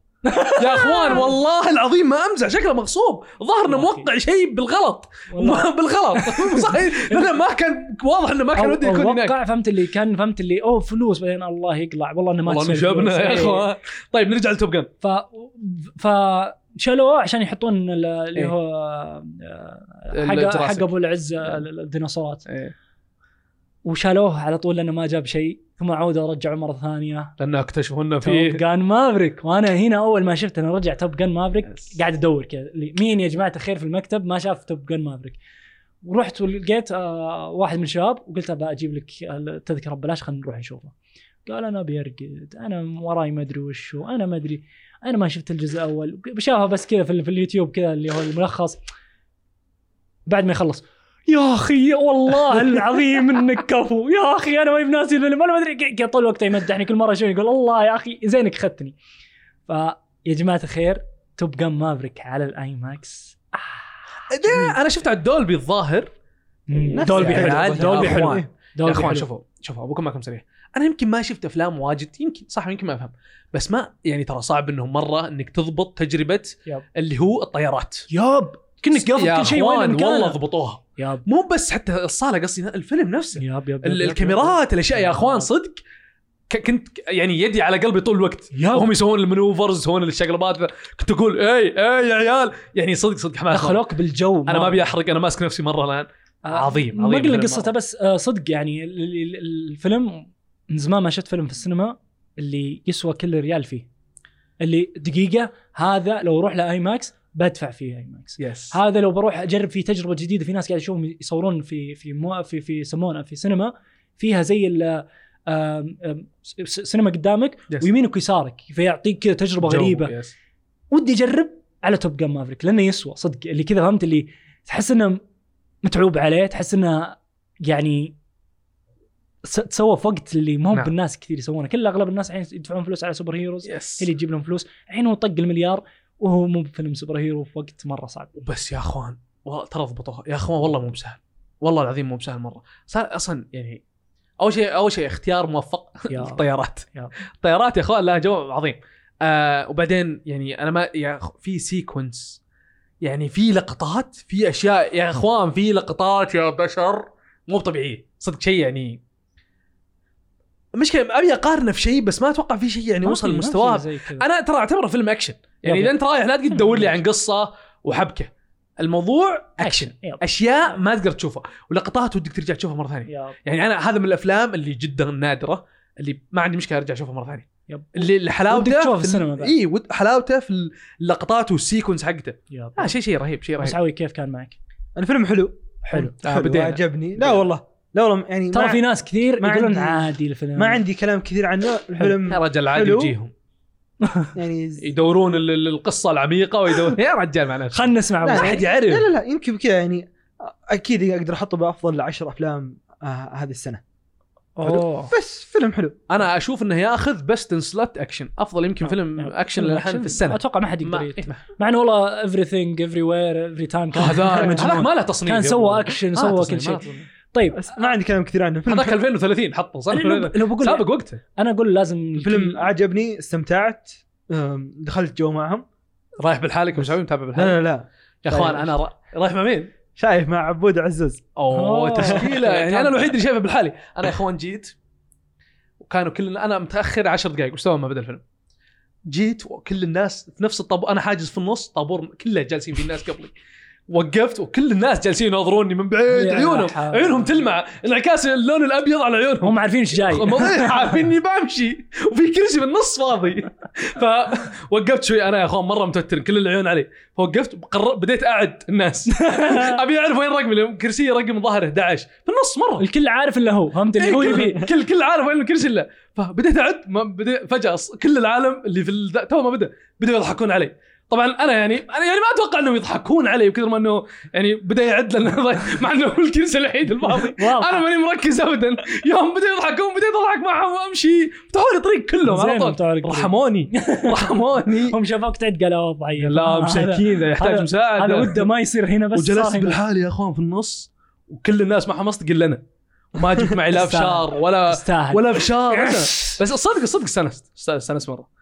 يا اخوان والله العظيم ما امزح شكله مغصوب ظهرنا والله. موقع شيء بالغلط والله. ما- بالغلط صحيح لانه ما كان واضح انه ما كان ودي يكون هناك اتوقع فهمت اللي كان فهمت اللي اوه فلوس بعدين الله يقلع والله انه ما والله تصير فلوس. نجبنا يا إيه. اخوان طيب نرجع لتوب جن ف ف شالوه عشان يحطون ال- اللي إيه. هو آه، حق الجراسيك. حق ابو العز آه، ال- الديناصورات إيه. وشالوه على طول لانه ما جاب شيء ثم عودوا رجعوا مره ثانيه لانه اكتشفوا انه في توب جان مافريك وانا هنا اول ما شفت انا رجع توب جان مافريك Yes. قاعد ادور كذا اللي مين يا جماعه الخير في المكتب ما شاف توب جان مافريك ورحت ولقيت آه واحد من الشباب وقلت ابى اجيب لك التذكره ببلاش خلينا نروح نشوفه قال انا بيرقد انا وراي ما ادري وش هو، انا ما ادري انا ما شفت الجزء الاول شافها بس كذا في, ال- في اليوتيوب كذا اللي هو الملخص بعد ما يخلص يا اخي والله العظيم انك كفو يا اخي انا ما بناسي الفيلم انا ما ادري قاعد- قاعد طول الوقت يمدحني كل مره شوي يقول الله يا اخي زينك اخذتني فيا جماعه الخير توب جن مافريك على الاي ماكس إيه، انا شفت على الدولبي الظاهر نفس دولبي يعني حلو عاد دولبي يا حلو أخوان. يا دولبي اخوان حلو. شوفوا شوفوا بكون معكم سريع انا يمكن ما شفت افلام واجد يمكن صح يمكن ما افهم بس ما يعني ترى صعب انهم مره انك تضبط تجربه يب. اللي هو الطيارات ياب كأنك قافل يا كل شيء وين أخوان، إن كان. والله ضبطوها ياب مو بس حتى الصاله قصدي الفيلم نفسه ياب ياب ال- الكاميرات الاشياء يا اخوان صدق ك- كنت يعني يدي على قلبي طول الوقت وهم يسوون المنوفرز يسوون الشقلبات كنت اقول اي اي يا عيال يعني صدق صدق حماس مرة. دخلوك بالجو انا ما ابي احرق انا ماسك نفسي مره الان عظيم ما عظيم اقول لك فيلم قصته مرة. بس آه، صدق يعني ال- ال- ال- الفيلم من زمان ما شفت فيلم في السينما اللي يسوى كل ريال فيه اللي دقيقه هذا لو اروح لاي ماكس بدفع فيه اي ماكس يس هذا لو بروح اجرب فيه تجربه جديده في ناس قاعد اشوفهم يصورون في في مو في في يسمونها في سينما فيها زي ال آم، آم، س- س- سينما قدامك يس. ويمينك ويسارك فيعطيك كذا تجربه جو، غريبه يس. ودي اجرب على توب جن مافريك لانه يسوى صدق اللي كذا فهمت اللي تحس انه متعوب عليه تحس انه يعني س- تسوى في وقت اللي ما هو نعم. بالناس كثير يسوونه كل اغلب الناس الحين يدفعون فلوس على سوبر هيروز هي يس اللي تجيب لهم فلوس الحين هو طق المليار وهو مو بفيلم سوبر هيرو في وقت مره صعب بس يا اخوان والله ترى ضبطوها يا اخوان والله مو بسهل والله العظيم مو بسهل مره صار اصلا يعني اول شيء اول شيء اختيار موفق يا رب. الطيارات يا رب. الطيارات يا اخوان لها جو عظيم آه وبعدين يعني انا ما يا أخ- في سيكونس يعني في لقطات في اشياء يا اخوان في لقطات يا بشر مو طبيعيه صدق شيء يعني مشكله ابي اقارنه في شيء بس ما اتوقع في شيء يعني ما وصل في- ما في لمستواه زي كذا. انا ترى اعتبره فيلم اكشن يعني يلا. اذا انت رايح لا تقدر تدور لي عن قصه وحبكه الموضوع اكشن يلا. اشياء ما تقدر تشوفها ولقطات ودك ترجع تشوفها مره ثانيه يا رب. يعني انا هذا من الافلام اللي جدا نادره اللي ما عندي مشكله ارجع اشوفها مره ثانيه يب. اللي اللي حلاوته ودك تشوفه في في السينما بعد. اي ود- حلاوته في اللقطات والسيكونس حقته يا رب. آه شيء شيء رهيب شيء بس رهيب عوي كيف كان معك؟ الفيلم حلو حلو آه، حلو بدينا. عجبني لا والله لا والله يعني ترى ما- في ناس كثير ما يقولون عندي- عادي الفيلم ما عندي كلام كثير عنه يا الفيلم رجل عادي حلو. يجيهم يعني ز- يدورون ال- ال- القصه العميقه ويدورون يا رجال معلش خلنا نسمع لا، أول. احد لا يعرف لا لا يمكن كذا يعني اكيد اقدر احطه بافضل عشر افلام آه هذه السنه أوه. بس فيلم حلو انا اشوف انه ياخذ بست ان سلوت اكشن افضل يمكن فيلم يعني اكشن فيلم للحين في السنه اتوقع ما حد ما- يقدر إيه. يت- مع انه والله ايفري ثينج ايفري وير ايفري تايم هذا هذاك ما له تصنيف كان يا سوى أبو. اكشن ما له سوى تصنيف، كل ما شيء له تصنيف. طيب بس ما عندي كلام كثير عنه الفيلم هذاك 2030 حطه صح لو لو بقول سابق وقته انا اقول لازم الفيلم كل- عجبني استمتعت آم، دخلت جو معهم رايح بالحالك مش عارف متابع لا بالحالك لا لا يا طيب. اخوان انا را- رايح مع مين؟ شايف مع عبود عزوز اوه أوه. طيب. تشكيله يعني انا الوحيد اللي شايفه بالحالي انا يا اخوان جيت وكانوا كلنا انا متاخر 10 دقائق وش سوى ما بدا الفيلم جيت وكل الناس في نفس الطابور انا حاجز في النص طابور كله جالسين في الناس قبلي وقفت وكل الناس جالسين يناظروني من بعيد يا عيونهم حول. عيونهم تلمع انعكاس اللون الابيض على عيونهم هم عارفين ايش جاي مضيع عارفين اني بمشي وفي كرسي بالنص فاضي فوقفت شوي انا يا اخوان مره متوتر كل العيون علي فوقفت قر- بديت اعد الناس ابي اعرف وين رقمي لأن كرسي رقم ظاهر 11 بالنص مره الكل عارف الا هو فهمت اللي هو يبي إيه، كل كل عارف وين الكرسي الا فبديت اعد ما بدي فجاه أص- كل العالم اللي في ال- تو ما بدا بداوا يضحكون علي طبعا انا يعني انا يعني ما اتوقع انهم يضحكون علي بكثر ما انه يعني بدا يعد لنا مع انه هو الكرسي الوحيد الفاضي واضح انا ماني مركز ابدا يوم بديت يضحكون بديت اضحك معهم وامشي فتحوا لي طريق كلهم على زين، فتحوا لك طول طريق. رحموني رحموني هم شافوك تعد قالوا اوه ضعيف لا مساكين ذا يحتاج هذا- مساعده هذا وده ما يصير هنا بس صار وجلست هنا. بالحالي يا اخوان في النص وكل الناس معهم مصدق الا انا وما جبت معي لا تستاهل. فشار ولا تستاهل ولا فشار ولا- بس صدق صدق استانست استانست مره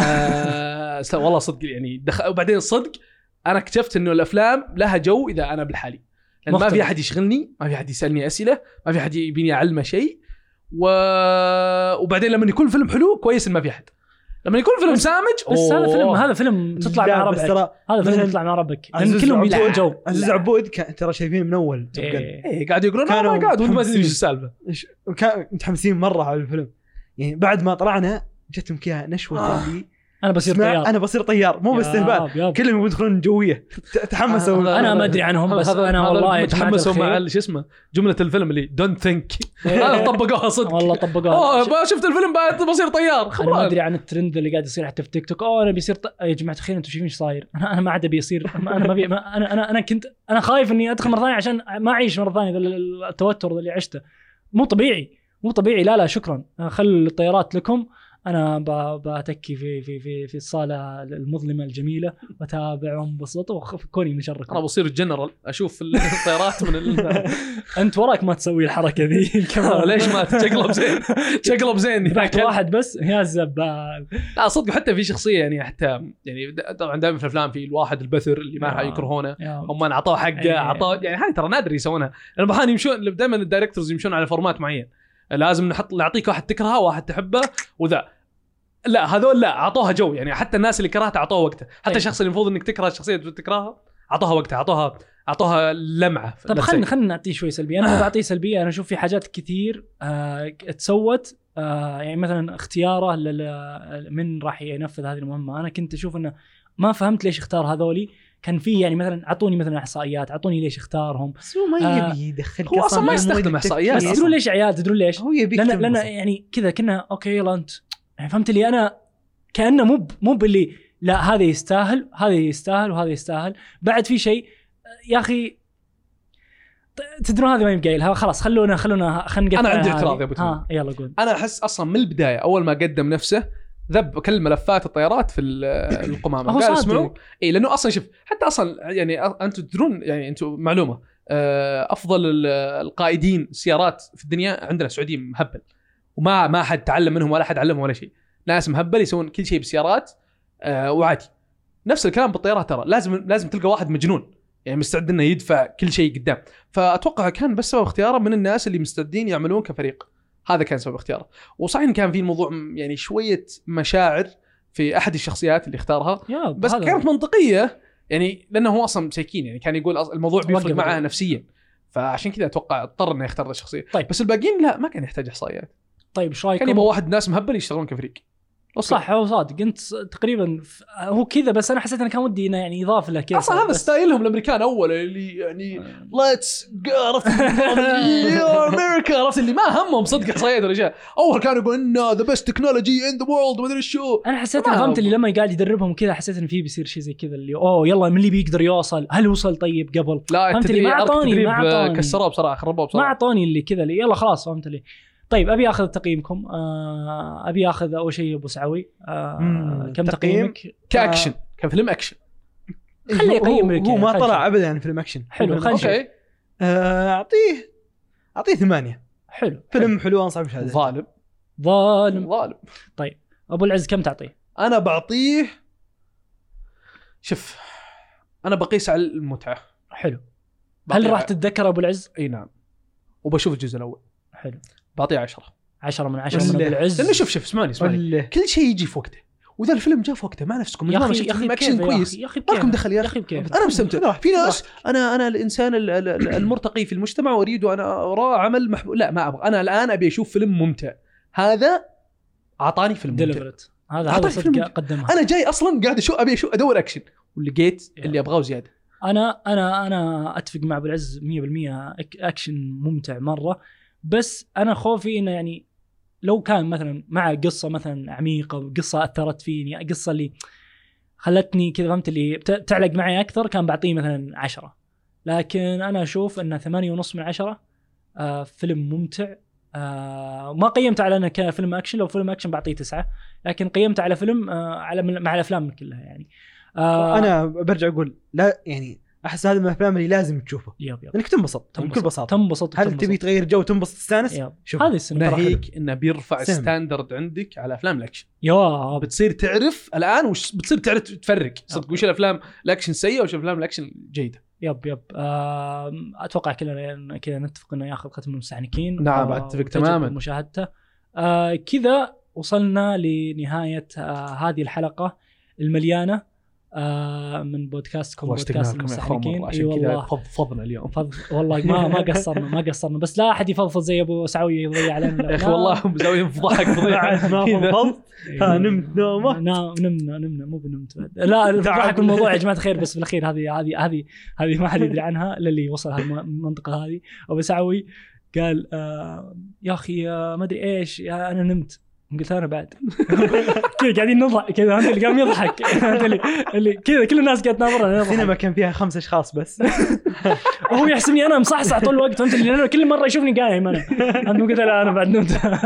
آه است- والله صدق يعني دخل وبعدين صدق انا اكتشفت انه الافلام لها جو اذا انا بالحالي لان ما مختلف. في احد يشغلني ما في احد يسالني اسئله ما في احد يبيني اعلمه شيء و... وبعدين لما يكون فيلم حلو كويس إن ما في احد لما يكون فيلم سامج بس هذا فيلم أوه. هذا فيلم تطلع مع لا، بس ربعك ترى هذا فيلم مثلاً تطلع مع ربعك لان عزوز كلهم عبود- يدعون جو عزوز عبود كان ترى شايفينه من اول Top Gun. إيه. إيه قاعد يقولون اوه ماي كانوا جاد وانت ما تدري متحمسين. ايش السالفه إيش- وكان متحمسين مره على الفيلم يعني بعد ما طلعنا جتهم كذا نشوه اللي انا بصير طيار انا بصير طيار مو بس استهبال ياب، ياب. كلهم يدخلون جويه ت- تحمسوا انا ما ادري عنهم بس هذا- انا هذا والله يا جماعة متحمسوا مع الخير، إيه. ال- شو اسمه جمله الفيلم اللي دونت ثينك هذا طبقوها صدق والله طبقوها اوه ما شفت الفيلم بعد بصير طيار انا ما ادري خبران عن الترند اللي قاعد يصير حتى في تيك توك اوه انا بيصير ط... يا جماعه الخير انتم شايفين ايش صاير انا انا ما عاد ابي يصير انا ما بي... ما انا انا انا كنت انا خايف اني ادخل مره ثانيه عشان ما اعيش مره ثانيه ذا ال- التوتر اللي عشته مو طبيعي مو طبيعي لا لا شكرا خلوا الطيارات لكم انا ب- بتكي في في في في الصاله المظلمه الجميله واتابع وانبسط وأخ- كوني انا مشركم بصير الجنرال اشوف الطيارات من ال... انت وراك ما تسوي الحركه ذي الكاميرا ليش ما تشقلب زين تشقلب زين ذبحت هناك. واحد بس يا زبال يعني لا صدق حتى في شخصيه يعني حتى يعني د- طبعا دائما في الافلام في الواحد البثر اللي ما آه. يكرهونه يا هم ما اعطوه حقه إيه. اعطوه يعني هذه ترى نادر يسوونها البحان يمشون دائما الدايركتورز يمشون على فورمات معين لازم نحط نعطيك واحد تكرهه واحد تحبه وذا لا هذول لا اعطوها جو يعني حتى الناس اللي كرهتها اعطوها وقته حتى طيب. الشخص اللي المفروض انك تكره الشخصيه اللي تكرهها اعطوها وقتها اعطوها اعطوها لمعه طيب Let's خلينا say. خلينا نعطيه شوي سلبيه انا بعطيه سلبيه انا اشوف في حاجات كثير آه تسوت آه يعني مثلا اختياره لل- من راح ينفذ هذه المهمه انا كنت اشوف انه ما فهمت ليش اختار هذولي كان في يعني مثلا اعطوني مثلا احصائيات اعطوني ليش اختارهم بس هو ما آه، يبي يدخلك هو أصلاً ما في يستخدم مود إحصائيات التفكير. بس تدرون ليش عيال تدرون ليش؟ هو يبيك لان لان تنبسط. يعني كذا كنا اوكي يلا انت يعني فهمت لي انا كانه مو ب- مو باللي لا هذا يستاهل هذا يستاهل وهذا يستاهل بعد في شيء يا اخي ت- تدرون هذه ما يبقى قايلها خلاص خلونا خلونا خلينا أنا نقفل عندي على اعتراض هذه. يا أبو تميم. ها يلا قول انا احس اصلا من البدايه اول ما قدم نفسه ذب كل ملفات الطيارات في ال- القمامه هو قال صادق. اسمعوا اي لانه اصلا شوف حتى اصلا يعني أ- انتم تدرون يعني انتم معلومه آه، افضل ال- القائدين سيارات في الدنيا عندنا سعوديين مهبل وما ما حد تعلم منهم ولا حد علمهم ولا شيء ناس مهبل يسوون كل شيء بالسيارات آه، وعادي نفس الكلام بالطيارات ترى لازم لازم تلقى واحد مجنون يعني مستعد انه يدفع كل شيء قدام فاتوقع كان بس سبب اختياره من الناس اللي مستعدين يعملون كفريق هذا كان سبب اختياره وصحيح إن كان في الموضوع م- يعني شويه مشاعر في احد الشخصيات اللي اختارها يا بس هذا كانت منطقيه يعني لانه هو اصلا مساكين يعني كان يقول أص- الموضوع بيفرق وقف. معاه نفسيا فعشان كذا اتوقع اضطر انه يختار الشخصيه طيب. بس الباقيين لا ما كان يحتاج احصائيات طيب ايش كان رايكم؟ يبغى واحد ناس مهبل يشتغلون كفريق أوكي. صح هو صادق انت ص- تقريبا ف- هو كذا بس انا حسيت انه كان ودي انه يعني يضاف له كذا اصلا هذا بس- آه. ستايلهم الامريكان اول اللي يعني ليتس عرفت يور امريكا عرفت اللي ما همهم صدق احصائيات الرجال اول كانوا يقول ان ذا بيست تكنولوجي ان ذا وورلد ومدري شو انا حسيت ما انا فهمت هو- اللي لما قال يدربهم كذا حسيت ان في بيصير شيء زي كذا اللي اوه يلا من اللي بيقدر يوصل هل وصل طيب قبل لا فهمت لي؟ التدريب ما عرض أعطوني- التدريب آه، ما أعطوني. كسروه بصراحه خربوه ما بصراحه اعطوني اللي كذا اللي يلا خلاص فهمت لي طيب ابي اخذ تقييمكم آه ابي اخذ اول شيء ابو سعوي آه مم، كم تقييم؟ تقييمك؟ كاكشن آه. كفيلم اكشن إيه، خليه هو- يقيم هو- لك هو يعني، ما خليه طلع يشوف. ابدا عن فيلم اكشن حلو، هو خلينا فيلم- نشوف. اوكي آه، اعطيه اعطيه ثمانية حلو فيلم حلو انصح طيب. بشاهدته ظالم ظالم ظالم ابو العز كم تعطيه؟ انا بعطيه شوف انا بقيس على المتعه حلو بعطيه هل راح ع- تتذكر ابو العز؟ اي نعم وبشوف الجزء الاول حلو بعطيه عشرة 10 من 10 من ولا- ابو العز لانه شوف شوف اسمعني اسمعني ولا- كل شيء يجي في وقته واذا الفيلم جاء في وقته مع نفسكم يا أنا اخي شفت يا اخي فيلم بكيف اكشن يا كويس أخي يا اخي ما لكم بكيف دخل يا يا اخي اخي بكيف انا مستمتع في ناس انا انا الانسان ال- ال- ال- المرتقي في المجتمع واريد انا اراه عمل محبوب لا ما ابغى انا الان ابي اشوف فيلم ممتع هذا اعطاني فيلم ممتع ديليفرت هذا هذا أعطاني فيلم صدق قدمها انا جاي اصلا قاعد اشوف ابي اشوف ادور اكشن ولقيت اللي ابغاه زياده انا انا انا اتفق مع ابو العز 100% أك- اكشن ممتع مره بس انا خوفي انه يعني لو كان مثلا مع قصه مثلا عميقه قصه اثرت فيني قصه اللي خلتني كذا فهمت اللي بت- تعلق معي اكثر كان بعطيه مثلا عشرة لكن انا اشوف انه ثمانية ونص من عشرة آه فيلم ممتع آه ما قيمت على انه كفيلم اكشن لو فيلم اكشن بعطيه تسعة لكن قيمت على فيلم آه على مع الافلام كلها يعني آه انا برجع اقول لا يعني احس هذا من الافلام اللي لازم تشوفه يب يب لانك تنبسط بكل تنبسط بساطه تنبسط هل وتنبسط. تبي تغير جو تنبسط تستانس يب. شوف هذه السنه ترى حلو. ناهيك انه بيرفع سم. ستاندرد عندك على افلام الاكشن يا بتصير تعرف الان وش بتصير تعرف تفرق صدق أوكي. وش الافلام الاكشن سيئه وش الافلام الاكشن جيده يب يب آم، اتوقع كلنا كذا نتفق انه ياخذ ختم المستحنكين نعم، آه، أتفق وتجربة تماماً. مشاهدته آه، كذا وصلنا لنهايه آه، هذه الحلقه المليانه آه، من بودكاستكم بودكاست المستحنكين عشان اي كذا والله فضفضنا اليوم فض- والله ما ما قصرنا ما قصرنا بس لا احد يفضفض زي ابو سعوي يضيع علينا يا اخي والله مسويين فضاحك بعد ما فظيعه فضفضت ها، نمت نومة؟ نام نمنا نمنا مو بنمت بعد. لا الضحك الموضوع يا جماعه الخير بس بالاخير هذه هذه هذه هذه ما حد يدري عنها الا اللي وصل هالمنطقه هذه ابو سعوي قال آه يا اخي آه ما ادري ايش يا انا نمت قلت انا بعد كذا قاعدين نضحك كذا انت اللي قام يضحك أنت اللي- اللي كذا كل الناس قاعده تناظرنا نضحك. السينما كان فيها خمس اشخاص بس وهو يحسبني انا مصحصح طول الوقت فهمت لي؟ لانه كل مره يشوفني قايم انا انا قلت لا انا بعد نمت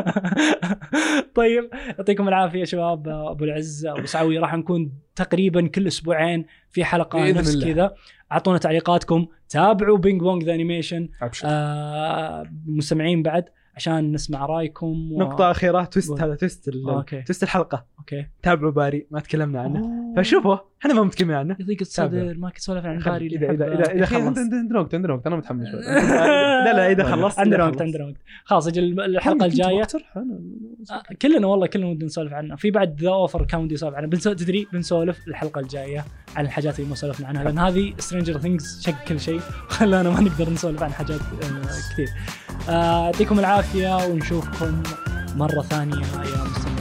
طيب يعطيكم العافيه شباب ابو العز ابو سعوي راح نكون تقريبا كل اسبوعين في حلقه بإذن نفس الله. كذا اعطونا تعليقاتكم تابعوا بينج بونج ذا انيميشن ابشر آه مستمعين بعد عشان نسمع رايكم و... نقطة أخيرة تويست قول. هذا تويست ال- أوكي. تويست الحلقة اوكي تابعوا باري ما تكلمنا عنه فشوفوا احنا ما متكلمين عنه يضيق تابع. الصدر ما كنت سولف عن خل- باري إذا- إذا- إذا- يا اخي خلص. عندنا عندنا وقت عندنا وقت انا متحمس لا لا اذا خلصت عندنا إذا وقت خلصت. عندنا وقت خلاص اجل الحلقه الجايه آه، كلنا والله كلنا ودنا نسولف عنه في بعد ذا اوفر كان ودي اسولف عنه بنسو... تدري بنسولف الحلقه الجايه عن الحاجات اللي ما سولفنا عنها لان هذه سترينجر ثينجز شق كل شيء خلانا ما نقدر نسولف عن حاجات آه، كثير آه، يعطيكم العافيه ونشوفكم مره ثانيه يا مستمعين